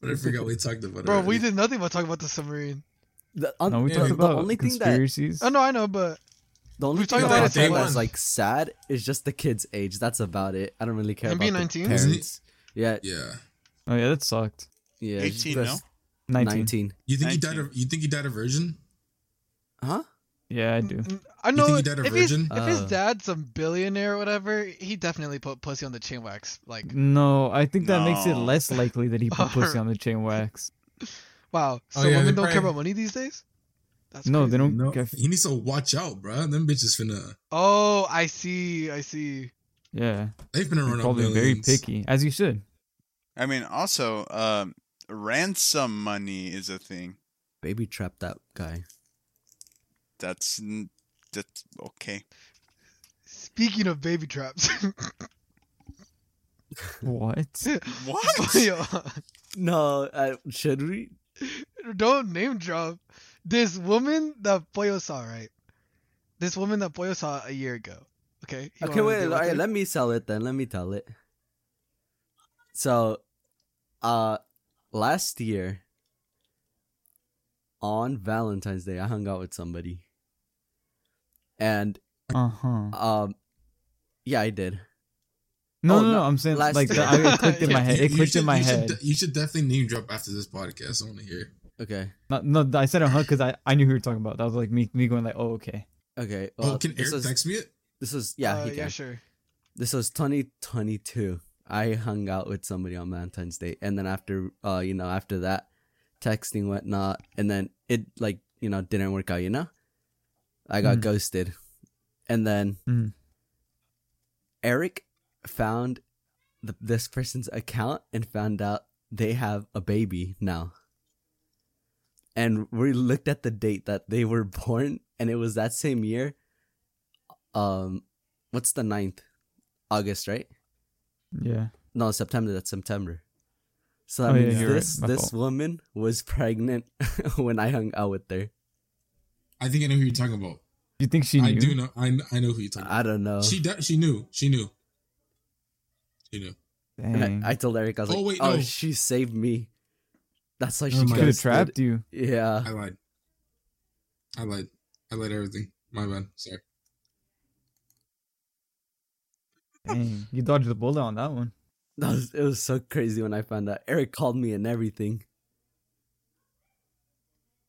[SPEAKER 4] but I forgot we talked about it.
[SPEAKER 7] bro, we
[SPEAKER 4] already.
[SPEAKER 7] did nothing but talk about the submarine.
[SPEAKER 5] The, un-
[SPEAKER 3] No, we
[SPEAKER 8] Yeah,
[SPEAKER 3] talked
[SPEAKER 8] the
[SPEAKER 3] about
[SPEAKER 5] only thing that-
[SPEAKER 3] conspiracies.
[SPEAKER 7] Oh no, I know, but
[SPEAKER 5] the only
[SPEAKER 7] we've talked
[SPEAKER 5] thing
[SPEAKER 7] about
[SPEAKER 5] I
[SPEAKER 7] it
[SPEAKER 5] thought
[SPEAKER 8] day
[SPEAKER 5] that's
[SPEAKER 8] one.
[SPEAKER 5] like sad is just the kid's age. That's about it. I don't really care about the
[SPEAKER 7] NB19?
[SPEAKER 4] Isn't it-
[SPEAKER 5] parents. Yeah,
[SPEAKER 4] Yeah.
[SPEAKER 3] Oh yeah, that sucked.
[SPEAKER 5] yeah.
[SPEAKER 6] 18,
[SPEAKER 5] just
[SPEAKER 6] no?
[SPEAKER 3] 19.
[SPEAKER 5] Nineteen.
[SPEAKER 4] You think he
[SPEAKER 6] Nineteen.
[SPEAKER 4] died? A, you think he died a virgin?
[SPEAKER 5] Huh?
[SPEAKER 3] Yeah, I do.
[SPEAKER 7] N- I
[SPEAKER 4] You
[SPEAKER 7] know
[SPEAKER 4] think he died a
[SPEAKER 7] if, he's-
[SPEAKER 4] virgin?
[SPEAKER 7] if his
[SPEAKER 5] Uh.
[SPEAKER 7] dad's a billionaire or whatever, he definitely put pussy on the chain wax. Like,
[SPEAKER 3] No, I think that makes it
[SPEAKER 6] No.
[SPEAKER 3] less likely that he put pussy on the chain wax.
[SPEAKER 7] wow. So
[SPEAKER 8] Oh, yeah,
[SPEAKER 7] women
[SPEAKER 8] they
[SPEAKER 7] don't care
[SPEAKER 8] probably-
[SPEAKER 7] about money these days. That's
[SPEAKER 3] No,
[SPEAKER 7] crazy.
[SPEAKER 3] they don't.
[SPEAKER 4] No,
[SPEAKER 3] get-
[SPEAKER 4] he needs to watch out, bruh. Them bitches finna.
[SPEAKER 7] Oh, I see. I see.
[SPEAKER 3] Yeah,
[SPEAKER 4] They've been
[SPEAKER 3] they're
[SPEAKER 4] around
[SPEAKER 3] probably very picky, as you should.
[SPEAKER 6] I mean, also, um, ransom money is a thing.
[SPEAKER 5] Baby trap that guy.
[SPEAKER 6] That's n- that's okay.
[SPEAKER 7] Speaking of baby traps,
[SPEAKER 3] What?
[SPEAKER 6] What?
[SPEAKER 7] Yo,
[SPEAKER 5] No, uh, should we?
[SPEAKER 7] don't name drop. This woman that Pollo saw, right? This woman that Pollo saw a year ago. Okay. You
[SPEAKER 5] okay,
[SPEAKER 7] wanna
[SPEAKER 5] wait.
[SPEAKER 7] deal
[SPEAKER 5] All
[SPEAKER 7] with
[SPEAKER 5] right,
[SPEAKER 7] it?
[SPEAKER 5] let me tell it then. Let me tell it. So, uh, last year on Valentine's Day, I hung out with somebody, and
[SPEAKER 3] Uh huh.
[SPEAKER 5] um, yeah, I did.
[SPEAKER 3] No,
[SPEAKER 5] Oh,
[SPEAKER 3] no, no.
[SPEAKER 5] no,
[SPEAKER 3] I'm saying
[SPEAKER 5] last
[SPEAKER 3] like
[SPEAKER 5] year.
[SPEAKER 3] that, I, it clicked in my
[SPEAKER 7] Yeah.
[SPEAKER 3] head. It clicked in my
[SPEAKER 4] you
[SPEAKER 3] head.
[SPEAKER 4] Should, de- you should definitely name drop after this podcast. I want to hear.
[SPEAKER 5] Okay,
[SPEAKER 3] No, no, I said a hug because I, I knew who you were talking about. That was like me me going like, oh okay.
[SPEAKER 5] okay.
[SPEAKER 4] oh,
[SPEAKER 3] Uh,
[SPEAKER 5] well,
[SPEAKER 4] can Eric
[SPEAKER 5] this was,
[SPEAKER 4] text me it?
[SPEAKER 5] This was yeah.
[SPEAKER 7] Uh,
[SPEAKER 5] he can.
[SPEAKER 7] yeah, sure.
[SPEAKER 5] This was 2022. I hung out with somebody on Valentine's Day, and then after, uh, you know, after that, texting whatnot, and then it like you know didn't work out. You know, I got
[SPEAKER 3] Mm.
[SPEAKER 5] ghosted, and then
[SPEAKER 3] Mm.
[SPEAKER 5] Eric found the, this person's account and found out they have a baby now. And we looked at the date that they were born, and it was that same year. Um, what's the 9th? August, right?
[SPEAKER 3] Yeah.
[SPEAKER 5] No, September. That's September. So that
[SPEAKER 3] Oh, yeah,
[SPEAKER 5] means
[SPEAKER 3] you're right.
[SPEAKER 5] this
[SPEAKER 3] My
[SPEAKER 5] this
[SPEAKER 3] fault.
[SPEAKER 5] woman was pregnant when I hung out with her.
[SPEAKER 4] I think I know who you're talking about.
[SPEAKER 3] You think she knew?
[SPEAKER 4] I do know. I, kn- I know who you're talking
[SPEAKER 5] I don't know.
[SPEAKER 4] about. She de- she knew. She knew. She knew.
[SPEAKER 5] And
[SPEAKER 3] Dang.
[SPEAKER 5] I, I told Eric, I was
[SPEAKER 4] Oh,
[SPEAKER 5] like,
[SPEAKER 4] wait,
[SPEAKER 5] "Oh,
[SPEAKER 4] no.
[SPEAKER 5] she saved me." That's why she
[SPEAKER 4] Never mind.
[SPEAKER 3] could have
[SPEAKER 5] ghosted.
[SPEAKER 3] trapped Oh, you.
[SPEAKER 5] Yeah,
[SPEAKER 4] I lied. I lied. I lied everything. My bad. Sorry.
[SPEAKER 3] Dang. You dodged the bullet on that one.
[SPEAKER 5] that was, it was so crazy when I found out. Eric called me and everything.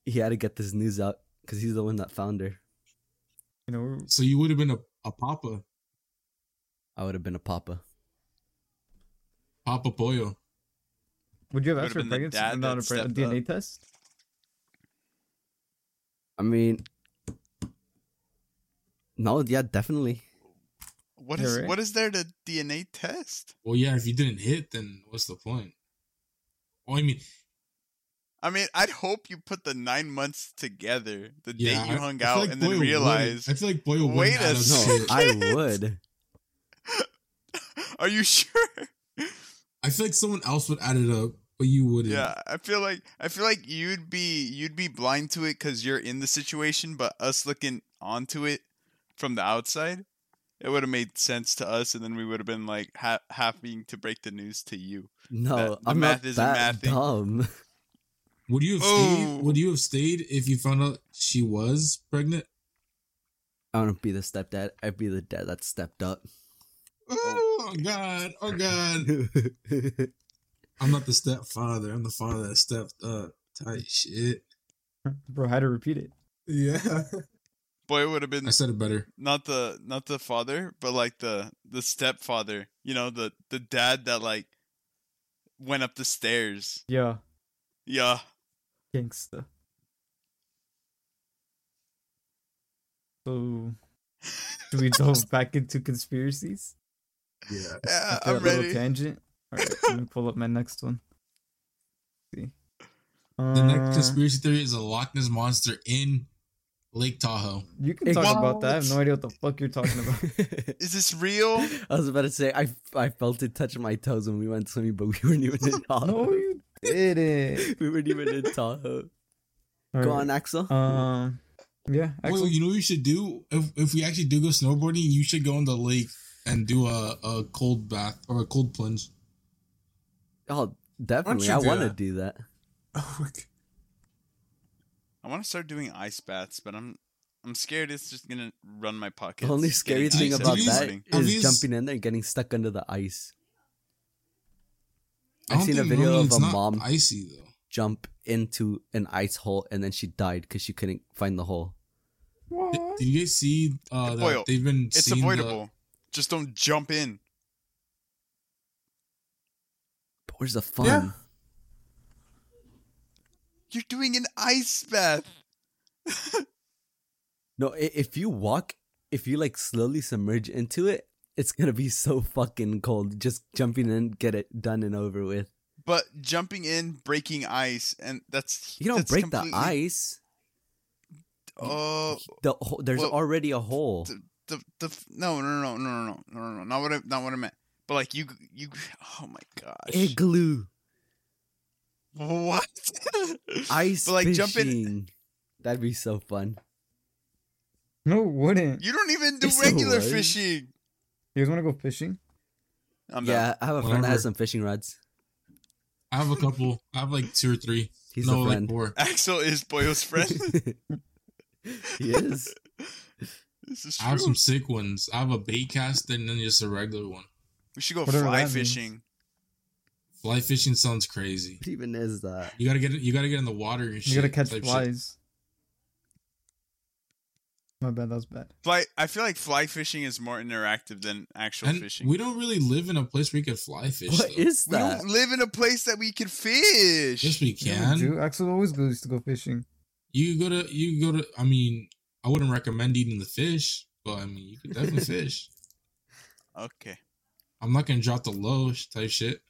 [SPEAKER 5] He had to get this news out because he's the one that found her.
[SPEAKER 3] You know. we're-
[SPEAKER 4] So you would have been a, a papa,
[SPEAKER 5] I would have been a papa.
[SPEAKER 4] papa pollo.
[SPEAKER 3] Would you have asked
[SPEAKER 6] Would've
[SPEAKER 3] for a
[SPEAKER 6] been
[SPEAKER 3] pregnancy
[SPEAKER 6] the dad
[SPEAKER 3] without a,
[SPEAKER 6] that
[SPEAKER 3] pre- a
[SPEAKER 6] stepped
[SPEAKER 3] DNA test?
[SPEAKER 5] I mean, no, yeah, definitely.
[SPEAKER 6] What
[SPEAKER 3] You're
[SPEAKER 6] is
[SPEAKER 3] right.
[SPEAKER 6] what is there to DNA test?
[SPEAKER 4] Well, yeah. If you didn't hit, then what's the point? Well, I mean,
[SPEAKER 6] I mean, I'd hope you put the nine months together, the
[SPEAKER 4] yeah.
[SPEAKER 6] date you
[SPEAKER 4] I-
[SPEAKER 6] hung
[SPEAKER 4] I feel
[SPEAKER 6] out,
[SPEAKER 4] like
[SPEAKER 6] and then
[SPEAKER 4] Boyle wouldn't-
[SPEAKER 6] realize,
[SPEAKER 4] I feel like Boyle wouldn't
[SPEAKER 6] Wait a
[SPEAKER 4] add up
[SPEAKER 5] No,
[SPEAKER 4] shit.
[SPEAKER 5] I would.
[SPEAKER 6] are you sure?
[SPEAKER 4] I feel like someone else would add it up, but you wouldn't.
[SPEAKER 6] Yeah, I feel like I feel like you'd be you'd be blind to it because you're in the situation, but us looking onto it from the outside, it would have made sense to us, and then we would have been like ha- having to break the news to you.
[SPEAKER 5] No,
[SPEAKER 6] That- the
[SPEAKER 5] I'm
[SPEAKER 6] math
[SPEAKER 5] not
[SPEAKER 6] isn't
[SPEAKER 5] that
[SPEAKER 6] mathing.
[SPEAKER 5] dumb.
[SPEAKER 4] Would you have
[SPEAKER 6] Oh.
[SPEAKER 4] stayed? Would you have stayed if you found out she was pregnant?
[SPEAKER 5] I want to be the stepdad. I'd be the dad that stepped up.
[SPEAKER 4] Oh, God! Oh God! I'm not the stepfather. I'm the father that stepped up. Tight shit.
[SPEAKER 3] Bro, I had to repeat it.
[SPEAKER 8] Yeah.
[SPEAKER 6] Boy, it would have been
[SPEAKER 4] I said it better.
[SPEAKER 6] not the not the father, but like the the stepfather. You know, the the dad that like went up the stairs.
[SPEAKER 3] Yeah.
[SPEAKER 6] Yeah,
[SPEAKER 3] Gangsta. So, do we delve back into conspiracies?
[SPEAKER 4] Yeah.
[SPEAKER 6] yeah
[SPEAKER 3] After
[SPEAKER 6] I'm
[SPEAKER 3] that little
[SPEAKER 6] ready.
[SPEAKER 3] tangent. All right, let me pull up my next one. see.
[SPEAKER 4] The
[SPEAKER 3] Uh,
[SPEAKER 5] Uh-huh.
[SPEAKER 4] next conspiracy theory is a Loch Ness monster in Lake Tahoe.
[SPEAKER 3] You can talk about that. I have no
[SPEAKER 5] What?
[SPEAKER 3] idea what the fuck you're talking about.
[SPEAKER 6] Is this real?
[SPEAKER 5] I was about to say I I felt it touch my toes when we went swimming, but we weren't even in Tahoe.
[SPEAKER 3] no, you didn't.
[SPEAKER 5] we weren't even in Tahoe. Go on, Axel.
[SPEAKER 3] Um, yeah,
[SPEAKER 4] Well,
[SPEAKER 3] actually,
[SPEAKER 4] you know what you should do if if we actually do go snowboarding, you should go in the lake and do a, a cold bath or a cold plunge.
[SPEAKER 5] oh, definitely.
[SPEAKER 4] you
[SPEAKER 5] I
[SPEAKER 4] do
[SPEAKER 5] want to
[SPEAKER 4] that?
[SPEAKER 5] do that.
[SPEAKER 8] Oh, okay.
[SPEAKER 6] I want to start doing ice baths, but I'm I'm scared it's just gonna run my pockets.
[SPEAKER 5] The only
[SPEAKER 6] getting
[SPEAKER 5] scary
[SPEAKER 6] ice
[SPEAKER 5] thing
[SPEAKER 6] every
[SPEAKER 5] about
[SPEAKER 4] these-
[SPEAKER 5] that
[SPEAKER 6] morning.
[SPEAKER 4] are
[SPEAKER 5] is
[SPEAKER 4] these-
[SPEAKER 5] jumping in there and getting stuck under the ice.
[SPEAKER 4] I
[SPEAKER 5] I've
[SPEAKER 4] don't
[SPEAKER 5] seen a
[SPEAKER 4] think
[SPEAKER 5] video
[SPEAKER 4] normally
[SPEAKER 5] of
[SPEAKER 4] it's
[SPEAKER 5] a
[SPEAKER 4] not
[SPEAKER 5] mom
[SPEAKER 4] Icy though.
[SPEAKER 5] jump into an ice hole and then she died because she couldn't find the hole.
[SPEAKER 4] Do you guys see uh, that
[SPEAKER 6] Boil.
[SPEAKER 4] they've been
[SPEAKER 6] It's
[SPEAKER 4] seeing the-
[SPEAKER 6] avoidable. Just don't jump in.
[SPEAKER 5] But where's the fun?
[SPEAKER 8] Yeah.
[SPEAKER 6] You're doing an ice bath.
[SPEAKER 5] No, i- if you walk, if you like slowly submerge into it, it's gonna be so fucking cold. Just jumping in, get it done and over with.
[SPEAKER 6] But jumping in, breaking ice, and that's
[SPEAKER 5] You don't
[SPEAKER 6] that's
[SPEAKER 5] break the
[SPEAKER 6] completely-
[SPEAKER 5] ice.
[SPEAKER 6] Oh,
[SPEAKER 5] The ho- there's
[SPEAKER 6] Well,
[SPEAKER 5] already a hole.
[SPEAKER 6] the, the the f- no no no no no no no no no not what I not what I meant. But like you you oh my gosh
[SPEAKER 5] Igloo,
[SPEAKER 6] what
[SPEAKER 5] ice
[SPEAKER 6] But like
[SPEAKER 5] fishing.
[SPEAKER 6] jumping,
[SPEAKER 5] That'd be so fun.
[SPEAKER 3] No, it wouldn't.
[SPEAKER 6] you don't even do
[SPEAKER 5] It's the
[SPEAKER 6] regular
[SPEAKER 5] worst.
[SPEAKER 6] fishing.
[SPEAKER 3] You guys want to go fishing?
[SPEAKER 6] I'm
[SPEAKER 5] yeah, I have a friend that
[SPEAKER 4] Whatever.
[SPEAKER 5] has some fishing rods.
[SPEAKER 4] I have a couple. I have like two or three.
[SPEAKER 5] He's
[SPEAKER 4] no,
[SPEAKER 5] a
[SPEAKER 4] like
[SPEAKER 5] friend.
[SPEAKER 4] four.
[SPEAKER 6] done. Axel is Boyle's friend.
[SPEAKER 5] he is.
[SPEAKER 6] this is
[SPEAKER 4] I have
[SPEAKER 6] true.
[SPEAKER 4] some sick ones. I have a bait cast and then just a regular one.
[SPEAKER 6] We should go
[SPEAKER 3] Whatever
[SPEAKER 6] fly
[SPEAKER 3] that means.
[SPEAKER 6] fishing.
[SPEAKER 4] Fly fishing sounds crazy.
[SPEAKER 5] What even is that?
[SPEAKER 4] You gotta get you gotta get in the water and shit.
[SPEAKER 3] You gotta catch
[SPEAKER 4] type shit.
[SPEAKER 3] flies. My bad, that was bad.
[SPEAKER 6] Fly. I feel like fly fishing is more interactive than actual
[SPEAKER 4] And
[SPEAKER 6] fishing.
[SPEAKER 4] we don't really live in a place where you can fly fish.
[SPEAKER 5] What
[SPEAKER 4] though.
[SPEAKER 5] is
[SPEAKER 6] We
[SPEAKER 5] that?
[SPEAKER 6] don't live in a place that we can fish.
[SPEAKER 4] Yes, we
[SPEAKER 3] Yeah, we
[SPEAKER 4] can.
[SPEAKER 3] do. Axel always goes used to go fishing.
[SPEAKER 4] You go to you go to. I mean, I wouldn't recommend eating the fish, but I mean, you could definitely fish.
[SPEAKER 6] okay.
[SPEAKER 4] I'm not gonna drop the low sh- type shit.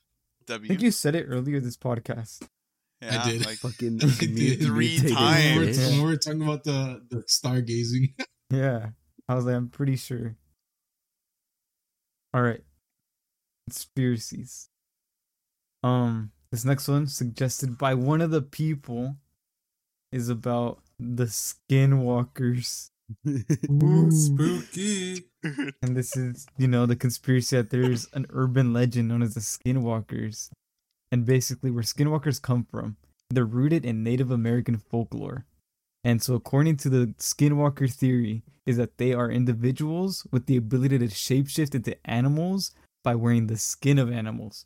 [SPEAKER 3] I
[SPEAKER 6] W.
[SPEAKER 3] think you said it earlier this podcast.
[SPEAKER 6] Yeah,
[SPEAKER 4] did.
[SPEAKER 6] Like,
[SPEAKER 5] Fucking
[SPEAKER 4] Dude,
[SPEAKER 5] mute-
[SPEAKER 6] three
[SPEAKER 5] mutated
[SPEAKER 4] When
[SPEAKER 6] times.
[SPEAKER 4] we're,
[SPEAKER 5] fish.
[SPEAKER 4] when we're talking about the the stargazing,
[SPEAKER 3] Yeah. I was like, I'm pretty sure. All right. Conspiracies. Um, this next one suggested by one of the people is about the skinwalkers.
[SPEAKER 8] Ooh, spooky.
[SPEAKER 3] And this is, you know, the conspiracy that there's an urban legend known as the skinwalkers. And basically where skinwalkers come from. They're rooted in Native American folklore. And so according to the skinwalker theory is that they are individuals with the ability to shapeshift into animals by wearing the skin of animals.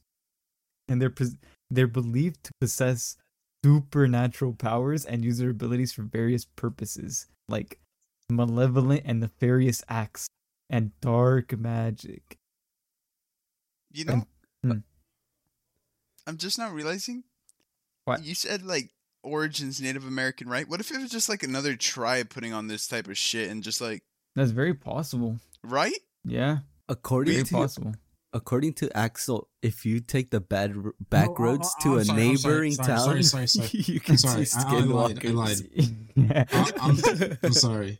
[SPEAKER 3] And they're pos- they're believed to possess supernatural powers and use their abilities for various purposes like malevolent and nefarious acts and dark magic.
[SPEAKER 6] you know,
[SPEAKER 3] Hmm.
[SPEAKER 6] I'm just not realizing.
[SPEAKER 3] What?
[SPEAKER 6] you said, like origins Native American, right? What if it was just like another tribe putting on this type of shit and just like
[SPEAKER 3] That's very possible.
[SPEAKER 6] right?
[SPEAKER 3] Yeah, very
[SPEAKER 5] According to
[SPEAKER 3] possible.
[SPEAKER 5] according to Axel, if you take the bad r- back
[SPEAKER 4] No, I-
[SPEAKER 5] roads
[SPEAKER 4] I-
[SPEAKER 5] to
[SPEAKER 4] Oh, I'm
[SPEAKER 5] a
[SPEAKER 4] sorry, I'm sorry,
[SPEAKER 5] neighboring
[SPEAKER 4] sorry, sorry,
[SPEAKER 5] town,
[SPEAKER 4] sorry, sorry.
[SPEAKER 5] you can
[SPEAKER 4] sorry,
[SPEAKER 5] see
[SPEAKER 4] I- I lied, I
[SPEAKER 5] skinwalkers.
[SPEAKER 4] lied.
[SPEAKER 3] yeah.
[SPEAKER 4] I, I'm, I'm sorry.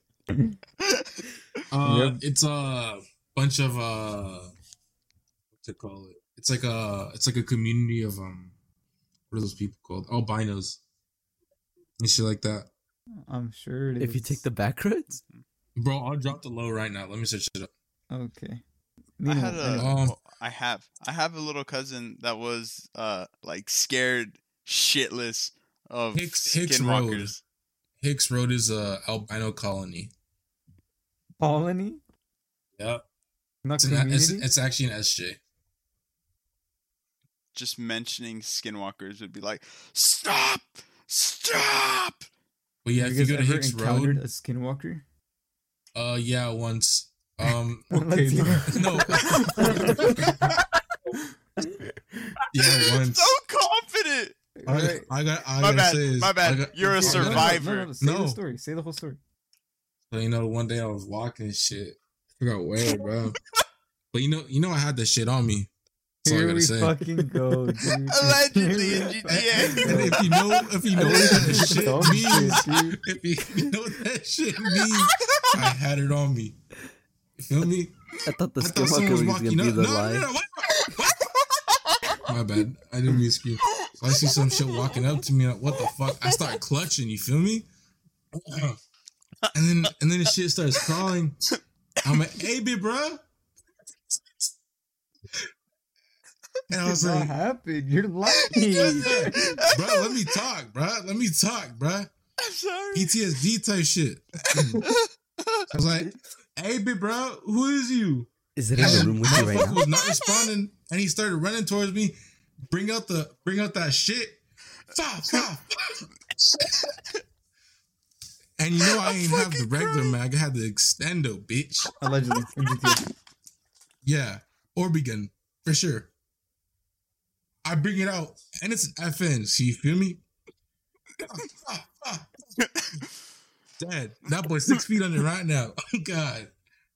[SPEAKER 4] Uh, It's a bunch of uh, what to call it? It's like a it's like a community of um, what are those people called? Albinos and shit like that.
[SPEAKER 3] I'm sure it is.
[SPEAKER 5] If you take the back roads,
[SPEAKER 4] Bro, I'll drop the low right now. Let me search it up.
[SPEAKER 3] okay,
[SPEAKER 6] I
[SPEAKER 3] Meanwhile,
[SPEAKER 6] had a,
[SPEAKER 4] anyway. Um,
[SPEAKER 6] well, I have, I have a little cousin that was uh like scared shitless of
[SPEAKER 4] Hicks- Hicks Road.
[SPEAKER 6] skinwalkers.
[SPEAKER 4] Hicks Road is a albino colony.
[SPEAKER 3] colony,
[SPEAKER 4] Yeah,
[SPEAKER 3] not
[SPEAKER 4] it's, an,
[SPEAKER 3] community.
[SPEAKER 4] it's, it's actually an SJ.
[SPEAKER 6] Just mentioning skinwalkers would be like, stop, stop.
[SPEAKER 4] But yeah,
[SPEAKER 3] Have
[SPEAKER 4] if
[SPEAKER 3] you guys
[SPEAKER 4] you go to
[SPEAKER 3] ever
[SPEAKER 4] Hicks
[SPEAKER 3] encountered
[SPEAKER 4] Road,
[SPEAKER 3] a skinwalker?
[SPEAKER 4] uh, yeah, once. Um,
[SPEAKER 3] Let's see.
[SPEAKER 4] no, yeah, once.
[SPEAKER 6] so confident.
[SPEAKER 4] I, I got. I
[SPEAKER 6] My
[SPEAKER 4] gotta
[SPEAKER 6] bad,
[SPEAKER 4] say is,
[SPEAKER 6] my bad.
[SPEAKER 4] I got-
[SPEAKER 6] You're a
[SPEAKER 4] I got-
[SPEAKER 6] survivor.
[SPEAKER 3] No, no, no, no, Say
[SPEAKER 4] No.
[SPEAKER 3] the story. Say the whole story.
[SPEAKER 4] So, you know, one day I was walking and shit. I forgot where, bro. but you know, you know, I had that shit on me. That's all I
[SPEAKER 3] Here
[SPEAKER 4] gotta
[SPEAKER 3] we
[SPEAKER 4] say.
[SPEAKER 3] fucking go. Dude.
[SPEAKER 6] Allegedly in
[SPEAKER 3] Here we-
[SPEAKER 4] And
[SPEAKER 6] GTA.
[SPEAKER 4] if you know, if you know what that shit
[SPEAKER 3] Dumb
[SPEAKER 4] means,
[SPEAKER 3] shit, dude.
[SPEAKER 4] if you know what that shit means, I had it on me. You feel me?
[SPEAKER 5] I thought the
[SPEAKER 4] I thought someone
[SPEAKER 5] skinwalker was
[SPEAKER 4] was
[SPEAKER 5] gonna
[SPEAKER 4] walking
[SPEAKER 5] be
[SPEAKER 4] up.
[SPEAKER 5] the
[SPEAKER 4] No, no,
[SPEAKER 5] lie.
[SPEAKER 4] no, no, what? My bad. I didn't mean to scream. So I see some shit walking up to me. Like, what the fuck? I start clutching. You feel me? And then and then the shit starts crawling. I'm like, hey, big bruh. And I was
[SPEAKER 3] Did not
[SPEAKER 4] like,
[SPEAKER 3] happen. You're
[SPEAKER 6] Just-
[SPEAKER 3] lying.
[SPEAKER 4] bro, let me talk, bro. Let me talk, bro.
[SPEAKER 6] I'm sorry.
[SPEAKER 4] PTSD type shit. I was like, hey, big bro, who is you?
[SPEAKER 5] Is it in
[SPEAKER 4] And
[SPEAKER 5] the
[SPEAKER 4] then
[SPEAKER 5] room with you right
[SPEAKER 4] motherfucker
[SPEAKER 5] now?
[SPEAKER 4] was not responding, and he started running towards me. Bring out the, bring out that shit. Stop, stop. And you know I
[SPEAKER 6] I'm
[SPEAKER 4] ain't have the
[SPEAKER 6] fucking
[SPEAKER 4] regular
[SPEAKER 6] crying.
[SPEAKER 4] mag. I had the extendo, bitch.
[SPEAKER 3] Allegedly. in GTA.
[SPEAKER 4] Yeah, Orbigun for sure. I bring it out, and it's an FN. So you feel me? Dad, that boy six feet under right now. Oh God.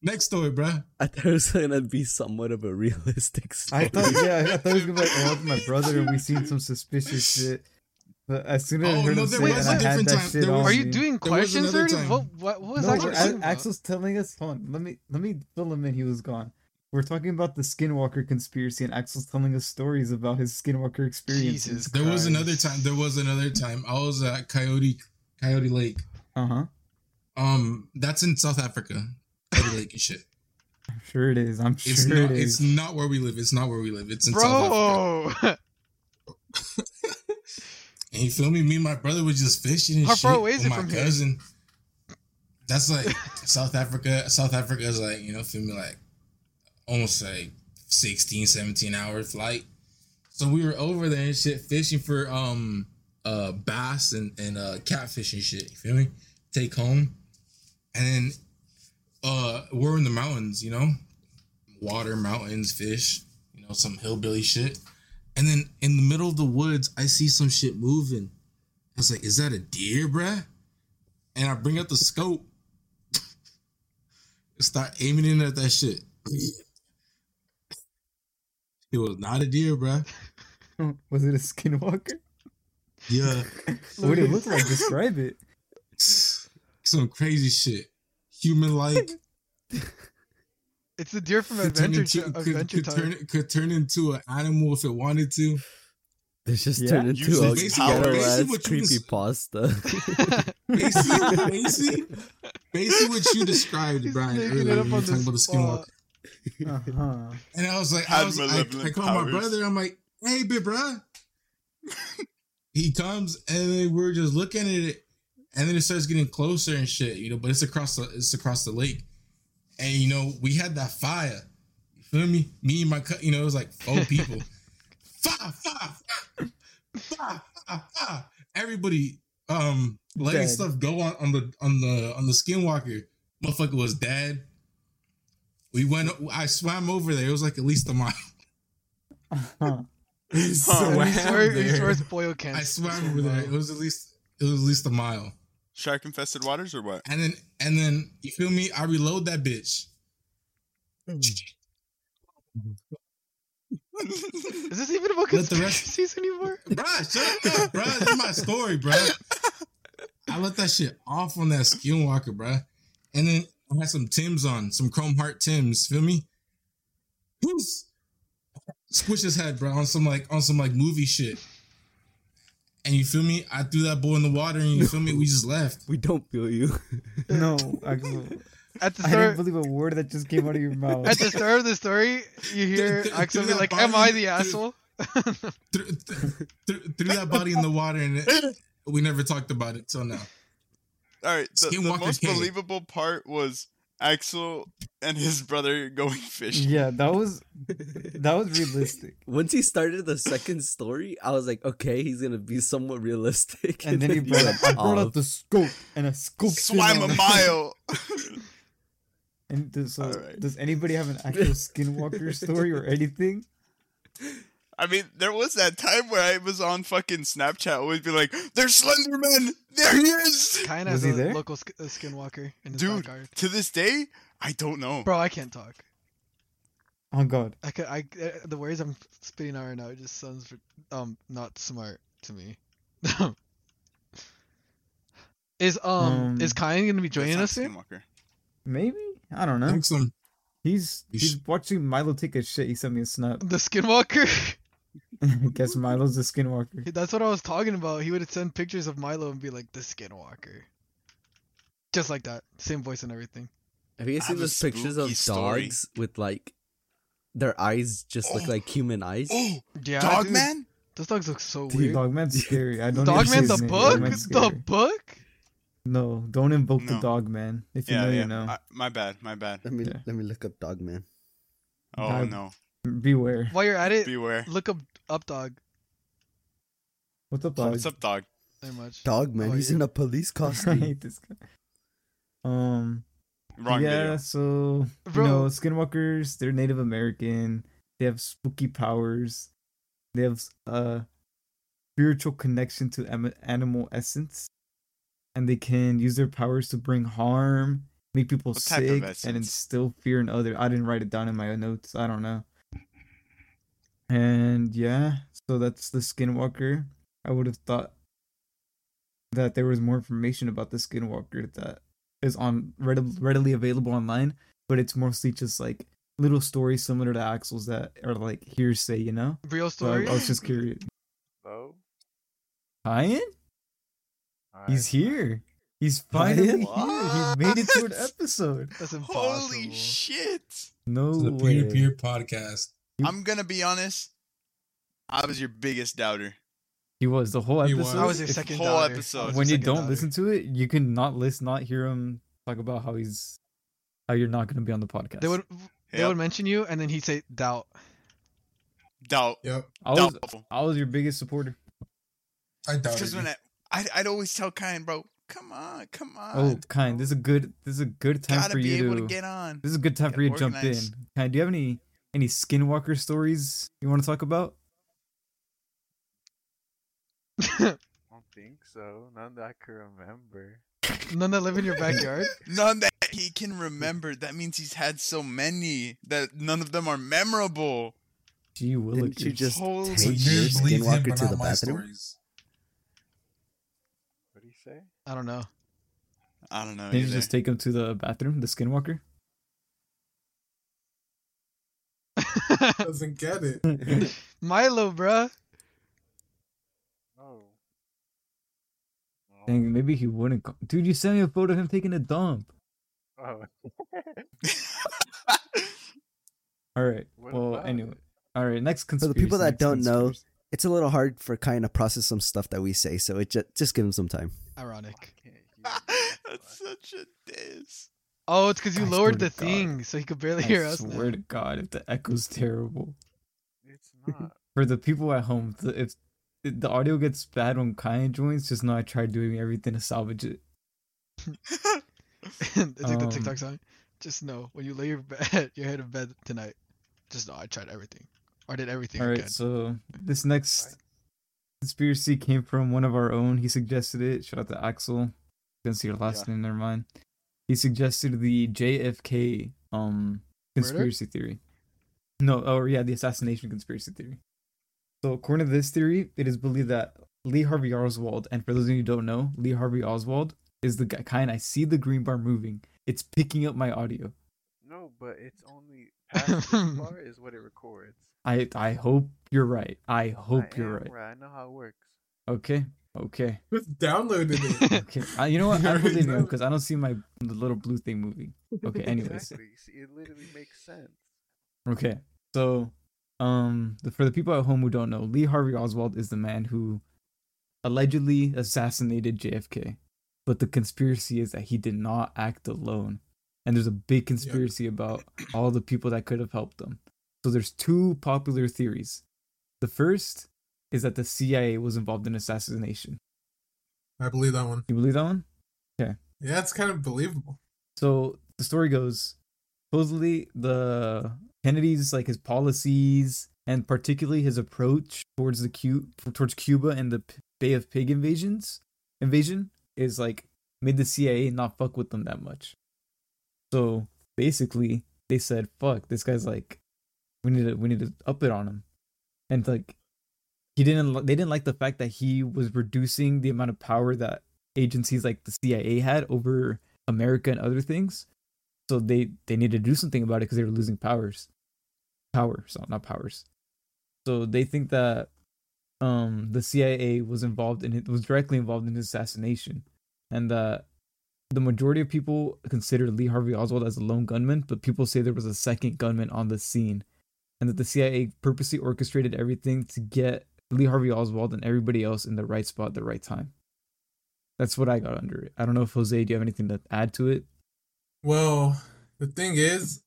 [SPEAKER 4] Next story, bruh.
[SPEAKER 5] I thought it was gonna be somewhat of a realistic story.
[SPEAKER 3] I thought, yeah, I thought it was gonna be like, oh, it's my brother, and we seen some suspicious shit. But as soon as I
[SPEAKER 4] Oh,
[SPEAKER 3] heard
[SPEAKER 4] no,
[SPEAKER 3] him
[SPEAKER 4] there
[SPEAKER 3] say that,
[SPEAKER 7] was a
[SPEAKER 3] I had
[SPEAKER 4] different
[SPEAKER 3] that
[SPEAKER 4] time.
[SPEAKER 3] shit
[SPEAKER 4] There
[SPEAKER 3] on
[SPEAKER 4] was-
[SPEAKER 7] Are you
[SPEAKER 3] me.
[SPEAKER 7] doing
[SPEAKER 4] was
[SPEAKER 7] questions
[SPEAKER 4] another
[SPEAKER 7] already?
[SPEAKER 4] time.
[SPEAKER 7] What, what, what was
[SPEAKER 3] No,
[SPEAKER 7] Axel
[SPEAKER 3] we're-
[SPEAKER 7] talking
[SPEAKER 3] Axel's
[SPEAKER 7] about?
[SPEAKER 3] telling us. Hold on, let me let me fill him in. He was gone. We're talking about the Skinwalker conspiracy, and Axel's telling us stories about his Skinwalker experiences.
[SPEAKER 7] Jesus
[SPEAKER 4] There was
[SPEAKER 7] Christ.
[SPEAKER 4] another time. There was another time. I was at Coyote Coyote Lake.
[SPEAKER 3] Uh huh.
[SPEAKER 4] Um, that's in South Africa. Coyote Lake and shit.
[SPEAKER 3] I'm sure it is. I'm sure
[SPEAKER 4] It's not.
[SPEAKER 3] it
[SPEAKER 4] It's
[SPEAKER 3] is.
[SPEAKER 4] not where we live. It's not where we live. It's in South Africa.
[SPEAKER 7] Bro,
[SPEAKER 4] And you feel me? Me and my brother was just fishing. And
[SPEAKER 7] How
[SPEAKER 4] shit
[SPEAKER 7] far away is
[SPEAKER 4] with
[SPEAKER 7] it
[SPEAKER 4] my
[SPEAKER 7] from here?
[SPEAKER 4] cousin. That's like South Africa. South Africa is like you know, feel me? Like almost like 16, 17 hour flight. So we were over there and shit fishing for um uh bass and and uh catfish and shit. You feel me? Take home, and then uh we're in the mountains, you know, water, mountains, fish, you know, some hillbilly shit. And then in the middle of the woods, I see some shit moving. I was like, is that a deer, bruh? And I bring out the scope. Start aiming in at that shit. It was not a deer, bruh.
[SPEAKER 3] Was it a Skinwalker?
[SPEAKER 4] Yeah.
[SPEAKER 3] What did it look like? Describe it.
[SPEAKER 4] Some crazy shit. Human like.
[SPEAKER 7] it's the deer from
[SPEAKER 4] Could turn into-
[SPEAKER 7] Adventure, Ti-
[SPEAKER 4] could-
[SPEAKER 7] Adventure
[SPEAKER 4] could turn-
[SPEAKER 7] Time.
[SPEAKER 4] could turn into an animal if it wanted to.
[SPEAKER 5] this just
[SPEAKER 3] Yeah.
[SPEAKER 5] turned
[SPEAKER 6] Use
[SPEAKER 5] into
[SPEAKER 6] the
[SPEAKER 5] a
[SPEAKER 6] basic-
[SPEAKER 5] ghetto
[SPEAKER 4] basic
[SPEAKER 5] ass
[SPEAKER 4] what you
[SPEAKER 5] creepy
[SPEAKER 4] just-
[SPEAKER 5] pasta.
[SPEAKER 4] Basically, basically, basically what you described,
[SPEAKER 7] He's
[SPEAKER 4] Brian,
[SPEAKER 7] making it
[SPEAKER 4] earlier when
[SPEAKER 7] up
[SPEAKER 4] you were
[SPEAKER 7] on the
[SPEAKER 4] talking about the
[SPEAKER 7] spot.
[SPEAKER 4] skinwalker.
[SPEAKER 3] Uh huh.
[SPEAKER 4] And I was like, I,
[SPEAKER 6] Had
[SPEAKER 4] was, I,
[SPEAKER 6] malevolent
[SPEAKER 4] I called my
[SPEAKER 6] powers.
[SPEAKER 4] brother. I'm like, hey, big bruh. he comes and then we're just looking at it, and then it starts getting closer and shit, you know. But it's across the it's across the lake, and you know we had that fire. You feel me? Me and my cou- you know it was like four people. fa fa fa fa fa fa. Everybody um letting
[SPEAKER 3] Dead.
[SPEAKER 4] stuff go on on the on the on the skinwalker. Motherfucker was dead. We went. I swam over there. It was like at least a mile.
[SPEAKER 3] Huh.
[SPEAKER 6] Huh.
[SPEAKER 4] so
[SPEAKER 7] Are
[SPEAKER 4] I,
[SPEAKER 7] you swear, are you swear
[SPEAKER 4] there.
[SPEAKER 7] it's boil
[SPEAKER 4] I
[SPEAKER 7] cans.
[SPEAKER 4] swam over there. It was at least. It was at least a mile.
[SPEAKER 6] Shark infested waters or what?
[SPEAKER 4] And then and then you feel me? I reload that bitch. Hmm.
[SPEAKER 7] Is this even
[SPEAKER 4] Let
[SPEAKER 7] about
[SPEAKER 4] the rest-
[SPEAKER 7] conspiracies anymore?
[SPEAKER 4] Bruh, shut up, bruh. This is my story, bruh. I let that shit off on that skinwalker, bruh. And then I had some Tims on, some Chrome Heart Tims, feel me? Who's squish his head, bruh, on some like on some like movie shit. And you feel me? I threw that boy in the water and you feel me? We just left.
[SPEAKER 5] we don't feel you.
[SPEAKER 3] No, Axel.
[SPEAKER 7] At the
[SPEAKER 3] I didn't
[SPEAKER 7] start,
[SPEAKER 3] believe a word that just came out of your mouth.
[SPEAKER 7] at the start of the story, you hear
[SPEAKER 4] th-
[SPEAKER 7] Axel
[SPEAKER 4] through
[SPEAKER 7] be
[SPEAKER 4] that
[SPEAKER 7] like,
[SPEAKER 4] body-
[SPEAKER 7] "Am I the
[SPEAKER 4] through-
[SPEAKER 7] asshole?"
[SPEAKER 4] Threw, th- threw, threw that body in the water and it, we never talked about it till now.
[SPEAKER 6] All right. The, the
[SPEAKER 4] Skinwalker
[SPEAKER 6] most
[SPEAKER 4] Cave.
[SPEAKER 6] believable part was Axel and his brother going fishing.
[SPEAKER 3] Yeah, that was that was realistic.
[SPEAKER 5] Once he started the second story, I was like, okay, he's gonna be somewhat realistic.
[SPEAKER 3] And then he brought up, I brought up the scope and I scoped. it
[SPEAKER 6] Swam
[SPEAKER 3] out.
[SPEAKER 6] a mile.
[SPEAKER 3] And does, so,
[SPEAKER 6] Alright.
[SPEAKER 3] does anybody have an actual Skinwalker story or anything?
[SPEAKER 6] I mean, there was that time where I was on fucking Snapchat, always be like, "There's Slenderman. There he is."
[SPEAKER 7] Kind
[SPEAKER 3] Was
[SPEAKER 7] of
[SPEAKER 3] he
[SPEAKER 7] a
[SPEAKER 3] there?
[SPEAKER 7] local sk- a skinwalker in his
[SPEAKER 6] Dude.
[SPEAKER 7] backyard.
[SPEAKER 6] To this day, I don't know.
[SPEAKER 7] Bro, I can't talk.
[SPEAKER 3] Oh God,
[SPEAKER 7] I, ca- I uh, the words I'm spitting out right now it just sounds um not smart to me. is um,
[SPEAKER 3] Um,
[SPEAKER 7] is Kyan gonna be
[SPEAKER 6] That's
[SPEAKER 7] joining
[SPEAKER 6] not
[SPEAKER 7] us soon?
[SPEAKER 6] Skinwalker.
[SPEAKER 3] maybe I don't
[SPEAKER 4] I
[SPEAKER 3] know.
[SPEAKER 4] think some
[SPEAKER 3] He's
[SPEAKER 4] You
[SPEAKER 3] he's
[SPEAKER 4] sh-
[SPEAKER 3] watching Milo take a shit. He sent me a snap.
[SPEAKER 7] The skinwalker.
[SPEAKER 3] I guess Milo's a Skinwalker.
[SPEAKER 7] That's what I was talking about. He would send pictures of Milo and be like the skinwalker. Just like that, same voice and everything.
[SPEAKER 5] Have you guys
[SPEAKER 6] I
[SPEAKER 5] seen
[SPEAKER 6] have a
[SPEAKER 5] those pictures of
[SPEAKER 6] spooky story.
[SPEAKER 5] dogs with like their eyes just look
[SPEAKER 6] Oh.
[SPEAKER 5] like human eyes?
[SPEAKER 6] Oh,
[SPEAKER 7] Yeah, dude,
[SPEAKER 6] Dogman.
[SPEAKER 7] Those dogs look so
[SPEAKER 3] Dude,
[SPEAKER 7] weird.
[SPEAKER 3] Dogman's scary. I don't. even say
[SPEAKER 7] Dogman
[SPEAKER 3] his
[SPEAKER 7] the
[SPEAKER 3] name.
[SPEAKER 7] book,
[SPEAKER 3] Dogman's
[SPEAKER 7] the
[SPEAKER 3] scary. book.
[SPEAKER 7] book.
[SPEAKER 3] No, don't invoke the
[SPEAKER 6] No.
[SPEAKER 3] Dogman. If you
[SPEAKER 6] Yeah,
[SPEAKER 3] know,
[SPEAKER 6] yeah.
[SPEAKER 3] you know.
[SPEAKER 6] I- my bad. My bad.
[SPEAKER 5] Let me
[SPEAKER 3] Yeah.
[SPEAKER 5] let me look up dog man.
[SPEAKER 6] Oh
[SPEAKER 3] Dog-
[SPEAKER 6] no.
[SPEAKER 3] Beware.
[SPEAKER 7] While you're at it,
[SPEAKER 6] Beware.
[SPEAKER 7] look up up dog.
[SPEAKER 3] What's up, dog?
[SPEAKER 6] What's up, dog?
[SPEAKER 7] Not much.
[SPEAKER 5] Dog man,
[SPEAKER 7] Oh,
[SPEAKER 5] he's
[SPEAKER 7] yeah.
[SPEAKER 5] in a police
[SPEAKER 3] I
[SPEAKER 5] costume.
[SPEAKER 3] hate this guy. Um.
[SPEAKER 6] Wrong
[SPEAKER 3] yeah,
[SPEAKER 6] video.
[SPEAKER 3] so
[SPEAKER 7] Bro.
[SPEAKER 3] you know, skinwalkers, they're Native American. They have spooky powers. They have uh, a spiritual connection to am- animal essence, and they can use their powers to bring harm, make people
[SPEAKER 6] What type of
[SPEAKER 3] sick, and
[SPEAKER 6] essence?
[SPEAKER 3] instill fear in other. I didn't write it down in my notes. I don't know. And yeah, so that's the skinwalker. I would have thought that there was more information about the skinwalker that is on read- readily available online, but it's mostly just like little stories similar to Axel's that are like hearsay, you know?
[SPEAKER 7] Real
[SPEAKER 3] So I,
[SPEAKER 7] story.
[SPEAKER 3] I was just curious.
[SPEAKER 9] Hello?
[SPEAKER 3] Ian?
[SPEAKER 9] Alright.
[SPEAKER 3] He's here. He's finally here. He
[SPEAKER 6] What?
[SPEAKER 3] made it to an episode.
[SPEAKER 7] That's impossible.
[SPEAKER 6] Holy shit!
[SPEAKER 3] No
[SPEAKER 4] It's a
[SPEAKER 3] way.
[SPEAKER 4] peer to peer podcast.
[SPEAKER 3] You-
[SPEAKER 6] I'm gonna be honest. I was your biggest doubter.
[SPEAKER 3] He was the whole
[SPEAKER 8] He
[SPEAKER 3] episode.
[SPEAKER 8] was.
[SPEAKER 7] I was your
[SPEAKER 3] if-
[SPEAKER 7] second
[SPEAKER 6] whole
[SPEAKER 7] daughter.
[SPEAKER 6] episode.
[SPEAKER 7] I was your
[SPEAKER 3] when you
[SPEAKER 7] second
[SPEAKER 3] don't
[SPEAKER 7] daughter.
[SPEAKER 3] listen to it, you can not listen, not hear him talk about how he's how you're not going to be on the podcast.
[SPEAKER 7] they would they
[SPEAKER 6] Yep.
[SPEAKER 7] would mention you, and then he'd say doubt.
[SPEAKER 6] Doubt.
[SPEAKER 4] Yep,
[SPEAKER 3] I was
[SPEAKER 6] Doubtful.
[SPEAKER 3] I was your biggest supporter.
[SPEAKER 4] I doubt it.
[SPEAKER 6] Because when I, I'd, I'd always tell Kyan, bro, come on, come on.
[SPEAKER 3] Oh, kind. This is a good this is a good time
[SPEAKER 6] gotta
[SPEAKER 3] for
[SPEAKER 6] be
[SPEAKER 3] you
[SPEAKER 6] able to, get on.
[SPEAKER 3] This is a good time
[SPEAKER 6] Get
[SPEAKER 3] for you to jump in.
[SPEAKER 6] organized.
[SPEAKER 3] Kind, do you have any any Skinwalker stories you want to talk about?
[SPEAKER 9] I don't think so. None that I can remember.
[SPEAKER 7] None that live in your backyard.
[SPEAKER 6] None that he can remember. That means he's had so many that none of them are memorable.
[SPEAKER 3] Gee
[SPEAKER 5] Didn't
[SPEAKER 3] Willikers.
[SPEAKER 5] you just
[SPEAKER 6] Holy
[SPEAKER 5] take
[SPEAKER 6] shit.
[SPEAKER 5] your
[SPEAKER 4] Dude believes him,
[SPEAKER 5] skinwalker
[SPEAKER 4] but
[SPEAKER 5] to the
[SPEAKER 4] not my
[SPEAKER 5] bathroom?
[SPEAKER 4] stories.
[SPEAKER 9] What do you say?
[SPEAKER 7] I don't know.
[SPEAKER 6] I don't know.
[SPEAKER 3] Didn't you
[SPEAKER 6] either.
[SPEAKER 3] just take him to the bathroom, the Skinwalker?
[SPEAKER 8] Doesn't get it.
[SPEAKER 7] Milo, bruh.
[SPEAKER 9] No. No.
[SPEAKER 3] Dang, maybe he wouldn't. Come. Dude, you sent me a photo of him taking a dump.
[SPEAKER 9] Oh.
[SPEAKER 3] All right.
[SPEAKER 9] What
[SPEAKER 3] well,
[SPEAKER 9] about
[SPEAKER 3] anyway.
[SPEAKER 9] it?
[SPEAKER 3] All right. Next
[SPEAKER 5] the
[SPEAKER 3] conspiracy.
[SPEAKER 5] people that
[SPEAKER 3] next
[SPEAKER 5] don't know-
[SPEAKER 3] conspiracy.
[SPEAKER 5] It's a little hard for Kai to process some stuff that we say, so it just just give him some time.
[SPEAKER 9] I
[SPEAKER 7] Ironic.
[SPEAKER 9] can't hear you.
[SPEAKER 6] That's such a diss.
[SPEAKER 7] Oh, it's because you
[SPEAKER 3] I swear
[SPEAKER 7] lowered
[SPEAKER 3] to
[SPEAKER 7] the
[SPEAKER 3] God.
[SPEAKER 7] thing, so he could barely
[SPEAKER 3] I
[SPEAKER 7] hear us. now.
[SPEAKER 3] swear to God, if the echo's terrible
[SPEAKER 9] It's not.
[SPEAKER 3] for the people at home, the, if if the audio gets bad when Kyan joins, just know I tried doing everything to salvage it.
[SPEAKER 7] it's like the
[SPEAKER 3] Um,
[SPEAKER 7] TikTok song. Just know when you lay your bed, your head in bed tonight. Just know I tried everything. Or I did everything
[SPEAKER 3] All
[SPEAKER 7] I
[SPEAKER 3] right,
[SPEAKER 7] could.
[SPEAKER 3] so this next conspiracy came from one of our own. He suggested it. Shout out to Axel. Didn't see your last name. Never mind. He suggested the JFK um
[SPEAKER 7] Murder?
[SPEAKER 3] conspiracy theory. No, oh yeah, the assassination conspiracy theory. So according to this theory, it is believed that Lee Harvey Oswald, and for those of you who don't know, Lee Harvey Oswald is the guy, kind I see the green bar moving. It's picking up my audio.
[SPEAKER 9] No, but it's only past this far is what it records.
[SPEAKER 3] I I hope you're right. I hope
[SPEAKER 9] I
[SPEAKER 3] you're
[SPEAKER 9] am
[SPEAKER 3] right.
[SPEAKER 9] I know how it works.
[SPEAKER 3] Okay. Okay.
[SPEAKER 8] Just downloaded it.
[SPEAKER 3] Okay, I, you know what? I
[SPEAKER 8] Alright,
[SPEAKER 3] believe you
[SPEAKER 8] so-
[SPEAKER 3] because I don't see my the little blue thing moving. Okay, anyways.
[SPEAKER 9] Exactly. See, it literally makes sense.
[SPEAKER 3] Okay, so um, the, for the people at home who don't know, Lee Harvey Oswald is the man who allegedly assassinated JFK, but the conspiracy is that he did not act alone, and there's a big conspiracy about all the people that could have helped them. So there's two popular theories. The first is that the CIA was involved in assassination.
[SPEAKER 8] I believe that one.
[SPEAKER 3] You believe that one?
[SPEAKER 8] Yeah, it's kind of believable.
[SPEAKER 3] So the story goes, supposedly the Kennedy's like his policies and particularly his approach towards the Cu- towards Cuba and the P- Bay of Pig invasions invasion is like made the CIA not fuck with them that much. So basically, they said, "Fuck, this guy's like, we need to we need to up it on him," and like he didn't li- they didn't like the fact that he was reducing the amount of power that agencies like the CIA had over America and other things. So they they needed to do something about it because they were losing powers, power. So not powers. So they think that um the CIA was involved in it was directly involved in his assassination, and that the majority of people consider Lee Harvey Oswald as a lone gunman, but people say there was a second gunman on the scene, and that the CIA purposely orchestrated everything to get Lee Harvey Oswald and everybody else in the right spot at the right time. That's what I got under it. I don't know if Jose, do you have anything to add to it?
[SPEAKER 8] Well, the thing is,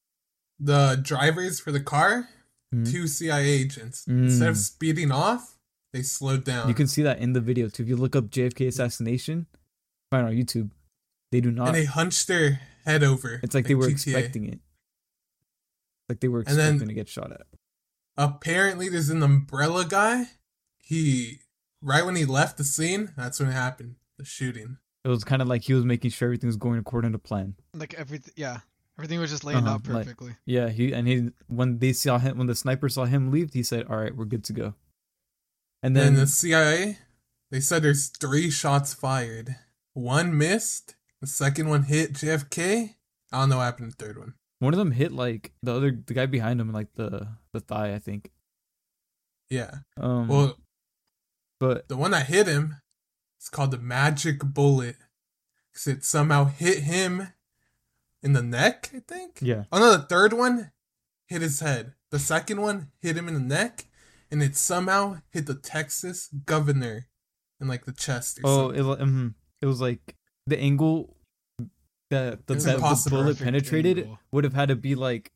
[SPEAKER 8] the drivers for the car,
[SPEAKER 3] Mhm.
[SPEAKER 8] two CIA agents. Instead of
[SPEAKER 3] Mm.
[SPEAKER 8] speeding off,
[SPEAKER 4] They slowed down.
[SPEAKER 3] You can see that in the video too. If you look up JFK assassination, find on YouTube, they do not.
[SPEAKER 4] and they hunched their head over.
[SPEAKER 3] it's like they were
[SPEAKER 4] GTA.
[SPEAKER 3] expecting it. Like they were
[SPEAKER 4] And then-
[SPEAKER 3] expecting to get shot at.
[SPEAKER 4] Apparently, there's an umbrella guy. He right when he left the scene, that's when it happened. The shooting.
[SPEAKER 3] It was kind of like he was making sure everything was going according to plan.
[SPEAKER 7] Like everything, yeah, everything was just laying
[SPEAKER 3] Uh-huh,
[SPEAKER 7] out
[SPEAKER 3] like-
[SPEAKER 7] perfectly.
[SPEAKER 3] Yeah, he and he when they saw him when the sniper saw him leave, he said, "All right, we're good to go." And
[SPEAKER 4] And
[SPEAKER 3] then
[SPEAKER 4] the CIA, they said there's three shots fired. One missed. The second one hit JFK. I don't know what happened to the third one.
[SPEAKER 3] one of them hit like the other the guy behind him, like the the thigh, I think.
[SPEAKER 4] Yeah.
[SPEAKER 3] Um,
[SPEAKER 4] Well,
[SPEAKER 3] but
[SPEAKER 4] the one that hit him it's called the magic bullet because it somehow hit him in the neck i think
[SPEAKER 3] yeah,
[SPEAKER 4] oh no the third one hit his head the second one hit him in the neck and it somehow hit the texas governor in like the chest or
[SPEAKER 3] oh,
[SPEAKER 4] something.
[SPEAKER 3] it, mm it was like the angle that the,
[SPEAKER 4] It was
[SPEAKER 3] that the
[SPEAKER 4] impossible.
[SPEAKER 3] bullet
[SPEAKER 7] Perfect
[SPEAKER 3] penetrated
[SPEAKER 7] angle.
[SPEAKER 3] would have had to be like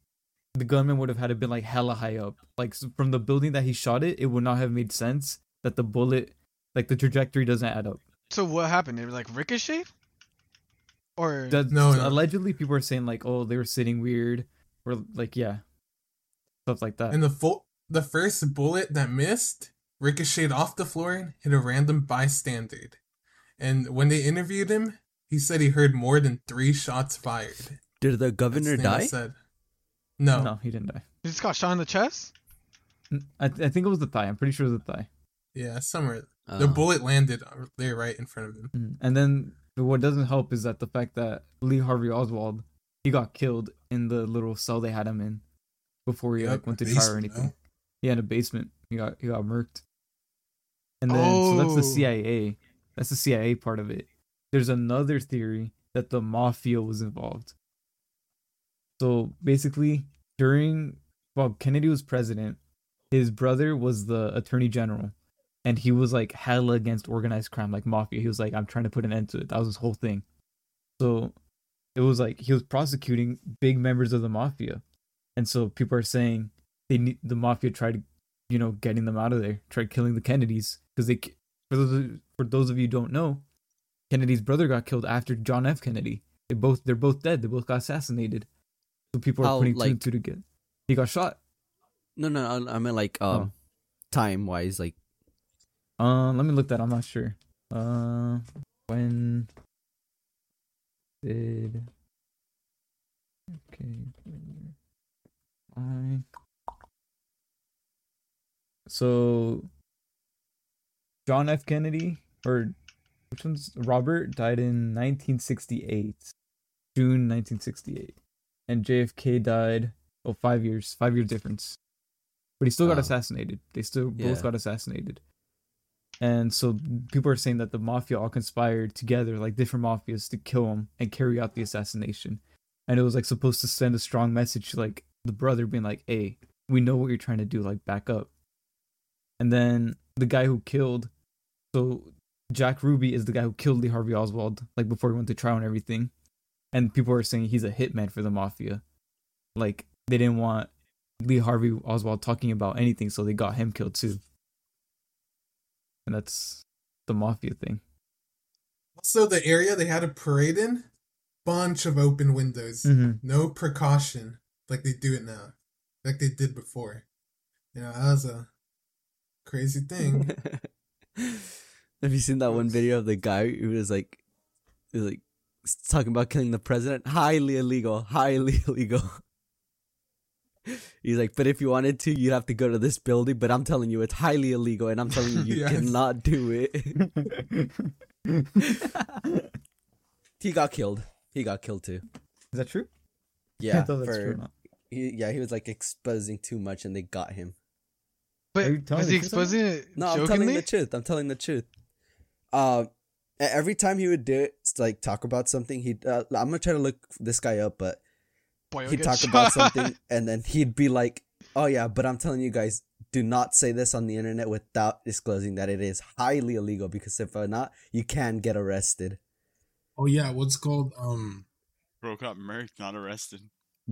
[SPEAKER 3] the gunman would have had to been like hella high up, like s- from the building that he shot it. It would not have made sense that the bullet, like the trajectory, doesn't add up.
[SPEAKER 7] So what happened? It was like ricochet, or
[SPEAKER 3] That's,
[SPEAKER 4] No, no.
[SPEAKER 3] allegedly people are saying like, oh, they were sitting weird, or like, yeah, stuff like
[SPEAKER 5] Uh,
[SPEAKER 3] that.
[SPEAKER 4] and the full the first bullet that missed ricocheted off the floor and hit a random bystander and when they interviewed him he said he heard more than three shots fired
[SPEAKER 5] Did the
[SPEAKER 4] That's
[SPEAKER 5] governor
[SPEAKER 4] the thing I
[SPEAKER 5] die?
[SPEAKER 4] said. No.
[SPEAKER 3] no, he didn't die.
[SPEAKER 7] he just got shot in the chest.
[SPEAKER 3] N- I, th- I think it was the thigh. I'm pretty sure it was the thigh.
[SPEAKER 4] Yeah, somewhere the
[SPEAKER 5] Oh.
[SPEAKER 4] bullet landed uh, there, right in front of him.
[SPEAKER 3] Mm. And then what doesn't help is that the fact that Lee Harvey Oswald he got killed in the little cell they had him in before he
[SPEAKER 4] Yep,
[SPEAKER 3] like went to
[SPEAKER 6] the
[SPEAKER 3] trial or
[SPEAKER 6] basement,
[SPEAKER 3] anything.
[SPEAKER 6] huh?
[SPEAKER 3] Yeah, in a basement. He got he got murked. And then so that's the
[SPEAKER 7] Oh.
[SPEAKER 3] CIA. That's the CIA part of it. There's another theory that the mafia was involved. So basically, during while Kennedy was president, his brother was the attorney general and he was like hella against organized crime, like mafia. He was like, I'm trying to put an end to it. That was his whole thing. So it was like he was prosecuting big members of the mafia, and so people are saying they need the mafia tried, you know, getting them out of there, tried killing the Kennedys because they ki- for those of, for those of you who don't know, Kennedy's brother got killed after John F. Kennedy. They both they're both dead. They both got assassinated. So people are
[SPEAKER 5] How,
[SPEAKER 3] putting two
[SPEAKER 5] like-
[SPEAKER 3] and two together. He got shot.
[SPEAKER 5] No, no, I, I meant like um, time wise, like
[SPEAKER 3] Um, let me look that. I'm not sure. Uh, when did okay? I so John F. Kennedy or which one's Robert died in 1968, June 1968, and JFK died oh five years, five year difference, but he still got
[SPEAKER 5] Oh.
[SPEAKER 3] assassinated. They still
[SPEAKER 5] Yeah.
[SPEAKER 3] both got assassinated. And so people are saying that the mafia all conspired together, like different mafias, to kill him and carry out the assassination. And it was like supposed to send a strong message to like the brother being like, Hey, we know what you're trying to do, like back up. And then the guy who killed so Jack Ruby is the guy who killed Lee Harvey Oswald, like before he went to trial and everything. And people are saying he's a hitman for the mafia. Like they didn't want Lee Harvey Oswald talking about anything, so they got him killed too. And that's the mafia thing.
[SPEAKER 4] Also, the area they had a parade in, bunch of open windows,
[SPEAKER 5] Hmm.
[SPEAKER 3] Mm-hmm.
[SPEAKER 4] no precaution like they do it now, like they did before. You know, that was a crazy thing.
[SPEAKER 5] Have you seen that one video of the guy who was like, he was like s- talking about killing the president? Highly illegal. Highly illegal. He's like, but if you wanted to, you'd have to go to this building. But I'm telling you, it's highly illegal, and I'm telling you, you
[SPEAKER 4] Yes.
[SPEAKER 5] cannot do it. he got killed. He got killed too.
[SPEAKER 3] Is that true? I
[SPEAKER 5] Yeah,
[SPEAKER 3] don't know if that's true or
[SPEAKER 5] for-
[SPEAKER 3] not.
[SPEAKER 5] he, yeah, he was like exposing too much, and they got him.
[SPEAKER 7] But
[SPEAKER 3] you telling
[SPEAKER 7] was
[SPEAKER 3] the
[SPEAKER 7] he
[SPEAKER 3] truth on
[SPEAKER 7] exposing it
[SPEAKER 5] No, I'm telling
[SPEAKER 7] jokingly?
[SPEAKER 5] the truth. I'm telling the truth. Um, e- every time he would do it, s- like talk about something, he would uh, I'm gonna try to look this guy up, but
[SPEAKER 7] Boy,
[SPEAKER 5] he'd
[SPEAKER 7] get
[SPEAKER 5] talk
[SPEAKER 7] shot.
[SPEAKER 5] about something, and then he'd be like, "Oh yeah, but I'm telling you guys, do not say this on the internet without disclosing that it is highly illegal because if uh, not, you can get arrested."
[SPEAKER 6] Oh yeah, what's called um
[SPEAKER 10] Bro got murked, not arrested.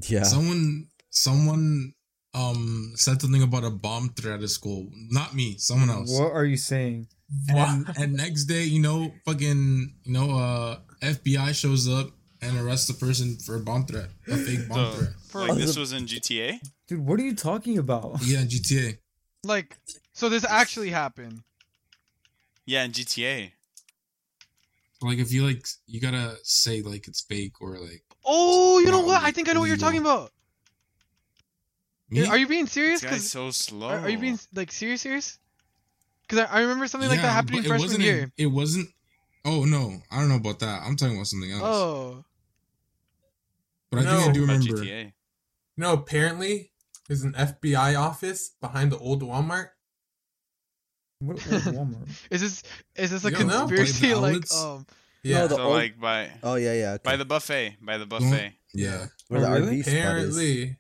[SPEAKER 5] Yeah,
[SPEAKER 6] someone someone
[SPEAKER 2] um said something about a bomb threat at school. Not me, someone else.
[SPEAKER 3] What are you saying?
[SPEAKER 2] And, and next day, you know, fucking, you know, uh, FBI shows up and arrests the person for a bomb threat, a fake bomb
[SPEAKER 6] So,
[SPEAKER 2] threat.
[SPEAKER 6] like this was in GTA.
[SPEAKER 3] Dude, what are you talking about?
[SPEAKER 2] Yeah, GTA.
[SPEAKER 7] Like, so this actually happened.
[SPEAKER 6] Yeah, in GTA.
[SPEAKER 2] Like, if you like, you gotta say like it's fake or like
[SPEAKER 7] Oh, you know
[SPEAKER 2] Nah,
[SPEAKER 7] what?
[SPEAKER 2] we-
[SPEAKER 7] I think I know what
[SPEAKER 2] we
[SPEAKER 7] you're talking about.
[SPEAKER 2] me.
[SPEAKER 7] Are you being serious?
[SPEAKER 6] This
[SPEAKER 7] 'Cause-
[SPEAKER 6] guy's so slow.
[SPEAKER 7] are, are you being like serious? Serious? Because I, I remember something like that
[SPEAKER 2] Yeah,
[SPEAKER 7] happening
[SPEAKER 2] but it
[SPEAKER 7] freshman
[SPEAKER 2] wasn't
[SPEAKER 7] year.
[SPEAKER 2] in- it wasn't. Oh no, I don't know about that. I'm talking about something else.
[SPEAKER 7] Oh,
[SPEAKER 2] but I think I
[SPEAKER 4] No.
[SPEAKER 2] do
[SPEAKER 6] About
[SPEAKER 2] remember.
[SPEAKER 6] GTA.
[SPEAKER 4] No, apparently there's an FBI office behind the old Walmart.
[SPEAKER 3] What, what Walmart?
[SPEAKER 7] is this is this a
[SPEAKER 2] You
[SPEAKER 4] don't know?
[SPEAKER 2] Blame
[SPEAKER 7] conspiracy?
[SPEAKER 2] the
[SPEAKER 7] Like,
[SPEAKER 2] outlets?
[SPEAKER 7] um,
[SPEAKER 4] Yeah.
[SPEAKER 5] No, the
[SPEAKER 6] so
[SPEAKER 5] old-
[SPEAKER 6] like by
[SPEAKER 5] Oh yeah, yeah. Okay.
[SPEAKER 6] by the buffet, by the
[SPEAKER 4] Mm-hmm.
[SPEAKER 6] buffet.
[SPEAKER 2] Yeah,
[SPEAKER 5] Where
[SPEAKER 3] Oh,
[SPEAKER 5] the
[SPEAKER 3] really?
[SPEAKER 5] RV spot is.
[SPEAKER 4] apparently.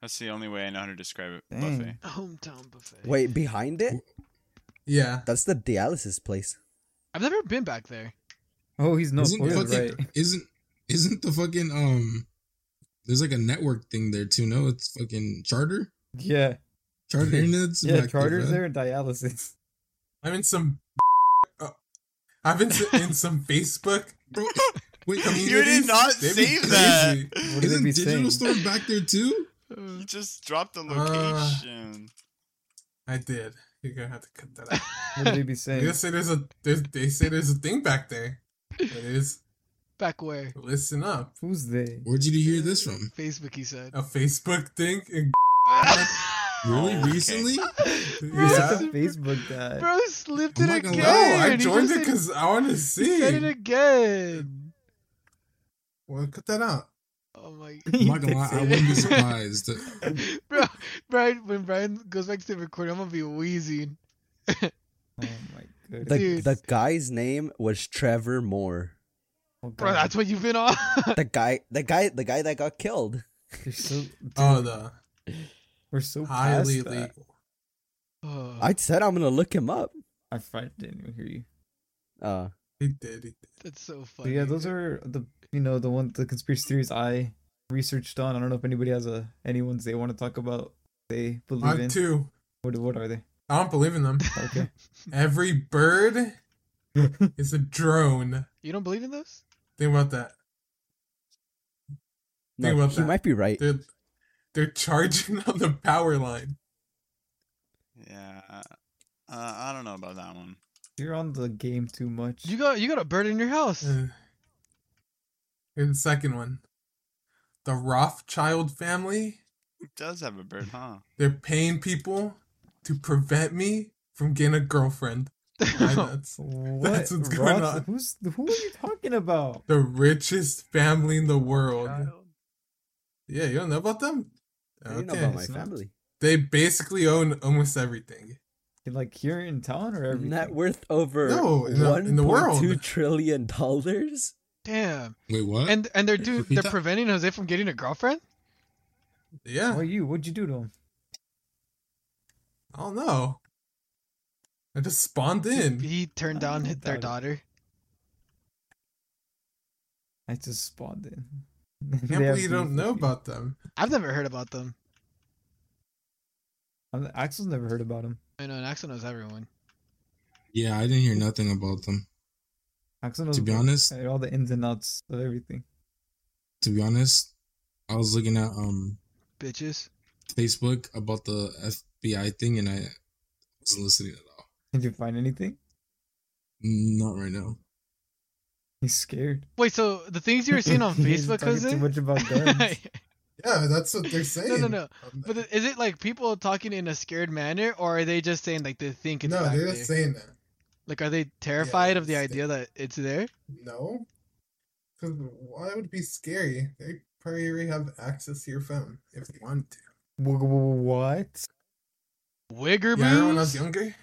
[SPEAKER 6] That's the only way I know how to describe it.
[SPEAKER 3] Dang.
[SPEAKER 6] Buffet.
[SPEAKER 7] hometown buffet.
[SPEAKER 5] Wait, behind it?
[SPEAKER 4] Yeah.
[SPEAKER 5] That's the dialysis place.
[SPEAKER 7] I've never been back there.
[SPEAKER 3] Oh, he's no
[SPEAKER 2] isn't
[SPEAKER 3] spoilers,
[SPEAKER 2] fucking
[SPEAKER 3] right?
[SPEAKER 2] isn't isn't the fucking um? There's like a network thing there too. No, it's fucking charter.
[SPEAKER 3] Yeah,
[SPEAKER 2] Charter internet's
[SPEAKER 3] yeah.
[SPEAKER 2] back
[SPEAKER 3] Charters
[SPEAKER 2] bruh.
[SPEAKER 3] there and dialysis.
[SPEAKER 4] I'm in some uh, I'm in, s- in some Facebook
[SPEAKER 2] Bro, wait,
[SPEAKER 6] You did not
[SPEAKER 4] They be
[SPEAKER 6] save that.
[SPEAKER 4] crazy.
[SPEAKER 2] Isn't
[SPEAKER 3] What did they be
[SPEAKER 2] digital
[SPEAKER 3] saying?
[SPEAKER 2] store back there too?
[SPEAKER 6] You just dropped
[SPEAKER 4] Uh.
[SPEAKER 6] the location.
[SPEAKER 4] I did. You're gonna have to cut that out.
[SPEAKER 3] What did they be
[SPEAKER 4] They
[SPEAKER 3] saying?
[SPEAKER 4] just say there's a there's, they say there's a thing back there. It is
[SPEAKER 7] Back where?
[SPEAKER 4] listen up.
[SPEAKER 3] Who's they?
[SPEAKER 2] Where'd you hear this from? Oh,
[SPEAKER 7] Facebook, he said.
[SPEAKER 4] A Facebook thing in
[SPEAKER 2] Really
[SPEAKER 6] Oh, okay.
[SPEAKER 2] recently?
[SPEAKER 7] Bro,
[SPEAKER 4] Yeah.
[SPEAKER 3] Facebook guy.
[SPEAKER 7] Bro slipped
[SPEAKER 2] I'm
[SPEAKER 7] it
[SPEAKER 2] not
[SPEAKER 7] again.
[SPEAKER 2] gonna lie,
[SPEAKER 4] No, I
[SPEAKER 7] He
[SPEAKER 4] joined
[SPEAKER 7] just
[SPEAKER 4] it
[SPEAKER 7] said-
[SPEAKER 4] because I want to
[SPEAKER 7] he said it
[SPEAKER 4] see.
[SPEAKER 7] again.
[SPEAKER 4] Well, cut that out.
[SPEAKER 7] Oh my.
[SPEAKER 2] I'm not gonna lie, I wouldn't be surprised.
[SPEAKER 7] Bro, Brian, when Brian goes back to the recording, I'm gonna be wheezing.
[SPEAKER 3] Oh my goodness.
[SPEAKER 5] The
[SPEAKER 7] Dude.
[SPEAKER 5] the guy's name was Trevor Moore.
[SPEAKER 3] Oh,
[SPEAKER 7] Bro,
[SPEAKER 3] God.
[SPEAKER 7] that's what you've been on.
[SPEAKER 5] The guy, the guy, the guy that got killed.
[SPEAKER 3] They're so, dude,
[SPEAKER 4] Oh, the
[SPEAKER 3] we're so past
[SPEAKER 4] highly
[SPEAKER 3] that.
[SPEAKER 4] legal.
[SPEAKER 7] Oh,
[SPEAKER 5] I said I'm gonna look him up.
[SPEAKER 3] I fi- didn't even hear you.
[SPEAKER 5] Uh,
[SPEAKER 4] He did. He did.
[SPEAKER 7] that's so
[SPEAKER 3] But
[SPEAKER 7] funny.
[SPEAKER 3] yeah, those are the you know the one the conspiracy theories I researched on. I don't know if anybody has a any ones they want to talk about. They
[SPEAKER 4] I
[SPEAKER 3] believe in.
[SPEAKER 4] have two.
[SPEAKER 3] What what are they?
[SPEAKER 4] I don't believe in them.
[SPEAKER 3] Okay.
[SPEAKER 4] Every bird is a drone.
[SPEAKER 7] You don't believe in those?
[SPEAKER 4] Think about that.
[SPEAKER 5] no,
[SPEAKER 4] Think about
[SPEAKER 5] he
[SPEAKER 4] that.
[SPEAKER 5] might be right.
[SPEAKER 4] They're they're charging on the power line.
[SPEAKER 6] Yeah. Uh, I don't know about that one.
[SPEAKER 3] You're on the game too much.
[SPEAKER 7] You got you got a bird in your house.
[SPEAKER 4] Uh, Here's the second one. The Rothschild family,
[SPEAKER 6] It does have a bird, huh?
[SPEAKER 4] they're paying people to prevent me from getting a girlfriend. Why nuts?
[SPEAKER 3] what?
[SPEAKER 4] That's what's going
[SPEAKER 3] Roth-
[SPEAKER 4] on.
[SPEAKER 3] Who's who are you talking about?
[SPEAKER 4] the richest family in the world.
[SPEAKER 9] Child.
[SPEAKER 4] Yeah, you don't know about them?
[SPEAKER 5] You know about
[SPEAKER 4] Okay.
[SPEAKER 5] my
[SPEAKER 3] so-
[SPEAKER 5] family.
[SPEAKER 4] They basically own almost everything.
[SPEAKER 3] Like here in town or everything?
[SPEAKER 5] Net worth over
[SPEAKER 4] No, in the- in
[SPEAKER 5] one
[SPEAKER 4] the
[SPEAKER 5] point two
[SPEAKER 4] world.
[SPEAKER 5] trillion dollars.
[SPEAKER 7] Damn.
[SPEAKER 2] Wait, what?
[SPEAKER 7] And and they're do
[SPEAKER 2] Repeat
[SPEAKER 7] they're
[SPEAKER 2] that?
[SPEAKER 7] preventing Jose from getting a girlfriend?
[SPEAKER 4] Yeah,
[SPEAKER 3] Why you? What'd you do to him?
[SPEAKER 4] I don't know. I just spawned in.
[SPEAKER 7] He turned down
[SPEAKER 3] I
[SPEAKER 7] hit their
[SPEAKER 3] doubt
[SPEAKER 7] daughter.
[SPEAKER 3] I just spawned in.
[SPEAKER 4] Can't believe you don't know about them.
[SPEAKER 7] I've never heard about them.
[SPEAKER 3] I'm, Axel's never heard about him.
[SPEAKER 7] I know, and Axel knows everyone.
[SPEAKER 2] Yeah, I didn't hear nothing about them.
[SPEAKER 3] Axel knows
[SPEAKER 2] To be
[SPEAKER 3] about-
[SPEAKER 2] honest-
[SPEAKER 3] all the ins and outs of everything.
[SPEAKER 2] To be honest, I was looking at um
[SPEAKER 7] Bitches.
[SPEAKER 2] Facebook about the FBI thing, and I wasn't listening at all.
[SPEAKER 3] Did you find anything?
[SPEAKER 2] Not right now.
[SPEAKER 3] He's scared.
[SPEAKER 7] Wait, so the things you were seeing on
[SPEAKER 3] He's
[SPEAKER 7] Facebook,
[SPEAKER 3] talking
[SPEAKER 7] Jose?
[SPEAKER 3] Too much about guns.
[SPEAKER 4] Yeah, that's what they're
[SPEAKER 7] no,
[SPEAKER 4] saying. Um,
[SPEAKER 7] no, no. But th- is it like people talking in a scared manner, or are they just saying like they think it's
[SPEAKER 4] no,
[SPEAKER 7] back
[SPEAKER 4] they're
[SPEAKER 7] there?
[SPEAKER 4] not saying that.
[SPEAKER 7] like, are they terrified of the
[SPEAKER 8] uh,
[SPEAKER 4] it's
[SPEAKER 7] idea that it's there?
[SPEAKER 4] No. Because why would it be scary? They probably already have access to your phone if they want to.
[SPEAKER 3] Wh- wh- what?
[SPEAKER 7] Wigger
[SPEAKER 4] Yeah, I remember when I
[SPEAKER 7] boobs?
[SPEAKER 4] was younger,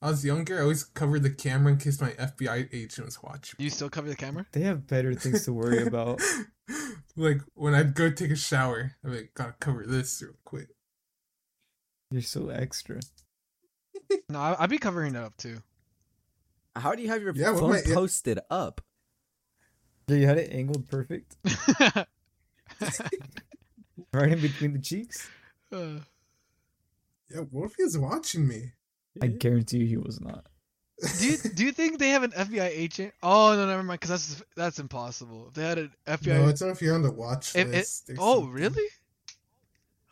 [SPEAKER 4] I was younger, I always covered the camera in case my FBI agent was watching.
[SPEAKER 7] Do you still cover the camera?
[SPEAKER 3] They have better things to worry about.
[SPEAKER 4] like, when I'd go take a shower, I'm like, gotta cover this real quick.
[SPEAKER 3] You're so extra.
[SPEAKER 7] No, I, I'd be covering it up too.
[SPEAKER 5] How do you have your
[SPEAKER 4] Yeah, what
[SPEAKER 5] phone
[SPEAKER 4] might-
[SPEAKER 5] posted up?
[SPEAKER 3] Yeah, you had it angled perfect. right in between the cheeks.
[SPEAKER 7] Uh,
[SPEAKER 8] Yeah, what if he's watching me?
[SPEAKER 3] I guarantee you he was not.
[SPEAKER 7] do you do you think they have an FBI agent? Oh no, never mind. Cause that's that's impossible. If they had an FBI,
[SPEAKER 8] No, it's not if you're on the watch
[SPEAKER 7] If it-
[SPEAKER 8] list. or
[SPEAKER 7] oh
[SPEAKER 8] something.
[SPEAKER 7] really?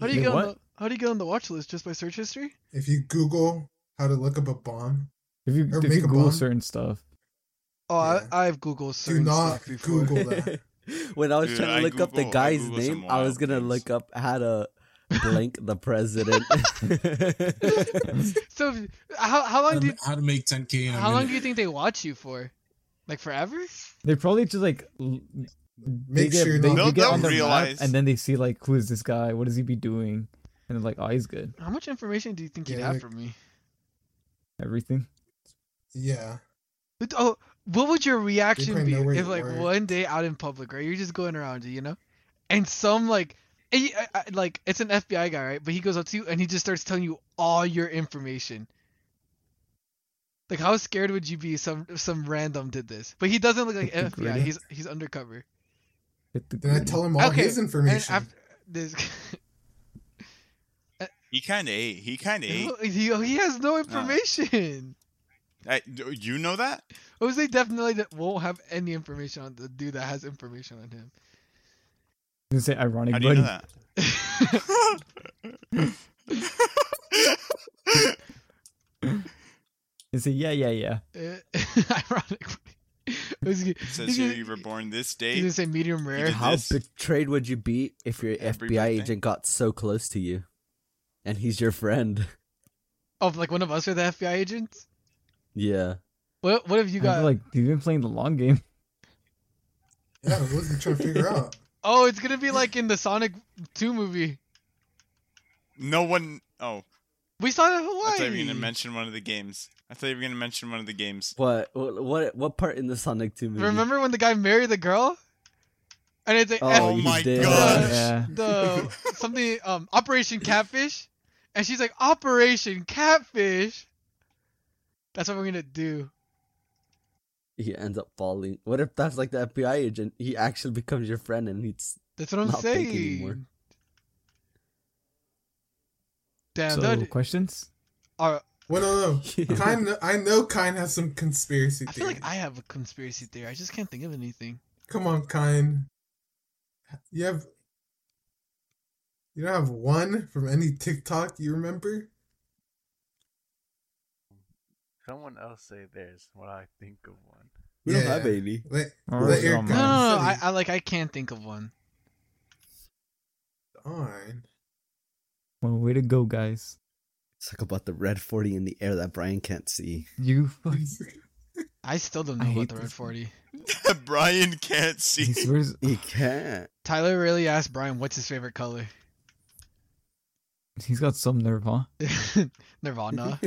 [SPEAKER 7] How do you
[SPEAKER 3] Wait,
[SPEAKER 7] get on
[SPEAKER 3] what?
[SPEAKER 7] the How do you get on the watch list just by search history?
[SPEAKER 8] If you Google how to look up a bomb,
[SPEAKER 3] If you
[SPEAKER 8] Or
[SPEAKER 3] if
[SPEAKER 8] make
[SPEAKER 3] you
[SPEAKER 8] a
[SPEAKER 3] Google
[SPEAKER 8] bomb.
[SPEAKER 3] certain stuff,
[SPEAKER 7] Oh,
[SPEAKER 8] Yeah.
[SPEAKER 7] I, I've Googled
[SPEAKER 8] do
[SPEAKER 7] certain
[SPEAKER 8] not
[SPEAKER 7] stuff before.
[SPEAKER 8] Google that.
[SPEAKER 5] when I was
[SPEAKER 6] Dude,
[SPEAKER 5] trying to
[SPEAKER 6] I
[SPEAKER 5] look up the
[SPEAKER 6] Google- I
[SPEAKER 5] guy's
[SPEAKER 6] Google some
[SPEAKER 5] name, I was
[SPEAKER 6] wild
[SPEAKER 5] gonna
[SPEAKER 6] things.
[SPEAKER 5] look up how to blank the president.
[SPEAKER 7] So if- how how
[SPEAKER 4] How
[SPEAKER 7] long do
[SPEAKER 4] to,
[SPEAKER 7] you,
[SPEAKER 4] how to make 10k in a
[SPEAKER 7] how long
[SPEAKER 4] minute.
[SPEAKER 7] do you think they watch you for? Like forever?
[SPEAKER 3] they probably just like l- they
[SPEAKER 8] Make
[SPEAKER 3] get,
[SPEAKER 8] sure
[SPEAKER 3] they,
[SPEAKER 8] not-
[SPEAKER 3] they
[SPEAKER 6] They'll-
[SPEAKER 3] get
[SPEAKER 6] they'll
[SPEAKER 3] on their
[SPEAKER 6] realize-
[SPEAKER 3] map and then they see like who is this guy? What does he be doing? And they're like, oh, he's good.
[SPEAKER 7] How much information do you think you'd
[SPEAKER 8] Yeah,
[SPEAKER 7] have
[SPEAKER 8] like-
[SPEAKER 7] for me?
[SPEAKER 3] Everything.
[SPEAKER 8] Yeah.
[SPEAKER 7] But, oh, what would your reaction
[SPEAKER 8] probably
[SPEAKER 7] be
[SPEAKER 8] know where
[SPEAKER 7] if
[SPEAKER 8] you
[SPEAKER 7] like
[SPEAKER 8] were.
[SPEAKER 7] one day out in public, right? You're just going around, you know, and some like, and you- I- I- like it's an FBI guy, right? But he goes up to you and he just starts telling you all your information. Like, how scared would you be? If some if some random did this, but he doesn't look like
[SPEAKER 3] Like the
[SPEAKER 7] FBI.
[SPEAKER 3] gritty.
[SPEAKER 7] He's he's undercover.
[SPEAKER 3] Hit the
[SPEAKER 8] Then I
[SPEAKER 4] Mm-hmm.
[SPEAKER 3] gritty.
[SPEAKER 8] tell him all
[SPEAKER 7] Okay,
[SPEAKER 8] his
[SPEAKER 7] and
[SPEAKER 8] information.
[SPEAKER 7] after this,
[SPEAKER 6] He kind of ate. He kind of ate.
[SPEAKER 7] he, he has no information.
[SPEAKER 6] I, do you know that?
[SPEAKER 7] Jose definitely d- won't have any information on the dude that has information on him.
[SPEAKER 3] Didn't say ironic,
[SPEAKER 6] How do you
[SPEAKER 3] buddy.
[SPEAKER 6] know that?
[SPEAKER 3] Didn't say yeah, yeah, yeah.
[SPEAKER 7] Uh, ironically, It was-
[SPEAKER 6] It
[SPEAKER 7] he's
[SPEAKER 6] says here
[SPEAKER 7] gonna-
[SPEAKER 6] you were born this
[SPEAKER 7] He's
[SPEAKER 6] day.
[SPEAKER 7] gonna say medium rare.
[SPEAKER 6] did-
[SPEAKER 5] how
[SPEAKER 6] This-
[SPEAKER 5] betrayed would you be if your
[SPEAKER 6] Every
[SPEAKER 5] FBI
[SPEAKER 6] birthday.
[SPEAKER 5] agent got so close to you, and he's your friend?
[SPEAKER 7] Of like one of us are the FBI agents.
[SPEAKER 5] Yeah.
[SPEAKER 7] What what have you
[SPEAKER 3] You got
[SPEAKER 7] got?
[SPEAKER 3] like you've been playing the long game.
[SPEAKER 8] yeah, what are you trying to figure out?
[SPEAKER 7] oh, it's gonna be like in the Sonic Two movie.
[SPEAKER 6] No one. Oh,
[SPEAKER 7] We saw it in
[SPEAKER 6] I
[SPEAKER 7] Hawaii.
[SPEAKER 6] thought you were gonna mention one of the games. I thought you were gonna mention one of the games.
[SPEAKER 5] What? What? What, what part in the Sonic Two movie?
[SPEAKER 7] Remember when the guy married the girl? And it's like
[SPEAKER 5] Oh,
[SPEAKER 7] F-
[SPEAKER 6] Oh
[SPEAKER 5] he's
[SPEAKER 6] my
[SPEAKER 5] dead.
[SPEAKER 6] gosh.
[SPEAKER 3] Yeah.
[SPEAKER 7] the something um Operation Catfish, and she's like Operation Catfish. That's what we're gonna do.
[SPEAKER 5] He ends up falling. What if that's like the FBI agent? He actually becomes your friend, and he's
[SPEAKER 7] That's what I'm
[SPEAKER 5] Not
[SPEAKER 7] saying.
[SPEAKER 5] thinking anymore.
[SPEAKER 7] Damn,
[SPEAKER 3] So
[SPEAKER 7] that would-
[SPEAKER 3] questions?
[SPEAKER 7] are-
[SPEAKER 8] Well, no, no. Kine, I know Kine has some conspiracy
[SPEAKER 7] I feel
[SPEAKER 8] theories.
[SPEAKER 7] like I have a conspiracy theory. I just can't think of anything.
[SPEAKER 8] Come on, Kine. You have. You don't have one from any TikTok you remember?
[SPEAKER 9] Someone else say theirs while I think of one.
[SPEAKER 5] we don't have
[SPEAKER 8] Yeah.
[SPEAKER 5] any.
[SPEAKER 8] Let,
[SPEAKER 3] All
[SPEAKER 8] let
[SPEAKER 3] right,
[SPEAKER 8] Eric
[SPEAKER 3] um,
[SPEAKER 8] Kine
[SPEAKER 7] No, no, no, I,
[SPEAKER 8] study.
[SPEAKER 7] I like I can't think of one.
[SPEAKER 8] on.
[SPEAKER 3] Well, way to go, guys.
[SPEAKER 5] Talk about the red forty in the air that Brian can't see.
[SPEAKER 3] You fucking.
[SPEAKER 7] I still don't
[SPEAKER 3] I
[SPEAKER 7] know
[SPEAKER 3] hate
[SPEAKER 7] about the
[SPEAKER 3] this
[SPEAKER 7] red
[SPEAKER 3] one.
[SPEAKER 7] forty.
[SPEAKER 6] Brian can't
[SPEAKER 3] He
[SPEAKER 6] see.
[SPEAKER 3] swears.
[SPEAKER 5] He can't.
[SPEAKER 7] Tyler really asked Brian what's his favorite color.
[SPEAKER 3] He's got some nerve, huh?
[SPEAKER 7] Nirvana.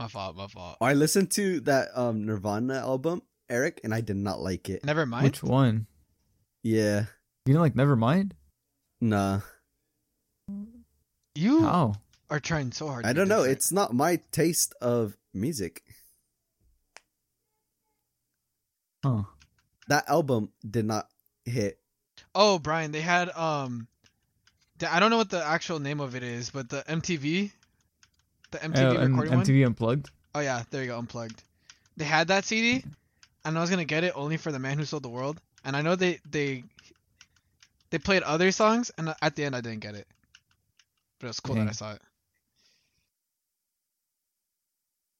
[SPEAKER 7] my fault. My fault.
[SPEAKER 5] I listened to that um Nirvana album, Eric, and I did not like it.
[SPEAKER 7] Never mind.
[SPEAKER 3] Which one?
[SPEAKER 5] Yeah,
[SPEAKER 3] You know, like never mind.
[SPEAKER 5] nah.
[SPEAKER 7] You
[SPEAKER 3] How?
[SPEAKER 7] are trying so hard.
[SPEAKER 5] I
[SPEAKER 7] to be
[SPEAKER 5] don't know.
[SPEAKER 7] different.
[SPEAKER 5] It's not my taste of music.
[SPEAKER 3] Huh?
[SPEAKER 5] That album did not hit.
[SPEAKER 7] oh Brian. They had um, the- I don't know what the actual name of it is, but the MTV, the MTV
[SPEAKER 3] Oh, and
[SPEAKER 7] recording one.
[SPEAKER 3] MTV Unplugged.
[SPEAKER 7] Oh yeah, there you go, unplugged. They had that CD, and I was gonna get it only for the man who sold the world. And I know they they they played other songs, and at the end I didn't get it. But it was cool that I
[SPEAKER 3] Dang.
[SPEAKER 7] saw it.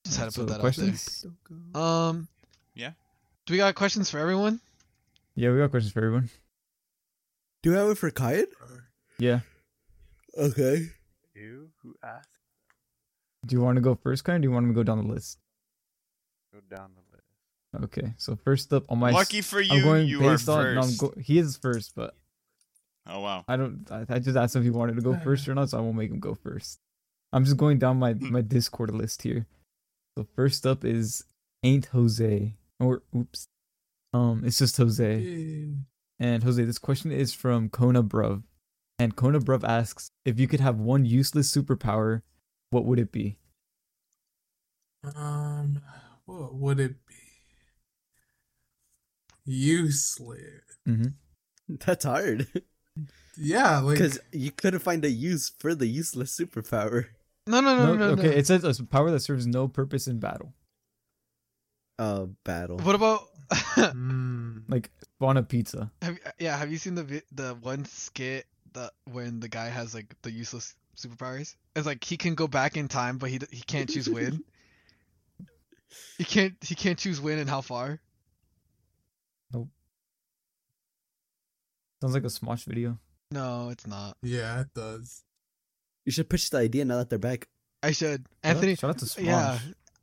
[SPEAKER 7] Just had to
[SPEAKER 3] So,
[SPEAKER 7] put that
[SPEAKER 3] questions.
[SPEAKER 7] out there. Um.
[SPEAKER 6] Yeah.
[SPEAKER 7] Do we got questions for everyone?
[SPEAKER 3] Yeah, we got questions for everyone.
[SPEAKER 5] Do you have it for Kyan?
[SPEAKER 3] Yeah.
[SPEAKER 5] Okay.
[SPEAKER 9] You who asked?
[SPEAKER 3] Do you want to go first, kind? Or do you want me to go down the list?
[SPEAKER 9] Go down the list.
[SPEAKER 3] Okay. So first up on my.
[SPEAKER 6] Lucky for you,
[SPEAKER 3] I'm going
[SPEAKER 6] you are
[SPEAKER 3] based on. no, I'm
[SPEAKER 6] first.
[SPEAKER 3] go- he is first, but
[SPEAKER 6] oh wow.
[SPEAKER 3] I don't. I, I just asked if he wanted to go first or not, so I won't make him go first. I'm just going down my
[SPEAKER 7] Hmm.
[SPEAKER 3] my Discord list here. So first up is Ain't Jose or oops, um, it's just Jose. And Jose, this question is from Kona Bruv, and Kona Bruv asks if you could have one useless superpower, what would it be?
[SPEAKER 8] Um, what would it be? Useless.
[SPEAKER 3] Mm-hmm.
[SPEAKER 5] That's hard.
[SPEAKER 8] Yeah, like
[SPEAKER 5] Because you couldn't find a use for the useless superpower.
[SPEAKER 7] No, no, no, no, no.
[SPEAKER 3] okay, it says a power that serves no purpose in battle,
[SPEAKER 5] Uh, battle.
[SPEAKER 7] What about? have,
[SPEAKER 8] mm,
[SPEAKER 7] Mm-hmm.
[SPEAKER 3] like spawn a pizza.
[SPEAKER 7] you- yeah, have you seen the vi- the one skit that when the guy has like the useless superpowers? It's like he can go back in time, but he d- he can't choose when. he can't he can't choose when and how far.
[SPEAKER 3] Sounds like a Smosh video.
[SPEAKER 7] No, it's not.
[SPEAKER 8] yeah, it does.
[SPEAKER 5] You should pitch the idea now that they're back.
[SPEAKER 7] I should
[SPEAKER 3] Shout out-
[SPEAKER 7] Anthony.
[SPEAKER 3] shout out to Smosh.
[SPEAKER 7] Yeah,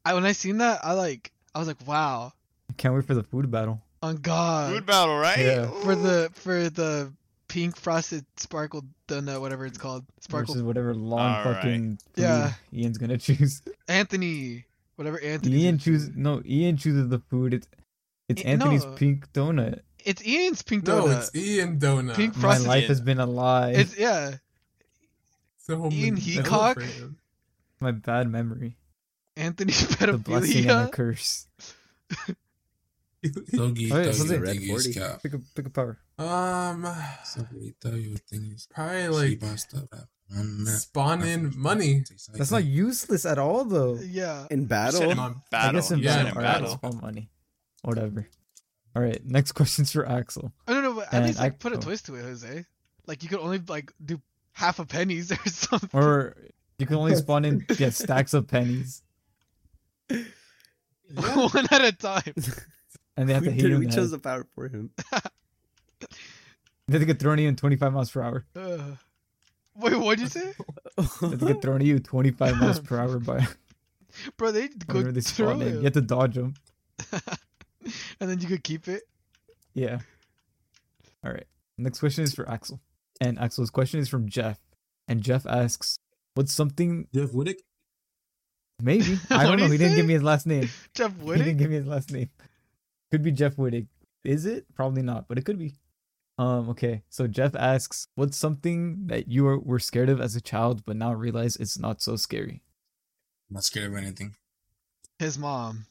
[SPEAKER 7] I when I seen that, I like I was like, wow,
[SPEAKER 3] Can't wait for the food battle.
[SPEAKER 7] on God.
[SPEAKER 6] Food battle, right?
[SPEAKER 3] yeah.
[SPEAKER 7] Uh, for
[SPEAKER 6] Ooh.
[SPEAKER 7] the for the pink frosted sparkle donut, whatever it's called,
[SPEAKER 3] Versus
[SPEAKER 7] sparkle
[SPEAKER 3] whatever long
[SPEAKER 6] All
[SPEAKER 3] fucking food
[SPEAKER 7] Yeah.
[SPEAKER 3] Ian's gonna choose.
[SPEAKER 7] Anthony, whatever Anthony.
[SPEAKER 3] Ian chooses no. Ian chooses the food. It's it's
[SPEAKER 7] I-
[SPEAKER 3] Anthony's
[SPEAKER 7] no.
[SPEAKER 3] pink donut.
[SPEAKER 7] It's Ian's pink donut.
[SPEAKER 8] No, it's Ian Donut.
[SPEAKER 7] Pink
[SPEAKER 3] My
[SPEAKER 7] Frosted-
[SPEAKER 3] life has been a lie.
[SPEAKER 7] It's- yeah,
[SPEAKER 8] so
[SPEAKER 3] Oh
[SPEAKER 7] Ian
[SPEAKER 8] many
[SPEAKER 7] Heacock?
[SPEAKER 8] different-
[SPEAKER 3] My bad memory.
[SPEAKER 7] Anthony
[SPEAKER 3] The blessing and the
[SPEAKER 7] pedophilia.
[SPEAKER 3] curse.
[SPEAKER 4] Doggy,
[SPEAKER 3] Oh, yeah,
[SPEAKER 4] thought you
[SPEAKER 3] something-
[SPEAKER 4] would
[SPEAKER 5] Red
[SPEAKER 4] think he was
[SPEAKER 5] 40.
[SPEAKER 4] cap.
[SPEAKER 3] Pick a pick a power.
[SPEAKER 8] Um,
[SPEAKER 4] Something thought you would think he was-
[SPEAKER 8] probably
[SPEAKER 4] She
[SPEAKER 8] like
[SPEAKER 4] bust up at my neck.
[SPEAKER 8] spawn in money.
[SPEAKER 3] That's not useless at all though.
[SPEAKER 7] Yeah,
[SPEAKER 5] In
[SPEAKER 6] You said
[SPEAKER 5] battle?
[SPEAKER 6] in
[SPEAKER 8] Um,
[SPEAKER 6] battle.
[SPEAKER 3] I guess in
[SPEAKER 6] You said
[SPEAKER 8] Yeah,
[SPEAKER 3] battle.
[SPEAKER 8] in
[SPEAKER 3] all right,
[SPEAKER 8] battle.
[SPEAKER 3] it's all money. Whatever. All right. Next question's for Axel.
[SPEAKER 7] I don't know, but at
[SPEAKER 3] And
[SPEAKER 7] least
[SPEAKER 3] I-
[SPEAKER 7] like put a
[SPEAKER 3] oh.
[SPEAKER 7] twist to it, Jose. Like you could only like do half a pennies or something.
[SPEAKER 3] Or you can only spawn in yeah stacks of pennies,
[SPEAKER 7] One at a time.
[SPEAKER 3] and they have to
[SPEAKER 5] we
[SPEAKER 3] hit
[SPEAKER 5] did,
[SPEAKER 3] you. in
[SPEAKER 5] we
[SPEAKER 3] the
[SPEAKER 5] chose
[SPEAKER 3] head.
[SPEAKER 5] the power for him.
[SPEAKER 3] They have to get thrown at you in 25 miles per hour.
[SPEAKER 7] Ugh. wait, what'd you say,
[SPEAKER 3] They have to get thrown at you 25 miles per hour by
[SPEAKER 7] bro? They go
[SPEAKER 3] whenever they spawn
[SPEAKER 7] through
[SPEAKER 3] in. You
[SPEAKER 7] it,
[SPEAKER 3] have to dodge them.
[SPEAKER 7] and then you could keep it.
[SPEAKER 3] Yeah. All right. Next question is for Axel. And Axel's question is from Jeff. And Jeff asks, What's something
[SPEAKER 4] Jeff Wittick?
[SPEAKER 3] maybe? I
[SPEAKER 7] What'd
[SPEAKER 3] don't know.
[SPEAKER 7] he
[SPEAKER 3] He didn't
[SPEAKER 7] say?
[SPEAKER 3] give me his last name.
[SPEAKER 7] Jeff
[SPEAKER 3] He didn't
[SPEAKER 7] Whittick.
[SPEAKER 3] give me his last name. Could be Jeff Wittig. Is it? Probably not, but it could be. Um, okay. So Jeff asks, What's something that you are, were scared of as a child but now realize it's not so scary?
[SPEAKER 4] I'm not scared of anything.
[SPEAKER 7] His mom.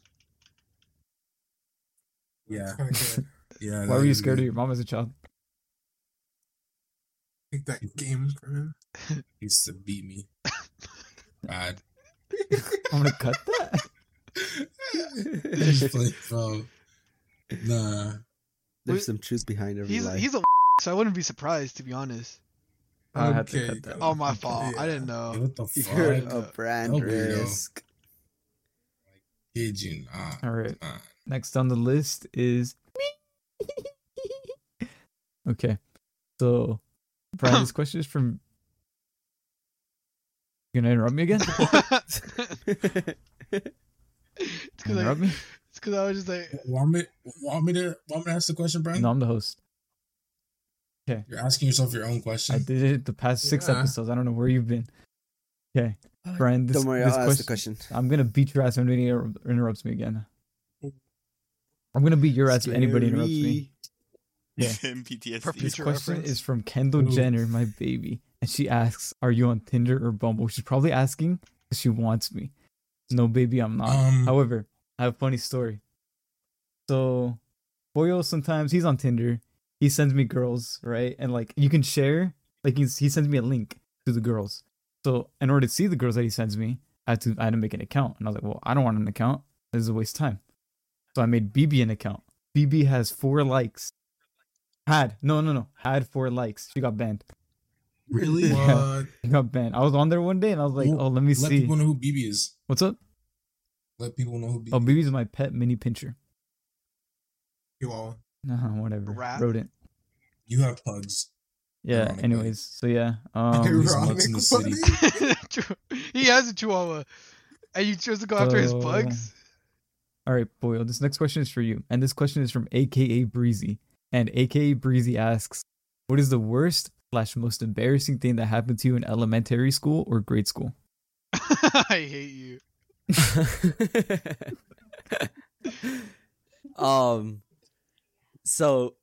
[SPEAKER 4] Yeah.
[SPEAKER 8] Kinda good.
[SPEAKER 4] Yeah.
[SPEAKER 3] Why were you scared of your mom as a child?
[SPEAKER 8] Take that game from him.
[SPEAKER 4] He used to beat me. Bad.
[SPEAKER 3] I'm gonna cut that.
[SPEAKER 4] He's like, bro. Nah.
[SPEAKER 5] There's some truth behind every
[SPEAKER 7] He's
[SPEAKER 5] lie.
[SPEAKER 7] he's a so I wouldn't be surprised to be honest.
[SPEAKER 3] I had to
[SPEAKER 8] Okay,
[SPEAKER 3] cut that.
[SPEAKER 7] Oh my fault. I didn't
[SPEAKER 4] Hey,
[SPEAKER 7] know.
[SPEAKER 4] what the
[SPEAKER 5] You're
[SPEAKER 4] fuck?
[SPEAKER 5] a brand
[SPEAKER 4] Oh, weirdo.
[SPEAKER 5] risk.
[SPEAKER 4] Did you not?
[SPEAKER 3] All right.
[SPEAKER 4] Nah.
[SPEAKER 3] Next on the list is Okay. So Brian, this question is from You gonna interrupt me again? You
[SPEAKER 7] it's
[SPEAKER 3] gonna
[SPEAKER 7] because I,
[SPEAKER 3] interrupt me?
[SPEAKER 7] it's 'cause I was just like,
[SPEAKER 4] Want me, want me to want me to ask the question, Brian?
[SPEAKER 3] No, I'm the host.
[SPEAKER 4] You're asking yourself your own question.
[SPEAKER 3] I did it the past six
[SPEAKER 8] Yeah.
[SPEAKER 3] episodes. I don't know where you've been. Okay. Brian, this,
[SPEAKER 5] Don't worry,
[SPEAKER 3] this
[SPEAKER 5] I'll
[SPEAKER 3] question,
[SPEAKER 5] ask the question.
[SPEAKER 3] I'm gonna beat your ass when anybody inter- interrupts me again. I'm gonna beat your ass if anybody interrupts me. Yeah.
[SPEAKER 6] PTSD.
[SPEAKER 7] For
[SPEAKER 3] This
[SPEAKER 7] future
[SPEAKER 3] question
[SPEAKER 7] reference.
[SPEAKER 3] is from Kendall
[SPEAKER 4] Ooh.
[SPEAKER 3] Jenner, my baby, and she asks, "Are you on Tinder or Bumble?" She's probably asking because she wants me. No, baby, I'm not.
[SPEAKER 4] Um,
[SPEAKER 3] However, I have a funny story. So, Boyo sometimes he's on Tinder. He sends me girls, right? And like you can share, like he's, he sends me a link to the girls. So in order to see the girls that he sends me, I had to I had to make an account. And I was like, well, I don't want an account. This is a waste of time. So I made BB an account. BB has four likes. Had no no no had four likes. She got banned.
[SPEAKER 4] really?
[SPEAKER 3] Yeah.
[SPEAKER 8] What?
[SPEAKER 3] She got banned. I was on there one day and I was like,
[SPEAKER 4] Well,
[SPEAKER 3] oh, let me
[SPEAKER 4] Let
[SPEAKER 3] see
[SPEAKER 4] people know who BB is.
[SPEAKER 3] what's up.
[SPEAKER 4] Let people know who BB.
[SPEAKER 3] Oh, BB's my pet mini pincher.
[SPEAKER 8] You all.
[SPEAKER 3] Uh, whatever.
[SPEAKER 7] Rat?
[SPEAKER 3] Rodent.
[SPEAKER 4] You have pugs.
[SPEAKER 3] Yeah.
[SPEAKER 4] Ironically.
[SPEAKER 3] anyways, so yeah. Um,
[SPEAKER 4] There's mutts in the city.
[SPEAKER 8] Ironically.
[SPEAKER 7] he has a chihuahua, and you chose to go after his
[SPEAKER 3] So-
[SPEAKER 7] bugs.
[SPEAKER 3] all right, Boyle. This next question is for you, and this question is from AKA Breezy, and AKA Breezy asks, "What is the worst slash most embarrassing thing that happened to you in elementary school or grade school?"
[SPEAKER 7] I hate you.
[SPEAKER 5] um so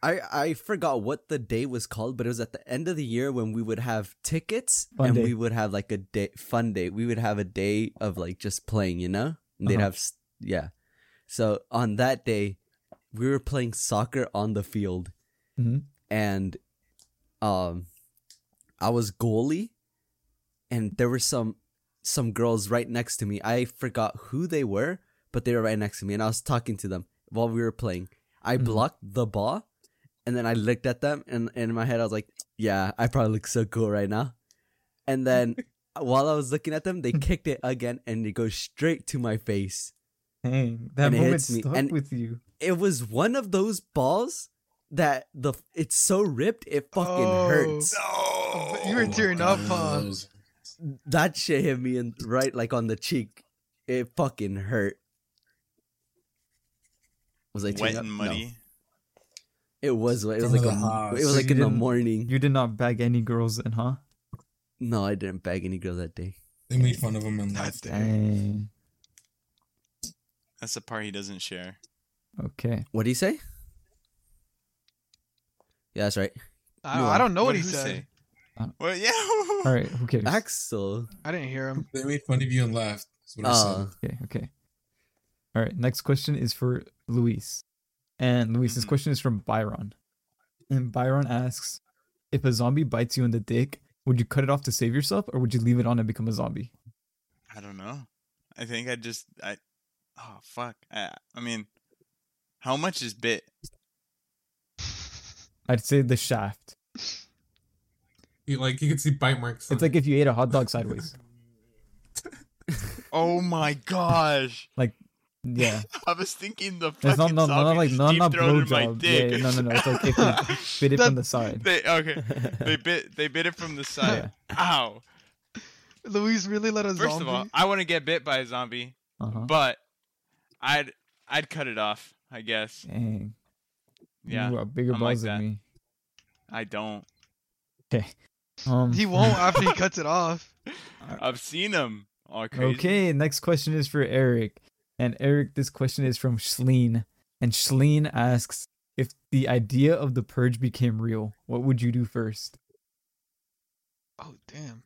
[SPEAKER 5] I I forgot what the day was called, but it was at the end of the year when we would have tickets
[SPEAKER 3] Fun
[SPEAKER 5] and
[SPEAKER 3] day.
[SPEAKER 5] we would have like a day fun day. We would have a day of like just playing, you know? And they'd
[SPEAKER 3] Uh-huh.
[SPEAKER 5] have s- yeah. So on that
[SPEAKER 3] Mm-hmm.
[SPEAKER 5] day, we were playing soccer on the field.
[SPEAKER 3] Mhm.
[SPEAKER 5] And um I was goalie and there were some some girls right next to me. I forgot who they were, but they were right next to me and I was talking to them while we were playing. I
[SPEAKER 3] Mhm.
[SPEAKER 5] blocked the ball and then I looked at them and, and in my head I was like, Yeah, I probably look so cool right now. And then while I was looking at them, they kicked it again and it goes straight to my face.
[SPEAKER 3] Dang, that
[SPEAKER 5] And it
[SPEAKER 3] moment
[SPEAKER 5] hits me,
[SPEAKER 3] stuck
[SPEAKER 5] and-
[SPEAKER 3] with you.
[SPEAKER 5] It was one of those balls that the it's so ripped it fucking
[SPEAKER 7] Oh.
[SPEAKER 5] hurts.
[SPEAKER 6] No.
[SPEAKER 7] You were
[SPEAKER 4] my
[SPEAKER 7] tearing up,
[SPEAKER 4] God,
[SPEAKER 7] huh?
[SPEAKER 4] that was-
[SPEAKER 5] that shit hit me in right like on the cheek. It fucking hurt. Was I tearing
[SPEAKER 6] Wet
[SPEAKER 5] up?
[SPEAKER 6] and
[SPEAKER 5] No.
[SPEAKER 6] muddy.
[SPEAKER 5] It was. wet. It was
[SPEAKER 4] Some
[SPEAKER 5] like
[SPEAKER 4] of
[SPEAKER 5] a,
[SPEAKER 4] the highs.
[SPEAKER 5] it was
[SPEAKER 3] So
[SPEAKER 5] like
[SPEAKER 3] you
[SPEAKER 5] in the
[SPEAKER 3] didn't-
[SPEAKER 5] morning.
[SPEAKER 3] You did not bag any girls then, huh?
[SPEAKER 5] No, I didn't bag any girl that day.
[SPEAKER 4] They made fun of him and
[SPEAKER 6] God
[SPEAKER 4] laughed.
[SPEAKER 6] damn.
[SPEAKER 3] Dang.
[SPEAKER 6] That's the part he doesn't share.
[SPEAKER 3] Okay.
[SPEAKER 5] What do you say? Yeah, that's right.
[SPEAKER 7] I,
[SPEAKER 5] You
[SPEAKER 7] I
[SPEAKER 5] are.
[SPEAKER 7] don't know what,
[SPEAKER 6] What'd
[SPEAKER 7] he
[SPEAKER 6] you
[SPEAKER 7] said.
[SPEAKER 6] say?
[SPEAKER 3] Uh,
[SPEAKER 6] Well, yeah.
[SPEAKER 3] All right. Who cares?
[SPEAKER 5] Axel.
[SPEAKER 7] I didn't hear him.
[SPEAKER 4] They made fun of you and laughed. That's what I
[SPEAKER 5] Uh,
[SPEAKER 4] said.
[SPEAKER 3] Okay. Okay. All right. Next question is for Luis, and Luis, this
[SPEAKER 6] Mhm.
[SPEAKER 3] question is from Byron, and Byron asks, if a zombie bites you in the dick, would you cut it off to save yourself, or would you leave it on and become a zombie?
[SPEAKER 6] I don't know. I think I just I. Oh fuck. I, I mean, how much is bit?
[SPEAKER 3] I'd say the shaft.
[SPEAKER 8] You, like you can see bite marks.
[SPEAKER 3] It's like if you ate a hot dog sideways.
[SPEAKER 6] Oh my gosh!
[SPEAKER 3] Yeah.
[SPEAKER 6] I was thinking the fucking
[SPEAKER 3] It's not, not, not
[SPEAKER 6] zombie
[SPEAKER 3] like not
[SPEAKER 6] deep
[SPEAKER 3] not
[SPEAKER 6] throated my
[SPEAKER 3] blowjob. Yeah,
[SPEAKER 6] dick.
[SPEAKER 3] yeah, no, no, no. It's like if you bit it
[SPEAKER 7] That-
[SPEAKER 3] from the side.
[SPEAKER 6] they okay. They bit. They bit it from the side. Ow!
[SPEAKER 7] Luis really let a
[SPEAKER 6] First
[SPEAKER 7] zombie.
[SPEAKER 6] of all, I want to get bit by a zombie,
[SPEAKER 3] Uh-huh.
[SPEAKER 6] but I'd I'd cut it off. I guess.
[SPEAKER 3] Dang.
[SPEAKER 6] Yeah.
[SPEAKER 3] You got bigger
[SPEAKER 6] I'm like
[SPEAKER 3] balls
[SPEAKER 6] that.
[SPEAKER 3] than me.
[SPEAKER 6] I don't.
[SPEAKER 3] Um,
[SPEAKER 7] he won't after he cuts it off.
[SPEAKER 6] I've seen them. All crazy.
[SPEAKER 3] Uh, Okay, next question is for Eric. And Eric, this question is from Schleen. And Schleen asks if the idea of the purge became real, what would you do first?
[SPEAKER 7] Oh damn.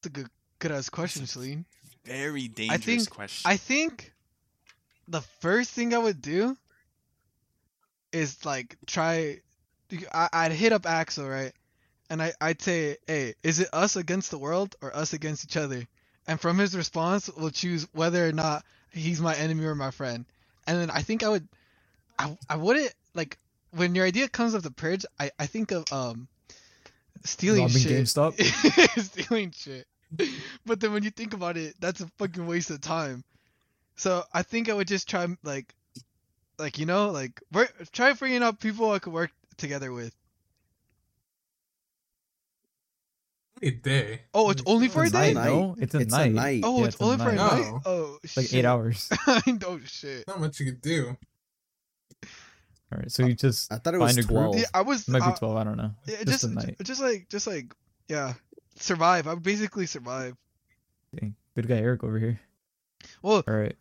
[SPEAKER 7] That's a good good ass question, Celine.
[SPEAKER 6] Very dangerous
[SPEAKER 7] think-
[SPEAKER 6] question.
[SPEAKER 7] I think the first thing I would do is like try. I, I'd hit up Axel, right? And I, I'd say, hey, is it us against the world or us against each other? And from his response, we'll choose whether or not he's my enemy or my friend. And then I think I would. I, I wouldn't. Like, when your idea comes of the purge, I, I think of um stealing
[SPEAKER 3] Robbing
[SPEAKER 7] shit.
[SPEAKER 3] GameStop?
[SPEAKER 7] stealing shit. But then when you think about it, that's a fucking waste of time. So I think I would just try like, like you know, like work, try bringing up people I could work together with.
[SPEAKER 8] a day.
[SPEAKER 7] Oh, it's only for a
[SPEAKER 3] It's
[SPEAKER 7] day.
[SPEAKER 3] night. No, it's a
[SPEAKER 5] it's
[SPEAKER 3] night.
[SPEAKER 5] A night.
[SPEAKER 7] Oh,
[SPEAKER 3] Yeah,
[SPEAKER 7] it's,
[SPEAKER 3] it's a
[SPEAKER 7] only for a
[SPEAKER 3] night.
[SPEAKER 7] night.
[SPEAKER 8] No.
[SPEAKER 7] Oh,
[SPEAKER 3] It's like eight hours.
[SPEAKER 7] oh shit.
[SPEAKER 8] Not much you could do.
[SPEAKER 3] All right, so you just
[SPEAKER 5] I thought it
[SPEAKER 3] Find
[SPEAKER 5] was
[SPEAKER 3] a group.
[SPEAKER 5] twelve.
[SPEAKER 7] Yeah, I was.
[SPEAKER 3] it might
[SPEAKER 7] I-
[SPEAKER 3] be 12, I don't know.
[SPEAKER 7] Uh, yeah,
[SPEAKER 3] just,
[SPEAKER 7] just,
[SPEAKER 3] a night.
[SPEAKER 7] just like, just like, yeah, survive. I would basically survive.
[SPEAKER 3] Dang, good guy Eric over here.
[SPEAKER 7] Well,
[SPEAKER 3] All right.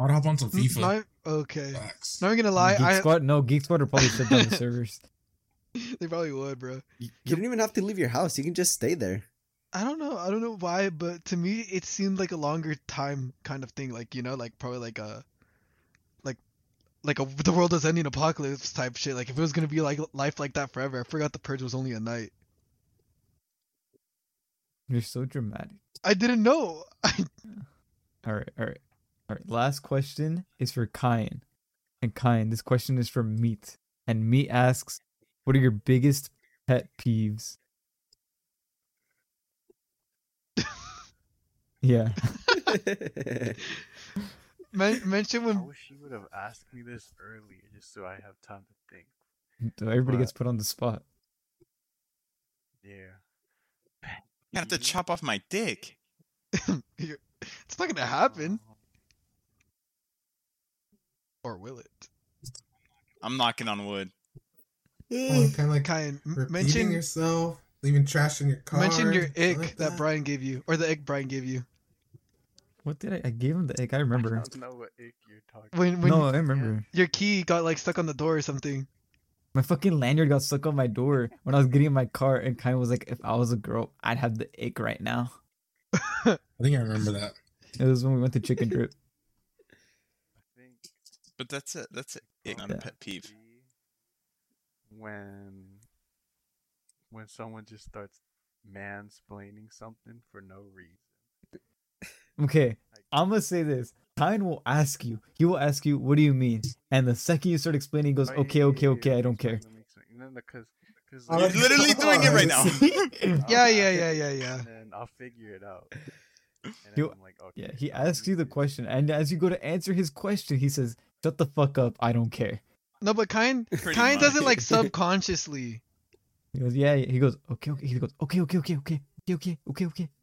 [SPEAKER 4] I would hop on some
[SPEAKER 7] n-
[SPEAKER 4] FIFA.
[SPEAKER 7] not- okay.
[SPEAKER 4] Facts.
[SPEAKER 7] Not even gonna lie,
[SPEAKER 3] Geek
[SPEAKER 7] I
[SPEAKER 3] Squad? No, Geek Squad are probably shut down the servers.
[SPEAKER 7] they probably would, bro.
[SPEAKER 5] You don't even have to leave your house. You can just stay there.
[SPEAKER 7] I don't know. I don't know why, but to me, it seemed like a longer time kind of thing. Like you know, like probably like a, like, like a the world is ending apocalypse type shit. Like if it was gonna be like life like that forever, I forgot the purge was only a night.
[SPEAKER 3] You're so dramatic.
[SPEAKER 7] I didn't know.
[SPEAKER 3] All right, all right, all right. Last question is for Kyan, and Kyan. This question is from Meat, and Meat asks, "What are your biggest pet peeves?" yeah,
[SPEAKER 7] Men- mention
[SPEAKER 9] I
[SPEAKER 7] when
[SPEAKER 9] wish you would have asked me this earlier, just so I have time to think.
[SPEAKER 3] so everybody
[SPEAKER 9] What?
[SPEAKER 3] gets put on the spot.
[SPEAKER 9] Yeah.
[SPEAKER 6] I have to
[SPEAKER 9] Peeve?
[SPEAKER 6] chop off my dick.
[SPEAKER 7] it's not gonna happen,
[SPEAKER 9] Um,
[SPEAKER 7] or will it?
[SPEAKER 6] I'm knocking on wood.
[SPEAKER 8] Kind of Oh, like
[SPEAKER 7] Kyan, m-
[SPEAKER 8] repeating
[SPEAKER 7] mention
[SPEAKER 8] yourself, leaving trash in your car.
[SPEAKER 7] mention your
[SPEAKER 8] something
[SPEAKER 7] ick
[SPEAKER 8] like
[SPEAKER 7] that Brian gave you, or the ick Brian gave you.
[SPEAKER 3] What did I? I gave him the egg. I
[SPEAKER 9] I
[SPEAKER 3] remember.
[SPEAKER 9] don't know what ick you're talking.
[SPEAKER 7] When when
[SPEAKER 3] No, I remember.
[SPEAKER 7] your key got like stuck on the door or something.
[SPEAKER 3] My fucking lanyard got stuck on my door when I was getting in my car, and Kyan was like, "If I was a girl, I'd have the egg right now."
[SPEAKER 4] I think I remember that.
[SPEAKER 3] It was when we went to Chicken Drip.
[SPEAKER 9] I think
[SPEAKER 3] Oh,
[SPEAKER 6] But that's a that's a, ick,
[SPEAKER 9] um,
[SPEAKER 6] not a
[SPEAKER 3] Yeah.
[SPEAKER 6] pet peeve.
[SPEAKER 9] be When when someone just starts mansplaining something for no reason.
[SPEAKER 3] Okay,
[SPEAKER 9] Like,
[SPEAKER 3] I'm gonna say this. Tyne will ask you. He will ask you, "What do you mean?" And the second you start explaining, he goes,
[SPEAKER 9] "Oh, yeah,
[SPEAKER 3] "Okay,
[SPEAKER 9] yeah,
[SPEAKER 3] okay,
[SPEAKER 9] yeah,
[SPEAKER 3] okay.
[SPEAKER 9] yeah,
[SPEAKER 3] I don't
[SPEAKER 9] explain,
[SPEAKER 3] care."
[SPEAKER 9] let me explain." No, no, cause, 'cause,
[SPEAKER 4] Oh,
[SPEAKER 9] like,
[SPEAKER 6] You're literally doing it right now.
[SPEAKER 7] Yeah,
[SPEAKER 9] I'll
[SPEAKER 7] yeah,
[SPEAKER 9] ask
[SPEAKER 7] yeah,
[SPEAKER 9] it,
[SPEAKER 7] yeah, yeah.
[SPEAKER 9] And then I'll figure it out. And then
[SPEAKER 3] He'll-
[SPEAKER 9] I'm like, okay.
[SPEAKER 3] Yeah, he
[SPEAKER 9] I'll
[SPEAKER 3] asks you the
[SPEAKER 9] use it.
[SPEAKER 3] question, and as you go to answer his question, he says, "Shut the fuck up. I don't care."
[SPEAKER 7] No, but kind
[SPEAKER 6] Pretty
[SPEAKER 7] kind does it
[SPEAKER 6] much.
[SPEAKER 7] like subconsciously.
[SPEAKER 3] He goes, "Yeah." yeah." He goes, "Okay, okay." He goes, "Okay, okay, okay, okay, okay, okay, okay, okay."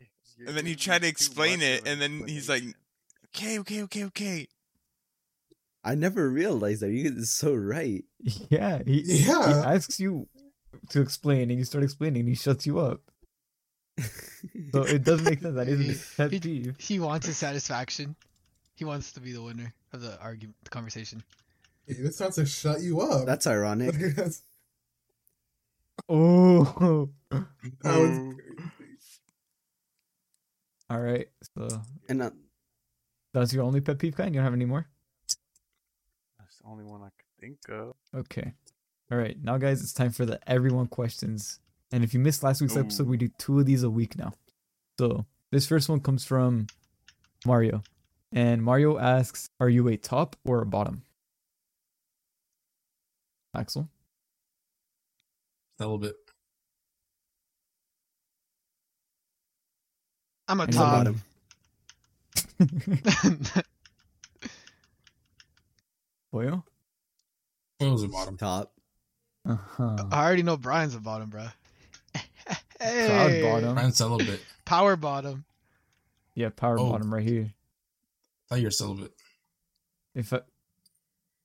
[SPEAKER 9] Yeah, you're
[SPEAKER 6] And then you
[SPEAKER 9] giving
[SPEAKER 6] try
[SPEAKER 9] me
[SPEAKER 6] to
[SPEAKER 9] too
[SPEAKER 6] explain
[SPEAKER 9] much
[SPEAKER 6] it,
[SPEAKER 9] of an
[SPEAKER 6] and then he's like,
[SPEAKER 9] explanation.
[SPEAKER 6] Okay, okay, okay, okay.
[SPEAKER 5] I never realized that. You is so right.
[SPEAKER 3] Yeah, he, he
[SPEAKER 8] Yeah.
[SPEAKER 3] asks you to explain, and you start explaining, and he shuts you up. So it does make sense. That is his pet
[SPEAKER 7] He-
[SPEAKER 3] peeve.
[SPEAKER 7] He wants his satisfaction. He wants to be the winner of the argument, the conversation.
[SPEAKER 8] Hey, this sounds to shut you up.
[SPEAKER 5] That's ironic.
[SPEAKER 8] That's-
[SPEAKER 3] Oh,
[SPEAKER 8] that was crazy.
[SPEAKER 3] all right. So
[SPEAKER 5] And uh,
[SPEAKER 3] that's your only pet peeve, kind. You don't have any more.
[SPEAKER 9] That's the only one I could think of.
[SPEAKER 3] Okay. All right. Now, guys, it's time for the everyone questions. And if you missed last week's episode, we do two of these a week now. So this first one comes from Mario. And Mario asks Are you a top or a bottom? Axel?
[SPEAKER 8] Celibate.
[SPEAKER 7] I'm a
[SPEAKER 3] He's a
[SPEAKER 7] top.
[SPEAKER 3] bottom. Boyo?
[SPEAKER 8] What was the bottom?
[SPEAKER 5] top.
[SPEAKER 3] Uh huh.
[SPEAKER 7] I already know Brian's a bottom, bro.
[SPEAKER 3] Proud bottom.
[SPEAKER 8] Brian's celibate. I
[SPEAKER 7] Power bottom.
[SPEAKER 3] Yeah, power
[SPEAKER 8] Oh.
[SPEAKER 3] bottom right here.
[SPEAKER 8] thought you were celibate.
[SPEAKER 3] If I,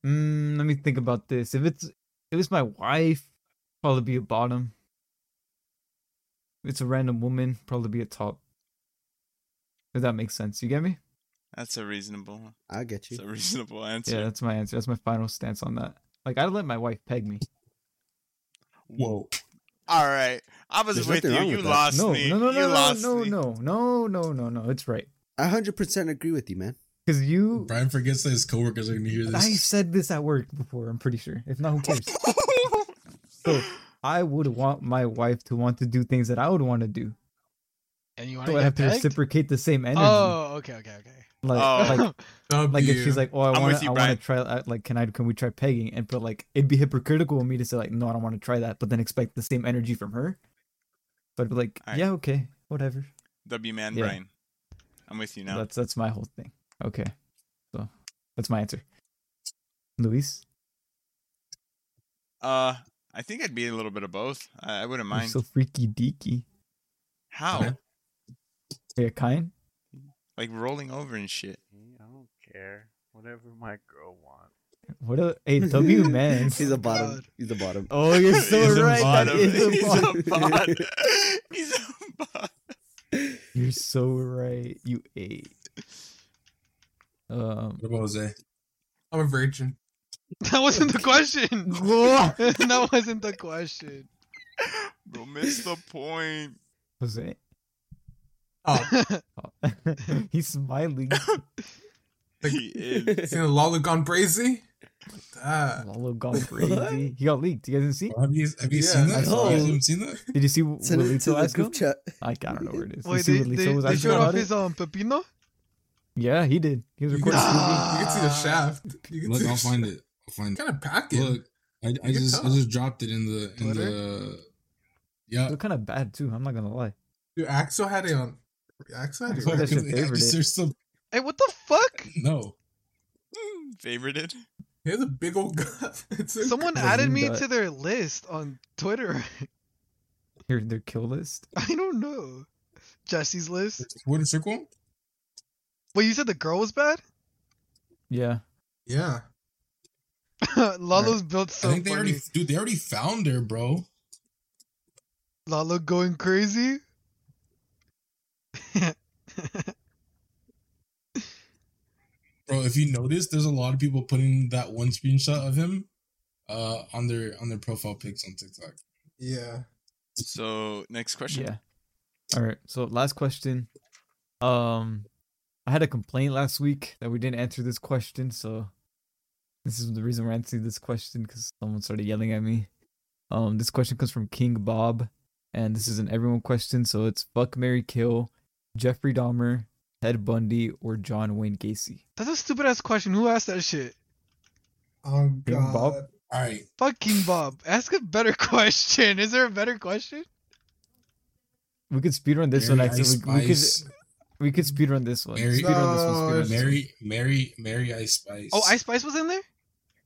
[SPEAKER 3] mm, let me think about this. If it's if it's my wife, probably be a bottom. If it's a random woman, probably be a top. If that makes sense, you get me?
[SPEAKER 6] That's a reasonable.
[SPEAKER 5] I get you.
[SPEAKER 6] That's a reasonable
[SPEAKER 3] Yeah,
[SPEAKER 6] answer.
[SPEAKER 3] that's my answer. That's my final stance on that. Like I'd let my wife peg me.
[SPEAKER 8] Whoa.
[SPEAKER 6] All right, I was
[SPEAKER 5] There's
[SPEAKER 6] with
[SPEAKER 5] nothing
[SPEAKER 6] you.
[SPEAKER 5] wrong
[SPEAKER 6] You
[SPEAKER 5] with that.
[SPEAKER 6] lost
[SPEAKER 3] No,
[SPEAKER 6] me.
[SPEAKER 3] no, no,
[SPEAKER 6] you
[SPEAKER 3] no, no,
[SPEAKER 6] lost
[SPEAKER 3] no,
[SPEAKER 6] me.
[SPEAKER 3] no, no, no, no, no. It's right
[SPEAKER 5] I hundred percent agree with you, man.
[SPEAKER 3] because you.
[SPEAKER 8] Brian forgets that his coworkers are going to hear this.
[SPEAKER 3] I said this at work before. I'm pretty sure. If not, who cares? so I would want my wife to want to do things that I would want to do.
[SPEAKER 7] And you want
[SPEAKER 3] So
[SPEAKER 7] to
[SPEAKER 3] I
[SPEAKER 7] get
[SPEAKER 3] have to
[SPEAKER 7] pegged?
[SPEAKER 3] reciprocate the same energy.
[SPEAKER 7] Oh, okay, okay, okay.
[SPEAKER 3] Like,
[SPEAKER 6] Oh.
[SPEAKER 3] like like if she's like, "Oh, I
[SPEAKER 6] I'm
[SPEAKER 3] want
[SPEAKER 6] with
[SPEAKER 3] to,
[SPEAKER 6] you,
[SPEAKER 3] I want to
[SPEAKER 6] Brian.
[SPEAKER 3] try, uh, like, can I, can we try pegging?" And but like, it'd be hypocritical of me to say like, "No, I don't want to try that," but then expect the same energy from her. But I'd be like,
[SPEAKER 6] Alright.
[SPEAKER 3] yeah, okay, whatever.
[SPEAKER 6] W man,
[SPEAKER 3] Yeah.
[SPEAKER 6] Brian. I'm with you now.
[SPEAKER 3] That's that's my whole thing. Okay, so that's my answer. Luis,
[SPEAKER 6] Uh, I think I'd be a little bit of both. I, I wouldn't
[SPEAKER 3] you're
[SPEAKER 6] mind.
[SPEAKER 3] so freaky deaky.
[SPEAKER 6] How?
[SPEAKER 3] Are you kind?
[SPEAKER 6] Like rolling over and shit.
[SPEAKER 9] Me, I don't care. Whatever my girl wants.
[SPEAKER 3] What a hey, W man.
[SPEAKER 5] He's a bottom.
[SPEAKER 7] God.
[SPEAKER 5] He's a bottom.
[SPEAKER 3] Oh, you're so
[SPEAKER 6] He's a
[SPEAKER 3] right. That
[SPEAKER 6] bottom.
[SPEAKER 3] is a
[SPEAKER 6] He's
[SPEAKER 3] bottom.
[SPEAKER 6] a bottom. He's a bottom.
[SPEAKER 3] You're so right. You ate. Um.
[SPEAKER 4] What about Jose?
[SPEAKER 8] I'm a virgin.
[SPEAKER 7] That wasn't the question. that wasn't the question.
[SPEAKER 6] Bro, missed the point.
[SPEAKER 3] Was it?
[SPEAKER 8] Oh,
[SPEAKER 3] He's smiling.
[SPEAKER 6] He is.
[SPEAKER 8] seen a Lolagon Brazy? That.
[SPEAKER 3] Lolo gone crazy. He got leaked. You guys didn't see? it?
[SPEAKER 4] Oh, Have you have you
[SPEAKER 8] Yeah,
[SPEAKER 4] seen
[SPEAKER 8] I
[SPEAKER 4] that?
[SPEAKER 5] know.
[SPEAKER 4] You guys haven't seen that?
[SPEAKER 3] Did you see
[SPEAKER 5] Send it
[SPEAKER 3] Willito
[SPEAKER 5] to the
[SPEAKER 3] last
[SPEAKER 5] group chat.
[SPEAKER 3] Like, I don't know where it is.
[SPEAKER 7] Wait,
[SPEAKER 3] you
[SPEAKER 7] they,
[SPEAKER 3] see what
[SPEAKER 7] they,
[SPEAKER 3] Lito was
[SPEAKER 7] they
[SPEAKER 3] asking
[SPEAKER 7] showed off
[SPEAKER 3] about
[SPEAKER 7] his
[SPEAKER 3] it?
[SPEAKER 7] um pepino.
[SPEAKER 3] Yeah, he did. He was
[SPEAKER 8] You can,
[SPEAKER 3] recording.
[SPEAKER 8] see, you can see the
[SPEAKER 7] Ah.
[SPEAKER 8] shaft. You can
[SPEAKER 4] Look,
[SPEAKER 8] see
[SPEAKER 4] I'll
[SPEAKER 8] the
[SPEAKER 4] find it. I'll find it.
[SPEAKER 8] Kind of packing.
[SPEAKER 4] Look, I, I
[SPEAKER 8] You can
[SPEAKER 4] just I
[SPEAKER 8] tell.
[SPEAKER 4] just dropped it in the in
[SPEAKER 7] Twitter?
[SPEAKER 4] the. Yeah,
[SPEAKER 3] They're kind of bad too. I'm not gonna lie.
[SPEAKER 8] Dude, Axel had it on. Axel had it.
[SPEAKER 3] Axel
[SPEAKER 8] Right.
[SPEAKER 3] that's your
[SPEAKER 4] Because it-
[SPEAKER 3] favorite,
[SPEAKER 4] There's some
[SPEAKER 7] Hey, what the fuck?
[SPEAKER 4] no.
[SPEAKER 6] Favorited.
[SPEAKER 8] He has a big old gun. It's a-
[SPEAKER 7] Someone
[SPEAKER 3] Well,
[SPEAKER 7] added
[SPEAKER 3] you
[SPEAKER 7] me
[SPEAKER 3] got-
[SPEAKER 7] to their list on Twitter.
[SPEAKER 3] Here, their kill list.
[SPEAKER 7] I don't know. Jesse's list.
[SPEAKER 4] Wooden circle.
[SPEAKER 7] Wait, you said the girl was bad?
[SPEAKER 3] Yeah.
[SPEAKER 8] Yeah.
[SPEAKER 7] Lalo's built so
[SPEAKER 4] I think they
[SPEAKER 7] funny.
[SPEAKER 4] already dude. They already found her, bro.
[SPEAKER 7] Lalo going crazy.
[SPEAKER 4] Bro, if you notice, there's a lot of people putting that one screenshot of him, uh, on their on their profile pics on TikTok.
[SPEAKER 8] Yeah.
[SPEAKER 6] So next question.
[SPEAKER 3] Yeah. All right. So last question. Um, I had a complaint last week that we didn't answer this question. So this is the reason we're answering this question because someone started yelling at me. Um, this question comes from King Bob, and this is an everyone question. So it's fuck Mary Kill, Jeffrey Dahmer, Ted Bundy, or John Wayne Gacy.
[SPEAKER 7] That's a stupid ass question. Who asked that shit?
[SPEAKER 4] Oh
[SPEAKER 3] Big
[SPEAKER 4] god.
[SPEAKER 3] Bob?
[SPEAKER 4] All right.
[SPEAKER 7] Fucking Bob. Ask a better question. Is there a better question?
[SPEAKER 3] We could speedrun this
[SPEAKER 4] Mary
[SPEAKER 3] one actually.
[SPEAKER 4] Ice
[SPEAKER 3] We, we could
[SPEAKER 4] Spice.
[SPEAKER 3] we could speedrun this one. speedrun
[SPEAKER 4] Mary-
[SPEAKER 3] this
[SPEAKER 8] No,
[SPEAKER 3] one. Speedrun this one.
[SPEAKER 4] Mary, Mary, Mary Ice Spice.
[SPEAKER 7] Oh, Ice Spice was in there?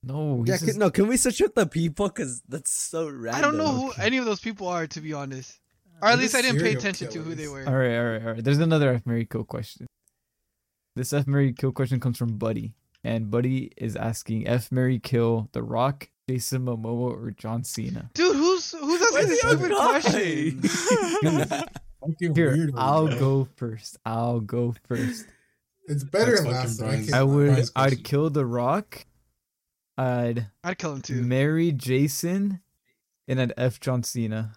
[SPEAKER 3] No, he
[SPEAKER 5] Yeah,
[SPEAKER 3] says-
[SPEAKER 5] can, no, can we switch up the people? Because that's so random.
[SPEAKER 7] I don't know who any of those people are, to be honest. Or at
[SPEAKER 8] They're
[SPEAKER 7] least I
[SPEAKER 8] just
[SPEAKER 7] didn't pay
[SPEAKER 8] serial
[SPEAKER 7] attention to who
[SPEAKER 8] killers.
[SPEAKER 7] they were.
[SPEAKER 3] All right, all right, all right. There's another F Mary Kill question. This F Mary Kill question comes from Buddy, and Buddy is asking F Mary Kill The Rock, Jason Momoa, or John Cena.
[SPEAKER 7] Dude, who's who's asking
[SPEAKER 5] Where's
[SPEAKER 7] this
[SPEAKER 5] the
[SPEAKER 7] stupid
[SPEAKER 5] other
[SPEAKER 7] question?
[SPEAKER 5] guy?
[SPEAKER 4] Fucking
[SPEAKER 3] Here,
[SPEAKER 4] weirdo,
[SPEAKER 3] I'll
[SPEAKER 4] bro.
[SPEAKER 3] go first. I'll go first.
[SPEAKER 8] It's better
[SPEAKER 4] That's
[SPEAKER 8] than last
[SPEAKER 4] fucking
[SPEAKER 8] time.
[SPEAKER 4] Brian's-
[SPEAKER 8] I
[SPEAKER 3] I would.
[SPEAKER 4] Surprise question.
[SPEAKER 3] I'd kill The Rock. I'd
[SPEAKER 7] I'd kill him too.
[SPEAKER 3] marry Jason, and I'd F John Cena.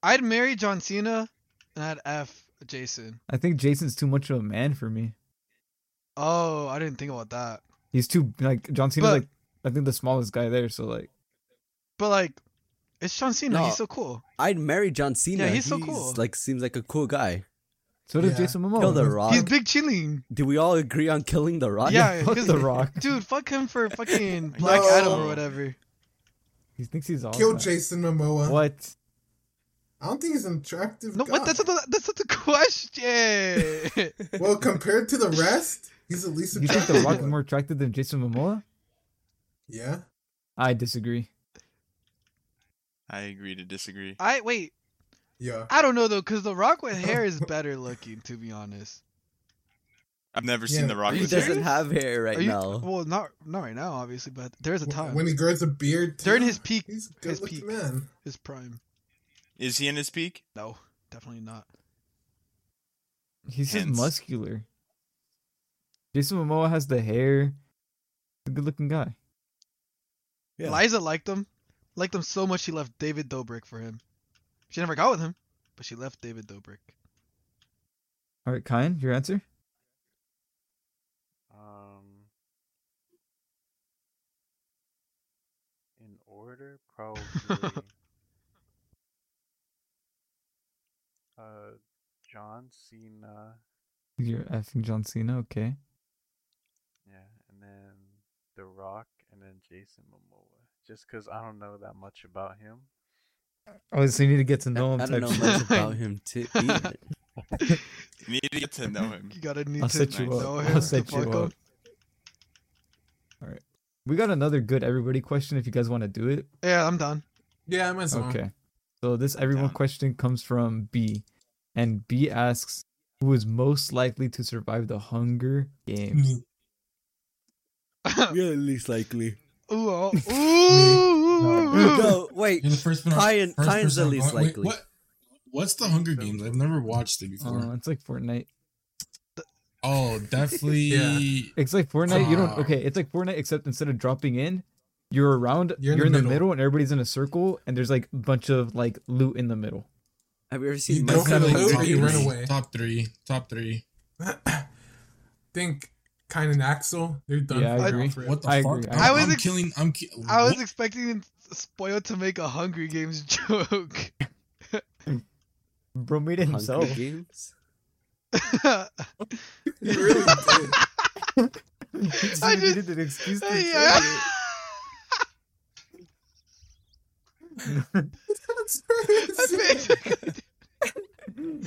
[SPEAKER 7] I'd marry John Cena and I'd F Jason.
[SPEAKER 3] I think Jason's too much of a man for me.
[SPEAKER 7] Oh, I didn't think about that.
[SPEAKER 3] He's too like John Cena's
[SPEAKER 7] But-
[SPEAKER 3] like I think the smallest guy there. So like
[SPEAKER 7] But like, it's John Cena.
[SPEAKER 5] No.
[SPEAKER 7] He's so cool.
[SPEAKER 5] I'd marry John Cena.
[SPEAKER 7] he's so cool.
[SPEAKER 5] Like, seems like a cool guy.
[SPEAKER 3] so does
[SPEAKER 8] Yeah.
[SPEAKER 3] Jason Momoa.
[SPEAKER 5] Kill the Rock.
[SPEAKER 7] He's big chilling.
[SPEAKER 5] Do we all agree on killing the Rock?
[SPEAKER 7] Yeah,
[SPEAKER 3] Fuck
[SPEAKER 7] 'cause-
[SPEAKER 3] the Rock.
[SPEAKER 7] Dude, fuck him for fucking Black
[SPEAKER 8] No.
[SPEAKER 7] Adam or whatever.
[SPEAKER 3] He thinks he's all
[SPEAKER 8] kill
[SPEAKER 3] that.
[SPEAKER 8] Jason Momoa.
[SPEAKER 3] What?
[SPEAKER 8] I don't think he's an attractive.
[SPEAKER 7] No, what?
[SPEAKER 8] guy.
[SPEAKER 7] That's not the, that's not the question.
[SPEAKER 8] well compared to the rest, he's at least
[SPEAKER 3] You
[SPEAKER 8] attractive.
[SPEAKER 3] think The Rock is more attractive than Jason Momoa?
[SPEAKER 8] Yeah.
[SPEAKER 3] I disagree.
[SPEAKER 6] I agree to disagree.
[SPEAKER 7] I wait.
[SPEAKER 8] Yeah.
[SPEAKER 7] I don't know though, cause The Rock with hair is better looking, to be honest.
[SPEAKER 6] I've never
[SPEAKER 8] Yeah,
[SPEAKER 6] seen The Rock
[SPEAKER 5] He
[SPEAKER 6] with
[SPEAKER 5] doesn't
[SPEAKER 6] hair.
[SPEAKER 5] have hair right
[SPEAKER 7] Are you-
[SPEAKER 5] now.
[SPEAKER 7] Well, not not right now, obviously, but there's a time
[SPEAKER 8] When he grows a beard.
[SPEAKER 7] during
[SPEAKER 8] too,
[SPEAKER 7] his peak,
[SPEAKER 8] He's a
[SPEAKER 7] his
[SPEAKER 8] good looking
[SPEAKER 7] peak.
[SPEAKER 8] man.
[SPEAKER 7] his prime.
[SPEAKER 6] Is he in his peak?
[SPEAKER 7] No, definitely not.
[SPEAKER 3] He's
[SPEAKER 6] Hence.
[SPEAKER 3] just muscular. Jason Momoa has the hair. He's a good looking guy.
[SPEAKER 5] Yeah.
[SPEAKER 7] Liza liked him, liked him so much she left David Dobrik for him. She never got with him, but she left David Dobrik.
[SPEAKER 3] All right, Kyan, your answer?
[SPEAKER 9] Um, in order, probably. uh, John Cena.
[SPEAKER 3] You're effing John Cena, okay.
[SPEAKER 9] Yeah, and then The Rock, and then Jason Momoa. Just because I don't know that much about him.
[SPEAKER 3] Oh, so you need to get to
[SPEAKER 5] I,
[SPEAKER 3] know him.
[SPEAKER 5] I don't
[SPEAKER 3] type
[SPEAKER 5] know
[SPEAKER 3] shit.
[SPEAKER 5] much about him to either.
[SPEAKER 6] You need to get to know him.
[SPEAKER 7] You gotta need
[SPEAKER 3] I'll
[SPEAKER 7] to
[SPEAKER 3] set you
[SPEAKER 7] know
[SPEAKER 3] up.
[SPEAKER 7] him
[SPEAKER 3] I'll
[SPEAKER 7] to
[SPEAKER 3] set you
[SPEAKER 7] fuck him.
[SPEAKER 3] up. All right. We got another good everybody question if you guys want to do it.
[SPEAKER 7] Yeah, I'm done.
[SPEAKER 8] Yeah, I might as well.
[SPEAKER 3] Okay. So this everyone
[SPEAKER 6] down.
[SPEAKER 3] question comes from B. And B asks, who is most likely to survive the hunger games?
[SPEAKER 8] Me.
[SPEAKER 7] ooh,
[SPEAKER 5] You're least likely.
[SPEAKER 7] oh, ooh, ooh, ooh, ooh.
[SPEAKER 5] No, wait.
[SPEAKER 4] You're the first one.
[SPEAKER 5] Kyan-
[SPEAKER 4] first
[SPEAKER 5] Kyan's
[SPEAKER 4] person
[SPEAKER 5] the least
[SPEAKER 4] I've- wait,
[SPEAKER 5] likely.
[SPEAKER 4] what? What's the Hunger Games? I've never watched it before.
[SPEAKER 3] Oh, it's like Fortnite.
[SPEAKER 4] oh, definitely.
[SPEAKER 8] Yeah.
[SPEAKER 3] It's like Fortnite. you don't
[SPEAKER 4] Ah.
[SPEAKER 3] okay. It's like Fortnite, except instead of dropping in, you're around. You're, in, the middle. and everybody's in a circle, and there's like a bunch of like loot in the middle.
[SPEAKER 5] Have you ever
[SPEAKER 4] You
[SPEAKER 5] seen
[SPEAKER 8] don't
[SPEAKER 5] Minecraft?
[SPEAKER 8] have
[SPEAKER 4] definitely
[SPEAKER 8] a loot
[SPEAKER 4] top
[SPEAKER 8] or you run
[SPEAKER 4] three.
[SPEAKER 8] away.
[SPEAKER 4] Top three. Top three.
[SPEAKER 8] think kind and Axel, they're done.
[SPEAKER 3] Yeah, I
[SPEAKER 8] for now
[SPEAKER 3] agree.
[SPEAKER 8] forever.
[SPEAKER 4] What the
[SPEAKER 3] I
[SPEAKER 4] fuck?
[SPEAKER 3] agree.
[SPEAKER 4] I'm,
[SPEAKER 7] I was
[SPEAKER 4] I'm
[SPEAKER 7] ex-
[SPEAKER 4] killing. I'm. Ki-
[SPEAKER 7] I was
[SPEAKER 4] what?
[SPEAKER 7] expecting Spoil to make a Hungry Games joke.
[SPEAKER 3] Bro made it
[SPEAKER 5] Hunger
[SPEAKER 3] himself.
[SPEAKER 5] Games?
[SPEAKER 7] I
[SPEAKER 8] You really did.
[SPEAKER 3] He
[SPEAKER 7] I
[SPEAKER 3] needed
[SPEAKER 7] just-
[SPEAKER 3] an excuse to
[SPEAKER 7] yeah.
[SPEAKER 3] say
[SPEAKER 8] That's right.
[SPEAKER 7] basically
[SPEAKER 3] it.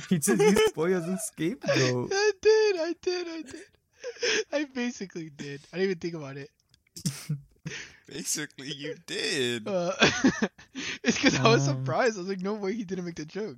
[SPEAKER 3] He just used boy as a scapegoat.
[SPEAKER 7] I did, I did, I did. I basically did. I didn't even think about it.
[SPEAKER 6] Basically, you did.
[SPEAKER 7] Uh, it's because I was
[SPEAKER 3] Um.
[SPEAKER 7] surprised. I was like, no way he didn't make the joke.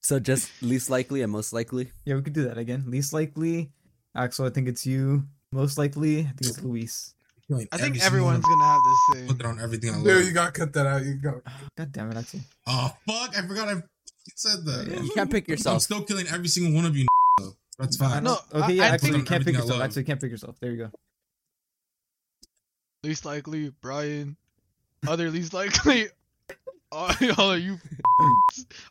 [SPEAKER 5] So just least likely and most likely.
[SPEAKER 3] Yeah, we could do that again. Least likely, Axel. I think it's you. Most likely, I think it's Luis.
[SPEAKER 4] Killing
[SPEAKER 7] I think
[SPEAKER 4] every single
[SPEAKER 7] everyone's gonna have this
[SPEAKER 4] Put
[SPEAKER 7] thing.
[SPEAKER 4] it on everything I love.
[SPEAKER 8] No, you gotta cut that out. You go.
[SPEAKER 3] God damn it, Axel.
[SPEAKER 4] Oh fuck! I forgot I fucking said that.
[SPEAKER 5] You can't pick
[SPEAKER 4] I'm
[SPEAKER 5] yourself.
[SPEAKER 4] still killing every single one of you. though. That's
[SPEAKER 3] I
[SPEAKER 4] fine.
[SPEAKER 7] No,
[SPEAKER 3] don't- Uh, okay,
[SPEAKER 7] I-
[SPEAKER 3] yeah,
[SPEAKER 7] I
[SPEAKER 3] actually,
[SPEAKER 4] think-
[SPEAKER 3] you can't pick
[SPEAKER 4] Everything Uh, I
[SPEAKER 3] yourself.
[SPEAKER 4] love.
[SPEAKER 3] Actually, you can't pick yourself. There you go.
[SPEAKER 7] Least likely, Brian. Other least likely. All, all of you.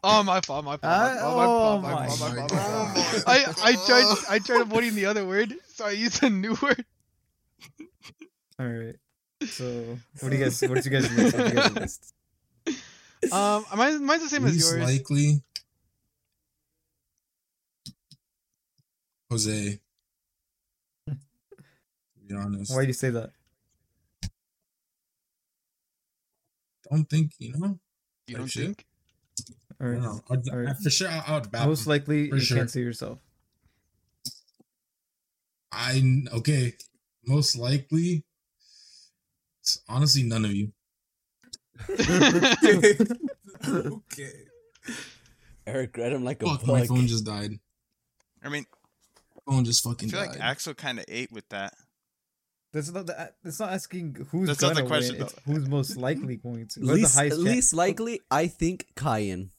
[SPEAKER 7] oh my fault, my fault, my
[SPEAKER 3] Ah,
[SPEAKER 7] fault,
[SPEAKER 3] oh
[SPEAKER 7] my fault, my
[SPEAKER 8] my
[SPEAKER 7] fault, my fault,
[SPEAKER 8] God.
[SPEAKER 7] my fault. I I tried I tried avoiding the other word, so I used a new word.
[SPEAKER 3] All right. So, what do you guys? What did you guys list? What do you guys list?
[SPEAKER 7] Um, mine, mine's the same as
[SPEAKER 4] Least
[SPEAKER 7] yours.
[SPEAKER 4] likely. Jose. To be honest.
[SPEAKER 3] Why do you say that?
[SPEAKER 4] don't think, you know?
[SPEAKER 7] you don't
[SPEAKER 4] like shit.
[SPEAKER 7] think?
[SPEAKER 3] All
[SPEAKER 4] I
[SPEAKER 3] right.
[SPEAKER 4] don't know. I'd,
[SPEAKER 3] Alright.
[SPEAKER 4] I- for sure, I- I would bat
[SPEAKER 3] Most
[SPEAKER 4] him.
[SPEAKER 3] likely,
[SPEAKER 4] for
[SPEAKER 3] you
[SPEAKER 4] sure.
[SPEAKER 3] can't see yourself.
[SPEAKER 4] I okay. Most likely, it's honestly, none of you.
[SPEAKER 8] okay.
[SPEAKER 5] Eric read him like a
[SPEAKER 4] Fuck, my
[SPEAKER 5] book.
[SPEAKER 4] phone just died.
[SPEAKER 6] I mean,
[SPEAKER 4] Phone just
[SPEAKER 6] I
[SPEAKER 4] fucking
[SPEAKER 6] feel
[SPEAKER 4] died.
[SPEAKER 6] like Axel kind of ate with that.
[SPEAKER 3] That's not. The, that's not asking who's
[SPEAKER 6] That's not
[SPEAKER 3] gonna
[SPEAKER 6] the question,
[SPEAKER 3] win. It's
[SPEAKER 6] though.
[SPEAKER 3] who's most likely going to. Who has
[SPEAKER 5] least,
[SPEAKER 3] the highest chance?
[SPEAKER 5] least likely, I think Kyan.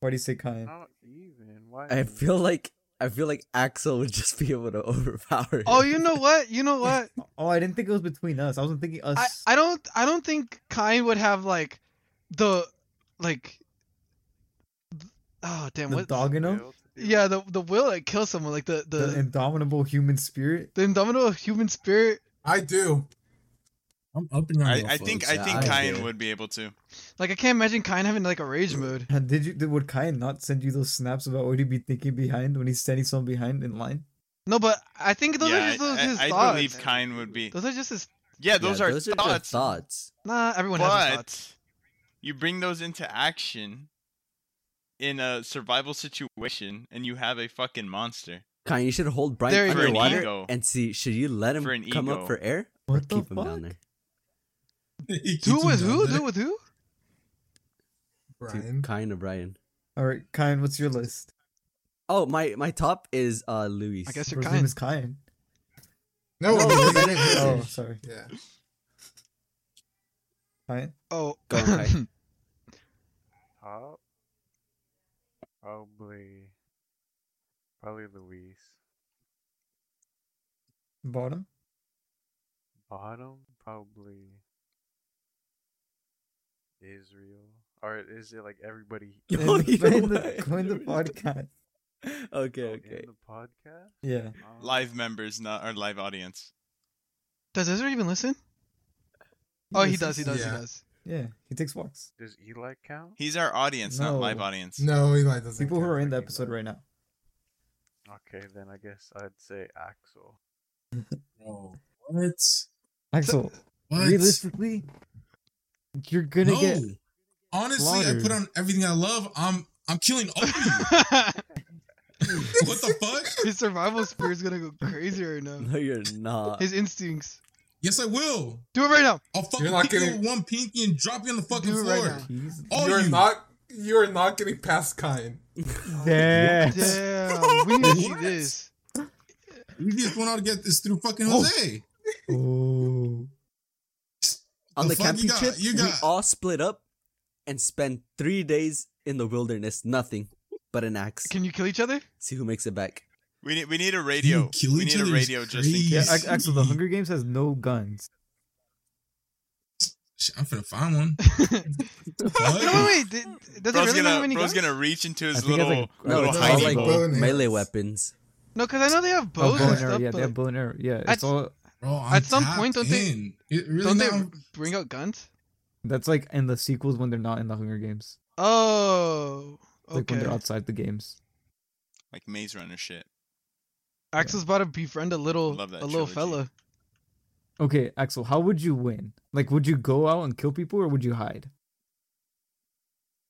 [SPEAKER 3] Why do you say Kyan?
[SPEAKER 9] Not even. Why?
[SPEAKER 5] I feel like I feel like Axel would just be able to overpower. Him.
[SPEAKER 7] Oh, you know what? You know what?
[SPEAKER 3] Oh, I didn't think it was between us. I wasn't thinking
[SPEAKER 7] I,
[SPEAKER 3] us.
[SPEAKER 7] I don't I don't think Kine would have like the like oh damn
[SPEAKER 3] the
[SPEAKER 7] what
[SPEAKER 3] dog in him,
[SPEAKER 9] Will to do
[SPEAKER 7] yeah the the will that kills someone like the the
[SPEAKER 3] the
[SPEAKER 7] the,
[SPEAKER 3] indomitable human spirit.
[SPEAKER 7] indomitable human spirit
[SPEAKER 8] I do.
[SPEAKER 4] I'm up in your
[SPEAKER 6] I,
[SPEAKER 4] mouth,
[SPEAKER 6] I think
[SPEAKER 4] folks.
[SPEAKER 6] I
[SPEAKER 5] Yeah,
[SPEAKER 6] think
[SPEAKER 5] I
[SPEAKER 6] Kyan
[SPEAKER 5] do.
[SPEAKER 6] would be able to.
[SPEAKER 7] like I can't imagine Kine having like a rage mode.
[SPEAKER 3] And Did you? Did, would Kyan not send you those snaps about what he'd be thinking behind when he's standing someone behind in line?
[SPEAKER 7] No, but I think those are
[SPEAKER 6] yeah,
[SPEAKER 7] just
[SPEAKER 6] I,
[SPEAKER 7] those, his
[SPEAKER 6] I, I
[SPEAKER 7] thoughts.
[SPEAKER 6] believe Kyan would be.
[SPEAKER 7] Those are just his
[SPEAKER 6] Yeah, those
[SPEAKER 5] Yeah,
[SPEAKER 6] are
[SPEAKER 5] those
[SPEAKER 6] thoughts.
[SPEAKER 5] Are just thoughts.
[SPEAKER 7] nah. Everyone has his thoughts.
[SPEAKER 6] but you bring those into action in a survival situation, and you have a fucking monster.
[SPEAKER 5] Kyan, you should hold Brian
[SPEAKER 7] There you
[SPEAKER 5] under
[SPEAKER 7] go.
[SPEAKER 5] water
[SPEAKER 6] Ego.
[SPEAKER 5] and see. Should you let him
[SPEAKER 6] For an
[SPEAKER 5] come
[SPEAKER 6] ego.
[SPEAKER 5] up for air or
[SPEAKER 3] What the
[SPEAKER 5] keep him
[SPEAKER 3] fuck?
[SPEAKER 5] down there?
[SPEAKER 4] He keeps
[SPEAKER 7] Do
[SPEAKER 4] him
[SPEAKER 7] with
[SPEAKER 4] down
[SPEAKER 7] who?
[SPEAKER 4] there.
[SPEAKER 7] Do with who?
[SPEAKER 5] Brian.
[SPEAKER 8] Brian.
[SPEAKER 5] Kyan or Brian?
[SPEAKER 3] All right, Kyan, what's your list?
[SPEAKER 5] Oh, my my top is uh Luis.
[SPEAKER 7] I guess you're
[SPEAKER 3] His name
[SPEAKER 7] Kine.
[SPEAKER 3] is Kyan.
[SPEAKER 4] No, no, no,
[SPEAKER 3] Oh, sorry,
[SPEAKER 8] Yeah.
[SPEAKER 3] Kyan.
[SPEAKER 7] Oh,
[SPEAKER 5] Go on, Kine.
[SPEAKER 9] Top. Probably. Probably Luis.
[SPEAKER 3] Bottom.
[SPEAKER 9] Bottom. Probably. Israel. Or is it like everybody
[SPEAKER 5] Yo,
[SPEAKER 3] In the-
[SPEAKER 5] either
[SPEAKER 3] in the-
[SPEAKER 5] way.
[SPEAKER 3] Join the podcast.
[SPEAKER 5] Okay,
[SPEAKER 9] oh,
[SPEAKER 5] okay.
[SPEAKER 9] in the podcast?
[SPEAKER 3] Yeah.
[SPEAKER 9] Um,
[SPEAKER 6] Live members, not our live audience.
[SPEAKER 7] does Ezra even listen? Oh, he does. He does.
[SPEAKER 8] Yeah.
[SPEAKER 7] He does.
[SPEAKER 3] Yeah, he takes walks.
[SPEAKER 9] Does Eli count?
[SPEAKER 6] He's our audience, not live
[SPEAKER 3] No.
[SPEAKER 6] audience.
[SPEAKER 8] No, Eli doesn't.
[SPEAKER 3] People who
[SPEAKER 8] count.
[SPEAKER 3] are in the
[SPEAKER 9] like
[SPEAKER 3] episode
[SPEAKER 9] email.
[SPEAKER 3] right now.
[SPEAKER 9] Okay, then I guess I'd say Axel.
[SPEAKER 4] no. What?
[SPEAKER 3] Axel,
[SPEAKER 4] What?
[SPEAKER 3] realistically, you're gonna
[SPEAKER 4] no.
[SPEAKER 3] get
[SPEAKER 4] Honestly, I
[SPEAKER 3] slaughtered.
[SPEAKER 4] put on everything I love. I'm I'm killing all of you. what the fuck?
[SPEAKER 7] his survival spirit's gonna go crazy right now.
[SPEAKER 5] No, you're not.
[SPEAKER 7] His instincts.
[SPEAKER 4] Yes, I will.
[SPEAKER 7] Do it right now.
[SPEAKER 4] I'll fucking
[SPEAKER 8] You're not
[SPEAKER 4] pick you
[SPEAKER 8] getting-
[SPEAKER 4] with one pinky and drop you on the fucking
[SPEAKER 7] Do it right
[SPEAKER 4] floor.
[SPEAKER 7] now.
[SPEAKER 3] peas.
[SPEAKER 4] all
[SPEAKER 8] You're
[SPEAKER 4] you.
[SPEAKER 8] not. You're not getting past Kyan.
[SPEAKER 3] Yes.
[SPEAKER 7] Damn, we need to see
[SPEAKER 4] What?
[SPEAKER 7] this.
[SPEAKER 4] Easiest one I'll get is through fucking
[SPEAKER 7] Oh.
[SPEAKER 4] Jose.
[SPEAKER 3] Ooh.
[SPEAKER 5] On
[SPEAKER 4] the
[SPEAKER 5] the,
[SPEAKER 4] fuck you
[SPEAKER 5] camping
[SPEAKER 4] got-
[SPEAKER 5] trip,
[SPEAKER 4] you
[SPEAKER 5] we
[SPEAKER 4] got-
[SPEAKER 5] all split up and spent three days in the wilderness, nothing but an axe.
[SPEAKER 7] Can you kill each other?
[SPEAKER 5] See who makes it back.
[SPEAKER 6] We need we need a radio.
[SPEAKER 4] kill
[SPEAKER 6] We
[SPEAKER 4] each
[SPEAKER 6] need a
[SPEAKER 4] other is
[SPEAKER 6] radio just in
[SPEAKER 4] crazy.
[SPEAKER 6] case.
[SPEAKER 3] Yeah,
[SPEAKER 7] uh,
[SPEAKER 4] Yes.
[SPEAKER 3] Ac- Axel, the Hunger Games has no guns.
[SPEAKER 4] Shit, I'm finna find one.
[SPEAKER 7] no, wait, wait. Did, does it really not
[SPEAKER 6] bro's
[SPEAKER 7] have
[SPEAKER 6] gonna
[SPEAKER 7] any
[SPEAKER 6] bro's
[SPEAKER 7] guns?
[SPEAKER 6] gonna reach into
[SPEAKER 3] I
[SPEAKER 6] his
[SPEAKER 3] think it's
[SPEAKER 6] little
[SPEAKER 3] like a-
[SPEAKER 5] No,
[SPEAKER 6] little
[SPEAKER 5] it's all
[SPEAKER 6] hiding
[SPEAKER 5] like
[SPEAKER 6] hole.
[SPEAKER 8] bow and
[SPEAKER 5] melee
[SPEAKER 8] arrows.
[SPEAKER 5] weapons.
[SPEAKER 7] No, because I know they have
[SPEAKER 3] Oh,
[SPEAKER 7] bows
[SPEAKER 3] bow and
[SPEAKER 7] and
[SPEAKER 3] arrow.
[SPEAKER 7] stuff,
[SPEAKER 3] Yeah,
[SPEAKER 7] but
[SPEAKER 3] they have
[SPEAKER 7] like,
[SPEAKER 3] bow and arrow. Yeah,
[SPEAKER 7] I
[SPEAKER 3] it's
[SPEAKER 7] j-
[SPEAKER 3] all.
[SPEAKER 4] Bro, I'm
[SPEAKER 7] At some point,
[SPEAKER 4] tapped
[SPEAKER 7] don't they-
[SPEAKER 4] in. It really
[SPEAKER 7] don't they
[SPEAKER 4] now-
[SPEAKER 7] bring out guns?
[SPEAKER 3] That's like in the sequels when they're not in the Hunger Games.
[SPEAKER 7] Oh,
[SPEAKER 3] Like when
[SPEAKER 7] okay.
[SPEAKER 3] they're outside the games.
[SPEAKER 6] Like Maze Runner shit.
[SPEAKER 7] Axel's about to befriend a little,
[SPEAKER 6] Love that
[SPEAKER 7] a little
[SPEAKER 6] trilogy.
[SPEAKER 7] fella.
[SPEAKER 3] Okay, Axel, how would you win? Like, would you go out and kill people or would you hide?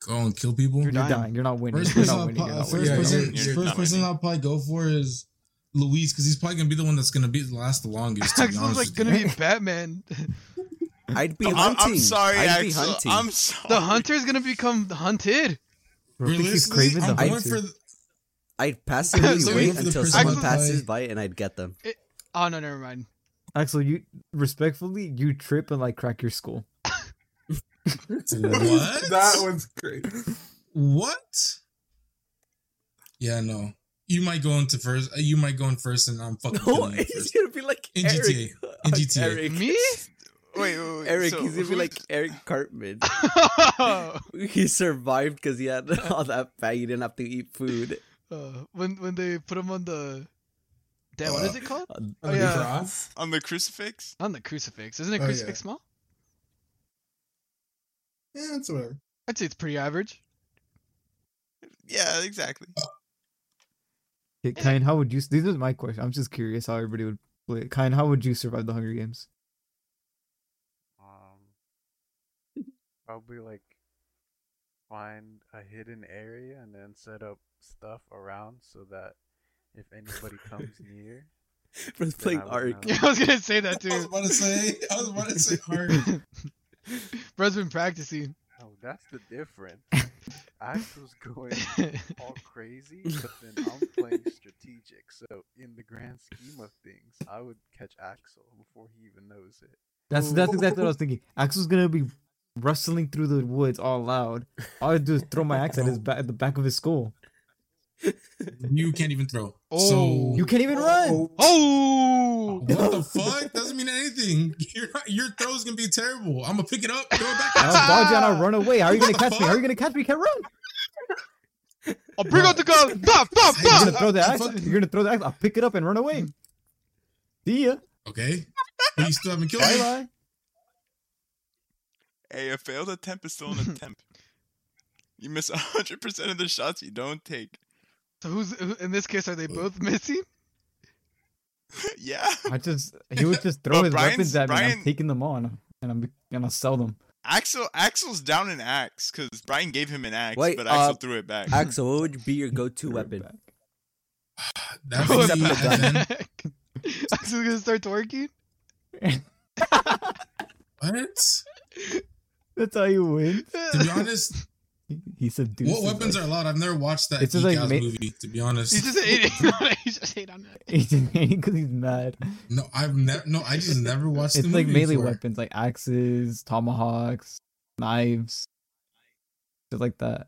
[SPEAKER 4] go and kill people?
[SPEAKER 7] You're
[SPEAKER 3] You're
[SPEAKER 7] dying.
[SPEAKER 3] dying. You're not winning.
[SPEAKER 4] First
[SPEAKER 3] You're
[SPEAKER 4] person,
[SPEAKER 3] not
[SPEAKER 4] I'll,
[SPEAKER 3] winning. You're
[SPEAKER 4] pro-
[SPEAKER 3] not
[SPEAKER 4] first
[SPEAKER 3] winning.
[SPEAKER 8] Yeah,
[SPEAKER 4] person,
[SPEAKER 6] you're
[SPEAKER 4] first
[SPEAKER 6] not
[SPEAKER 4] person
[SPEAKER 6] winning.
[SPEAKER 4] I'll probably go for is Luis because he's probably gonna be the one that's gonna be last the longest. To be
[SPEAKER 7] Axel's
[SPEAKER 4] honest
[SPEAKER 7] like
[SPEAKER 4] with
[SPEAKER 7] gonna
[SPEAKER 4] you.
[SPEAKER 7] be Batman.
[SPEAKER 5] I'd be
[SPEAKER 6] I'm, I'm
[SPEAKER 5] hunting.
[SPEAKER 6] sorry,
[SPEAKER 5] I'd be
[SPEAKER 6] Axel.
[SPEAKER 5] hunting.
[SPEAKER 6] I'm sorry.
[SPEAKER 7] the hunter's gonna become hunted.
[SPEAKER 3] Bro, I think he's
[SPEAKER 4] Realistically,
[SPEAKER 3] craving
[SPEAKER 4] I'm
[SPEAKER 3] the
[SPEAKER 4] going
[SPEAKER 3] hunter.
[SPEAKER 4] for the-
[SPEAKER 5] I'd passively
[SPEAKER 7] So
[SPEAKER 5] wait
[SPEAKER 7] you-
[SPEAKER 5] until
[SPEAKER 4] Axel-
[SPEAKER 5] someone
[SPEAKER 7] Axel-
[SPEAKER 5] passes by and I'd get them.
[SPEAKER 7] Oh no, never mind.
[SPEAKER 3] Axel, you respectfully, you trip and like crack your skull.
[SPEAKER 4] what?
[SPEAKER 8] That was great.
[SPEAKER 4] what? Yeah, no. You might go into first. uh, You might go in first, and I'm fucking
[SPEAKER 5] No,
[SPEAKER 4] killing you
[SPEAKER 5] he's
[SPEAKER 4] first.
[SPEAKER 5] gonna be like
[SPEAKER 4] In
[SPEAKER 5] Eric.
[SPEAKER 4] GTA. In
[SPEAKER 5] Like
[SPEAKER 4] GTA.
[SPEAKER 5] Eric.
[SPEAKER 7] Me?
[SPEAKER 6] Wait, wait, wait.
[SPEAKER 5] Eric,
[SPEAKER 6] so
[SPEAKER 5] he's gonna be
[SPEAKER 6] who-
[SPEAKER 5] like Eric Cartman.
[SPEAKER 7] Uh,
[SPEAKER 5] he survived because he had all that fat. He didn't have to eat food.
[SPEAKER 7] when when they put him on the, damn, what is it called?
[SPEAKER 8] On
[SPEAKER 7] Oh,
[SPEAKER 8] the
[SPEAKER 7] yeah.
[SPEAKER 8] cross.
[SPEAKER 6] on the crucifix.
[SPEAKER 7] On the crucifix. Isn't
[SPEAKER 8] Oh,
[SPEAKER 7] it
[SPEAKER 8] yeah.
[SPEAKER 7] crucifix small?
[SPEAKER 8] Yeah, it's whatever.
[SPEAKER 7] I I'd say it's pretty average.
[SPEAKER 6] Yeah, exactly.
[SPEAKER 3] Okay, Kyan, how would you? This is my question. I'm just curious how everybody would play. it. Kyan, how would you survive the Hunger Games?
[SPEAKER 9] Um, probably like find a hidden area and then set up stuff around so that if anybody comes near,
[SPEAKER 5] For playing
[SPEAKER 9] I would
[SPEAKER 5] Ark.
[SPEAKER 9] know.
[SPEAKER 7] Yeah, I was gonna say that
[SPEAKER 4] I was
[SPEAKER 7] too.
[SPEAKER 4] about to say. I was about to say hard.
[SPEAKER 7] Bro's been practicing.
[SPEAKER 9] oh, that's the difference. Axe was going all crazy, but then I'm playing strategic. So in the grand scheme of things, I would catch Axel before he even knows it.
[SPEAKER 3] That's that's exactly what I was thinking. Axel's gonna be rustling through the woods all loud. All I do is throw my axe at his back, at the back of his skull.
[SPEAKER 4] You can't even throw.
[SPEAKER 7] Oh.
[SPEAKER 4] so
[SPEAKER 3] You can't even
[SPEAKER 4] Oh.
[SPEAKER 3] run.
[SPEAKER 7] Oh,
[SPEAKER 4] What the fuck? Doesn't mean anything. You're not, your throw's gonna be terrible. I'm gonna pick it up, throw it back.
[SPEAKER 3] I'll dodge you and I'll run away. How are you gonna
[SPEAKER 4] What the
[SPEAKER 3] catch me? How are you gonna catch me? You can't run.
[SPEAKER 7] I'll Oh, bring out the gun. Bah, bah,
[SPEAKER 4] Hey,
[SPEAKER 3] You're
[SPEAKER 7] bah.
[SPEAKER 3] gonna throw the
[SPEAKER 4] I
[SPEAKER 3] axe.
[SPEAKER 4] fucking-
[SPEAKER 3] You're gonna throw the axe. I'll pick it up and run away. See ya.
[SPEAKER 4] Okay. But you still haven't killed
[SPEAKER 3] Bye
[SPEAKER 4] me.
[SPEAKER 3] bye.
[SPEAKER 6] Hey, a failed attempt is still an attempt. You miss 100% of the shots you don't take.
[SPEAKER 7] So who's who, in this case? Are they both missing?
[SPEAKER 6] yeah.
[SPEAKER 3] I just he would just throw
[SPEAKER 6] But
[SPEAKER 3] his
[SPEAKER 6] Brian's-
[SPEAKER 3] weapons at me. and I'm
[SPEAKER 6] Brian-
[SPEAKER 3] taking them on and I'm and I'll sell them.
[SPEAKER 6] Axel Axel's down an axe because Brian gave him an axe,
[SPEAKER 5] Wait,
[SPEAKER 6] but Axel
[SPEAKER 5] uh,
[SPEAKER 6] threw it back.
[SPEAKER 5] Axel, what would be your go-to weapon?
[SPEAKER 4] That
[SPEAKER 7] Throw it
[SPEAKER 4] would be-
[SPEAKER 7] back.
[SPEAKER 4] then-
[SPEAKER 7] Axel's gonna start twerking.
[SPEAKER 4] what?
[SPEAKER 3] That's how you win.
[SPEAKER 4] To be honest,
[SPEAKER 3] He- He said, "Dude,
[SPEAKER 4] what weapons are allowed? I've never watched that
[SPEAKER 3] It's
[SPEAKER 4] geek
[SPEAKER 3] just like
[SPEAKER 4] ass
[SPEAKER 3] ma-
[SPEAKER 4] movie. To be honest,
[SPEAKER 7] He's just hating. He's just hating on that.
[SPEAKER 3] He's because he's mad.
[SPEAKER 4] no, I've never. No, I just never watched.
[SPEAKER 3] It's
[SPEAKER 4] the
[SPEAKER 3] like
[SPEAKER 4] movie
[SPEAKER 3] melee
[SPEAKER 4] before.
[SPEAKER 3] weapons, like axes, tomahawks, knives, shit like that.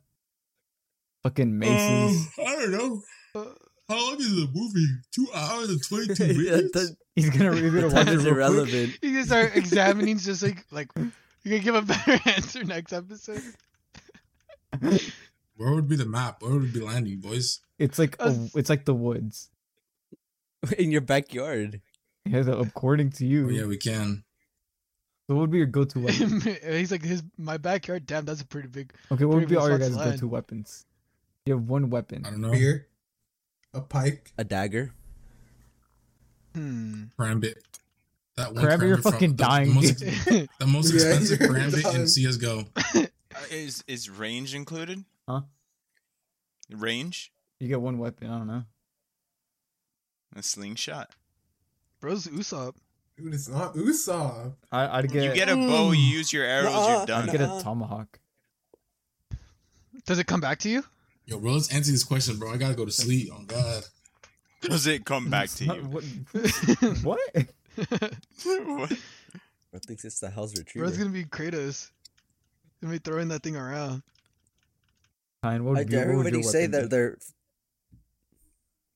[SPEAKER 3] Fucking maces.
[SPEAKER 4] Uh, I don't know. How long is the movie? Two hours and twenty-two
[SPEAKER 5] Yeah,
[SPEAKER 4] minutes.
[SPEAKER 5] that-
[SPEAKER 3] He's gonna really
[SPEAKER 5] the
[SPEAKER 3] gonna watch
[SPEAKER 5] time
[SPEAKER 3] it
[SPEAKER 5] is
[SPEAKER 3] real quick.
[SPEAKER 5] irrelevant.
[SPEAKER 7] You guys are examining just like like you can give a better answer next episode.
[SPEAKER 4] Where would be the map? Where would it be landing, boys?
[SPEAKER 3] It's like
[SPEAKER 7] I
[SPEAKER 3] a,
[SPEAKER 7] was-
[SPEAKER 3] it's like the woods.
[SPEAKER 5] In your backyard.
[SPEAKER 3] Yeah, so according to you,
[SPEAKER 4] Oh yeah, we can.
[SPEAKER 3] so what would be your go-to weapon?
[SPEAKER 7] He's like his my backyard. Damn, that's a pretty big.
[SPEAKER 3] Okay, what would be
[SPEAKER 7] Previous
[SPEAKER 3] all your
[SPEAKER 7] thoughts
[SPEAKER 3] guys'
[SPEAKER 7] land.
[SPEAKER 3] go-to weapons? You have one weapon.
[SPEAKER 4] I don't know.
[SPEAKER 8] Spear, a pike,
[SPEAKER 5] A dagger.
[SPEAKER 7] Hmm.
[SPEAKER 4] Crambit. That
[SPEAKER 3] Crambit, you're
[SPEAKER 4] from-
[SPEAKER 3] fucking
[SPEAKER 4] the-
[SPEAKER 3] dying,
[SPEAKER 4] The most,
[SPEAKER 3] dude.
[SPEAKER 4] the most
[SPEAKER 8] Yeah,
[SPEAKER 4] expensive
[SPEAKER 8] you're
[SPEAKER 4] Crambit in
[SPEAKER 8] dying.
[SPEAKER 4] CS:GO.
[SPEAKER 6] Uh, is is range included?
[SPEAKER 3] Huh?
[SPEAKER 6] Range?
[SPEAKER 3] You get one weapon. I don't know.
[SPEAKER 6] A slingshot.
[SPEAKER 7] Bro's Usopp.
[SPEAKER 8] dude, it's not Usopp.
[SPEAKER 3] I, I'd
[SPEAKER 6] You
[SPEAKER 3] get,
[SPEAKER 6] get a bow, you use your arrows,
[SPEAKER 5] Nuh-uh,
[SPEAKER 6] you're done.
[SPEAKER 3] I'd get a tomahawk.
[SPEAKER 7] Does it come back to you?
[SPEAKER 4] Yo, bro, let's answer this question, bro. I gotta go to sleep. Oh God.
[SPEAKER 6] Does it come back
[SPEAKER 3] It's
[SPEAKER 6] to
[SPEAKER 3] not-
[SPEAKER 6] you?
[SPEAKER 3] What? what?
[SPEAKER 6] What?
[SPEAKER 5] I think it's the house retriever.
[SPEAKER 7] Bro's gonna be Kratos. Gonna be throwing that thing around.
[SPEAKER 3] Fine, what would
[SPEAKER 5] Like,
[SPEAKER 3] be- what would
[SPEAKER 5] everybody
[SPEAKER 3] your
[SPEAKER 5] say
[SPEAKER 3] weapon
[SPEAKER 5] that
[SPEAKER 3] be?
[SPEAKER 5] they're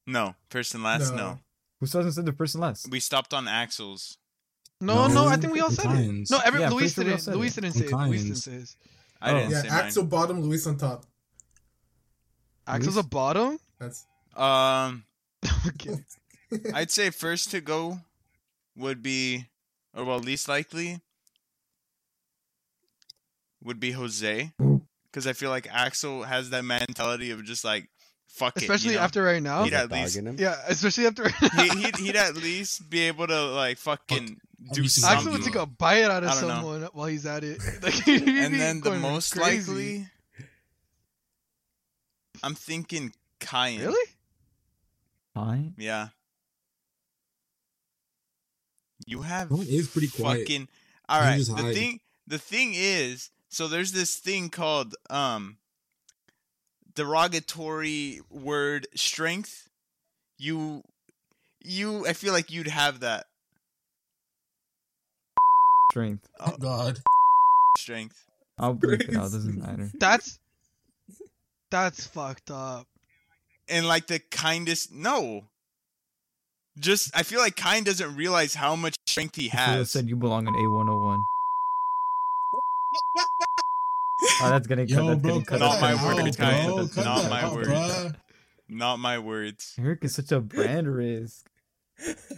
[SPEAKER 6] No. First and last, no.
[SPEAKER 3] Who hasn't said the person last?
[SPEAKER 6] We stopped on Axel's.
[SPEAKER 7] No, no,
[SPEAKER 4] No,
[SPEAKER 7] I think we all said
[SPEAKER 4] Compliance.
[SPEAKER 7] it. No, every
[SPEAKER 3] Yeah, pretty
[SPEAKER 7] Luis
[SPEAKER 3] sure we all
[SPEAKER 7] didn't.
[SPEAKER 3] said
[SPEAKER 7] Luis
[SPEAKER 3] it.
[SPEAKER 7] didn't say it. Luis didn't
[SPEAKER 4] Compliance.
[SPEAKER 7] say it.
[SPEAKER 3] Oh.
[SPEAKER 6] I didn't
[SPEAKER 8] yeah,
[SPEAKER 6] say mine.
[SPEAKER 8] Axel bottom, Luis on top.
[SPEAKER 7] Axel's
[SPEAKER 3] Luis?
[SPEAKER 7] a bottom.
[SPEAKER 8] That's
[SPEAKER 6] Um,
[SPEAKER 7] okay.
[SPEAKER 6] I'd say first to go would be, or well, least likely would be Jose, because I feel like Axel has that mentality of just like fuck it. you
[SPEAKER 7] Especially
[SPEAKER 6] know?
[SPEAKER 7] after right now.
[SPEAKER 6] He'd
[SPEAKER 7] Yeah.
[SPEAKER 6] at least
[SPEAKER 5] dogging him.
[SPEAKER 7] especially after right now.
[SPEAKER 6] he, he'd, he'd at least be able to like fucking do
[SPEAKER 4] Actually,
[SPEAKER 7] Axel would
[SPEAKER 6] something.
[SPEAKER 7] take a bite out of
[SPEAKER 6] I don't know.
[SPEAKER 7] someone while he's at it. Like, he'd
[SPEAKER 6] and
[SPEAKER 7] be
[SPEAKER 6] then the
[SPEAKER 7] going
[SPEAKER 6] most
[SPEAKER 7] crazy.
[SPEAKER 6] likely, I'm thinking Kyan.
[SPEAKER 7] Really?
[SPEAKER 3] Fine.
[SPEAKER 6] Yeah. You have
[SPEAKER 4] That one is pretty quiet.
[SPEAKER 6] fucking all
[SPEAKER 4] You
[SPEAKER 6] right.
[SPEAKER 4] just
[SPEAKER 6] The
[SPEAKER 4] hide.
[SPEAKER 6] thing the thing is, so there's this thing called um derogatory word strength. You you I feel like you'd have that
[SPEAKER 3] Strength.
[SPEAKER 4] Oh God.
[SPEAKER 6] uh, strength.
[SPEAKER 3] I'll bleep it out. Doesn't matter.
[SPEAKER 7] That's that's fucked up.
[SPEAKER 6] And like the kindest no. Just I feel like Kine doesn't realize how much strength he
[SPEAKER 3] You should've
[SPEAKER 6] has.
[SPEAKER 3] said you belong in A101. Oh, that's getting cut.
[SPEAKER 4] Yo,
[SPEAKER 3] that's
[SPEAKER 4] bro,
[SPEAKER 3] getting
[SPEAKER 4] cut
[SPEAKER 3] cut.
[SPEAKER 6] Not
[SPEAKER 4] that
[SPEAKER 6] my
[SPEAKER 4] out,
[SPEAKER 6] words, guys.
[SPEAKER 4] bro.
[SPEAKER 6] That's
[SPEAKER 4] Cut
[SPEAKER 6] not
[SPEAKER 4] that
[SPEAKER 6] my
[SPEAKER 4] out,
[SPEAKER 6] words.
[SPEAKER 4] bruh.
[SPEAKER 6] Not my words.
[SPEAKER 3] Eric is such a brand risk.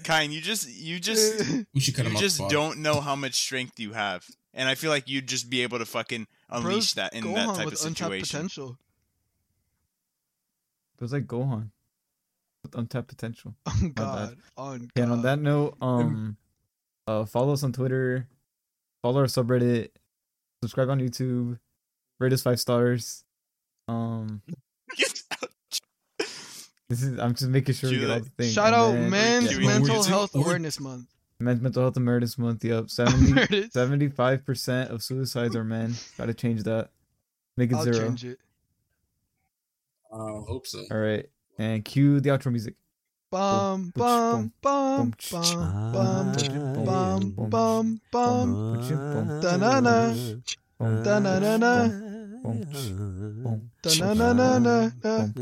[SPEAKER 6] Kine, you just you just
[SPEAKER 4] We should cut
[SPEAKER 6] you
[SPEAKER 4] him off.
[SPEAKER 6] just
[SPEAKER 4] Bob.
[SPEAKER 6] don't know how much strength you have. And I feel like you'd just be able to fucking unleash that in that
[SPEAKER 7] Gohan
[SPEAKER 6] type
[SPEAKER 7] with
[SPEAKER 6] of
[SPEAKER 7] untapped
[SPEAKER 6] situation.
[SPEAKER 7] potential.
[SPEAKER 3] It was like Gohan with untapped potential.
[SPEAKER 7] On
[SPEAKER 3] bad.
[SPEAKER 7] God. On God.
[SPEAKER 3] Okay, and on that note, um, uh, follow us on Twitter, follow our subreddit, subscribe on YouTube, rate us five stars. Um, this is I'm just making sure we get all the things.
[SPEAKER 7] Shout
[SPEAKER 3] And
[SPEAKER 7] out
[SPEAKER 3] then
[SPEAKER 7] Men's
[SPEAKER 6] Kiwi.
[SPEAKER 7] Mental
[SPEAKER 4] Origin-
[SPEAKER 7] Health
[SPEAKER 4] origin-
[SPEAKER 7] Awareness Month.
[SPEAKER 3] Men's Mental Health Awareness Month. Yep, 70,
[SPEAKER 7] Meredith,
[SPEAKER 3] 75 percent of suicides are men. Gotta change that. Make it
[SPEAKER 7] I'll
[SPEAKER 3] zero.
[SPEAKER 7] change it.
[SPEAKER 4] I hope so.
[SPEAKER 3] All right, and cue the outro music.
[SPEAKER 7] Bum
[SPEAKER 3] boom,
[SPEAKER 7] bum bum
[SPEAKER 3] boom,
[SPEAKER 7] bum bum
[SPEAKER 3] boom,
[SPEAKER 7] bum
[SPEAKER 3] boom,
[SPEAKER 7] bum bum. Na na na na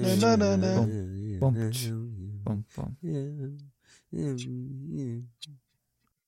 [SPEAKER 7] na na na na.
[SPEAKER 3] Bum, bum, bum.
[SPEAKER 5] Yeah.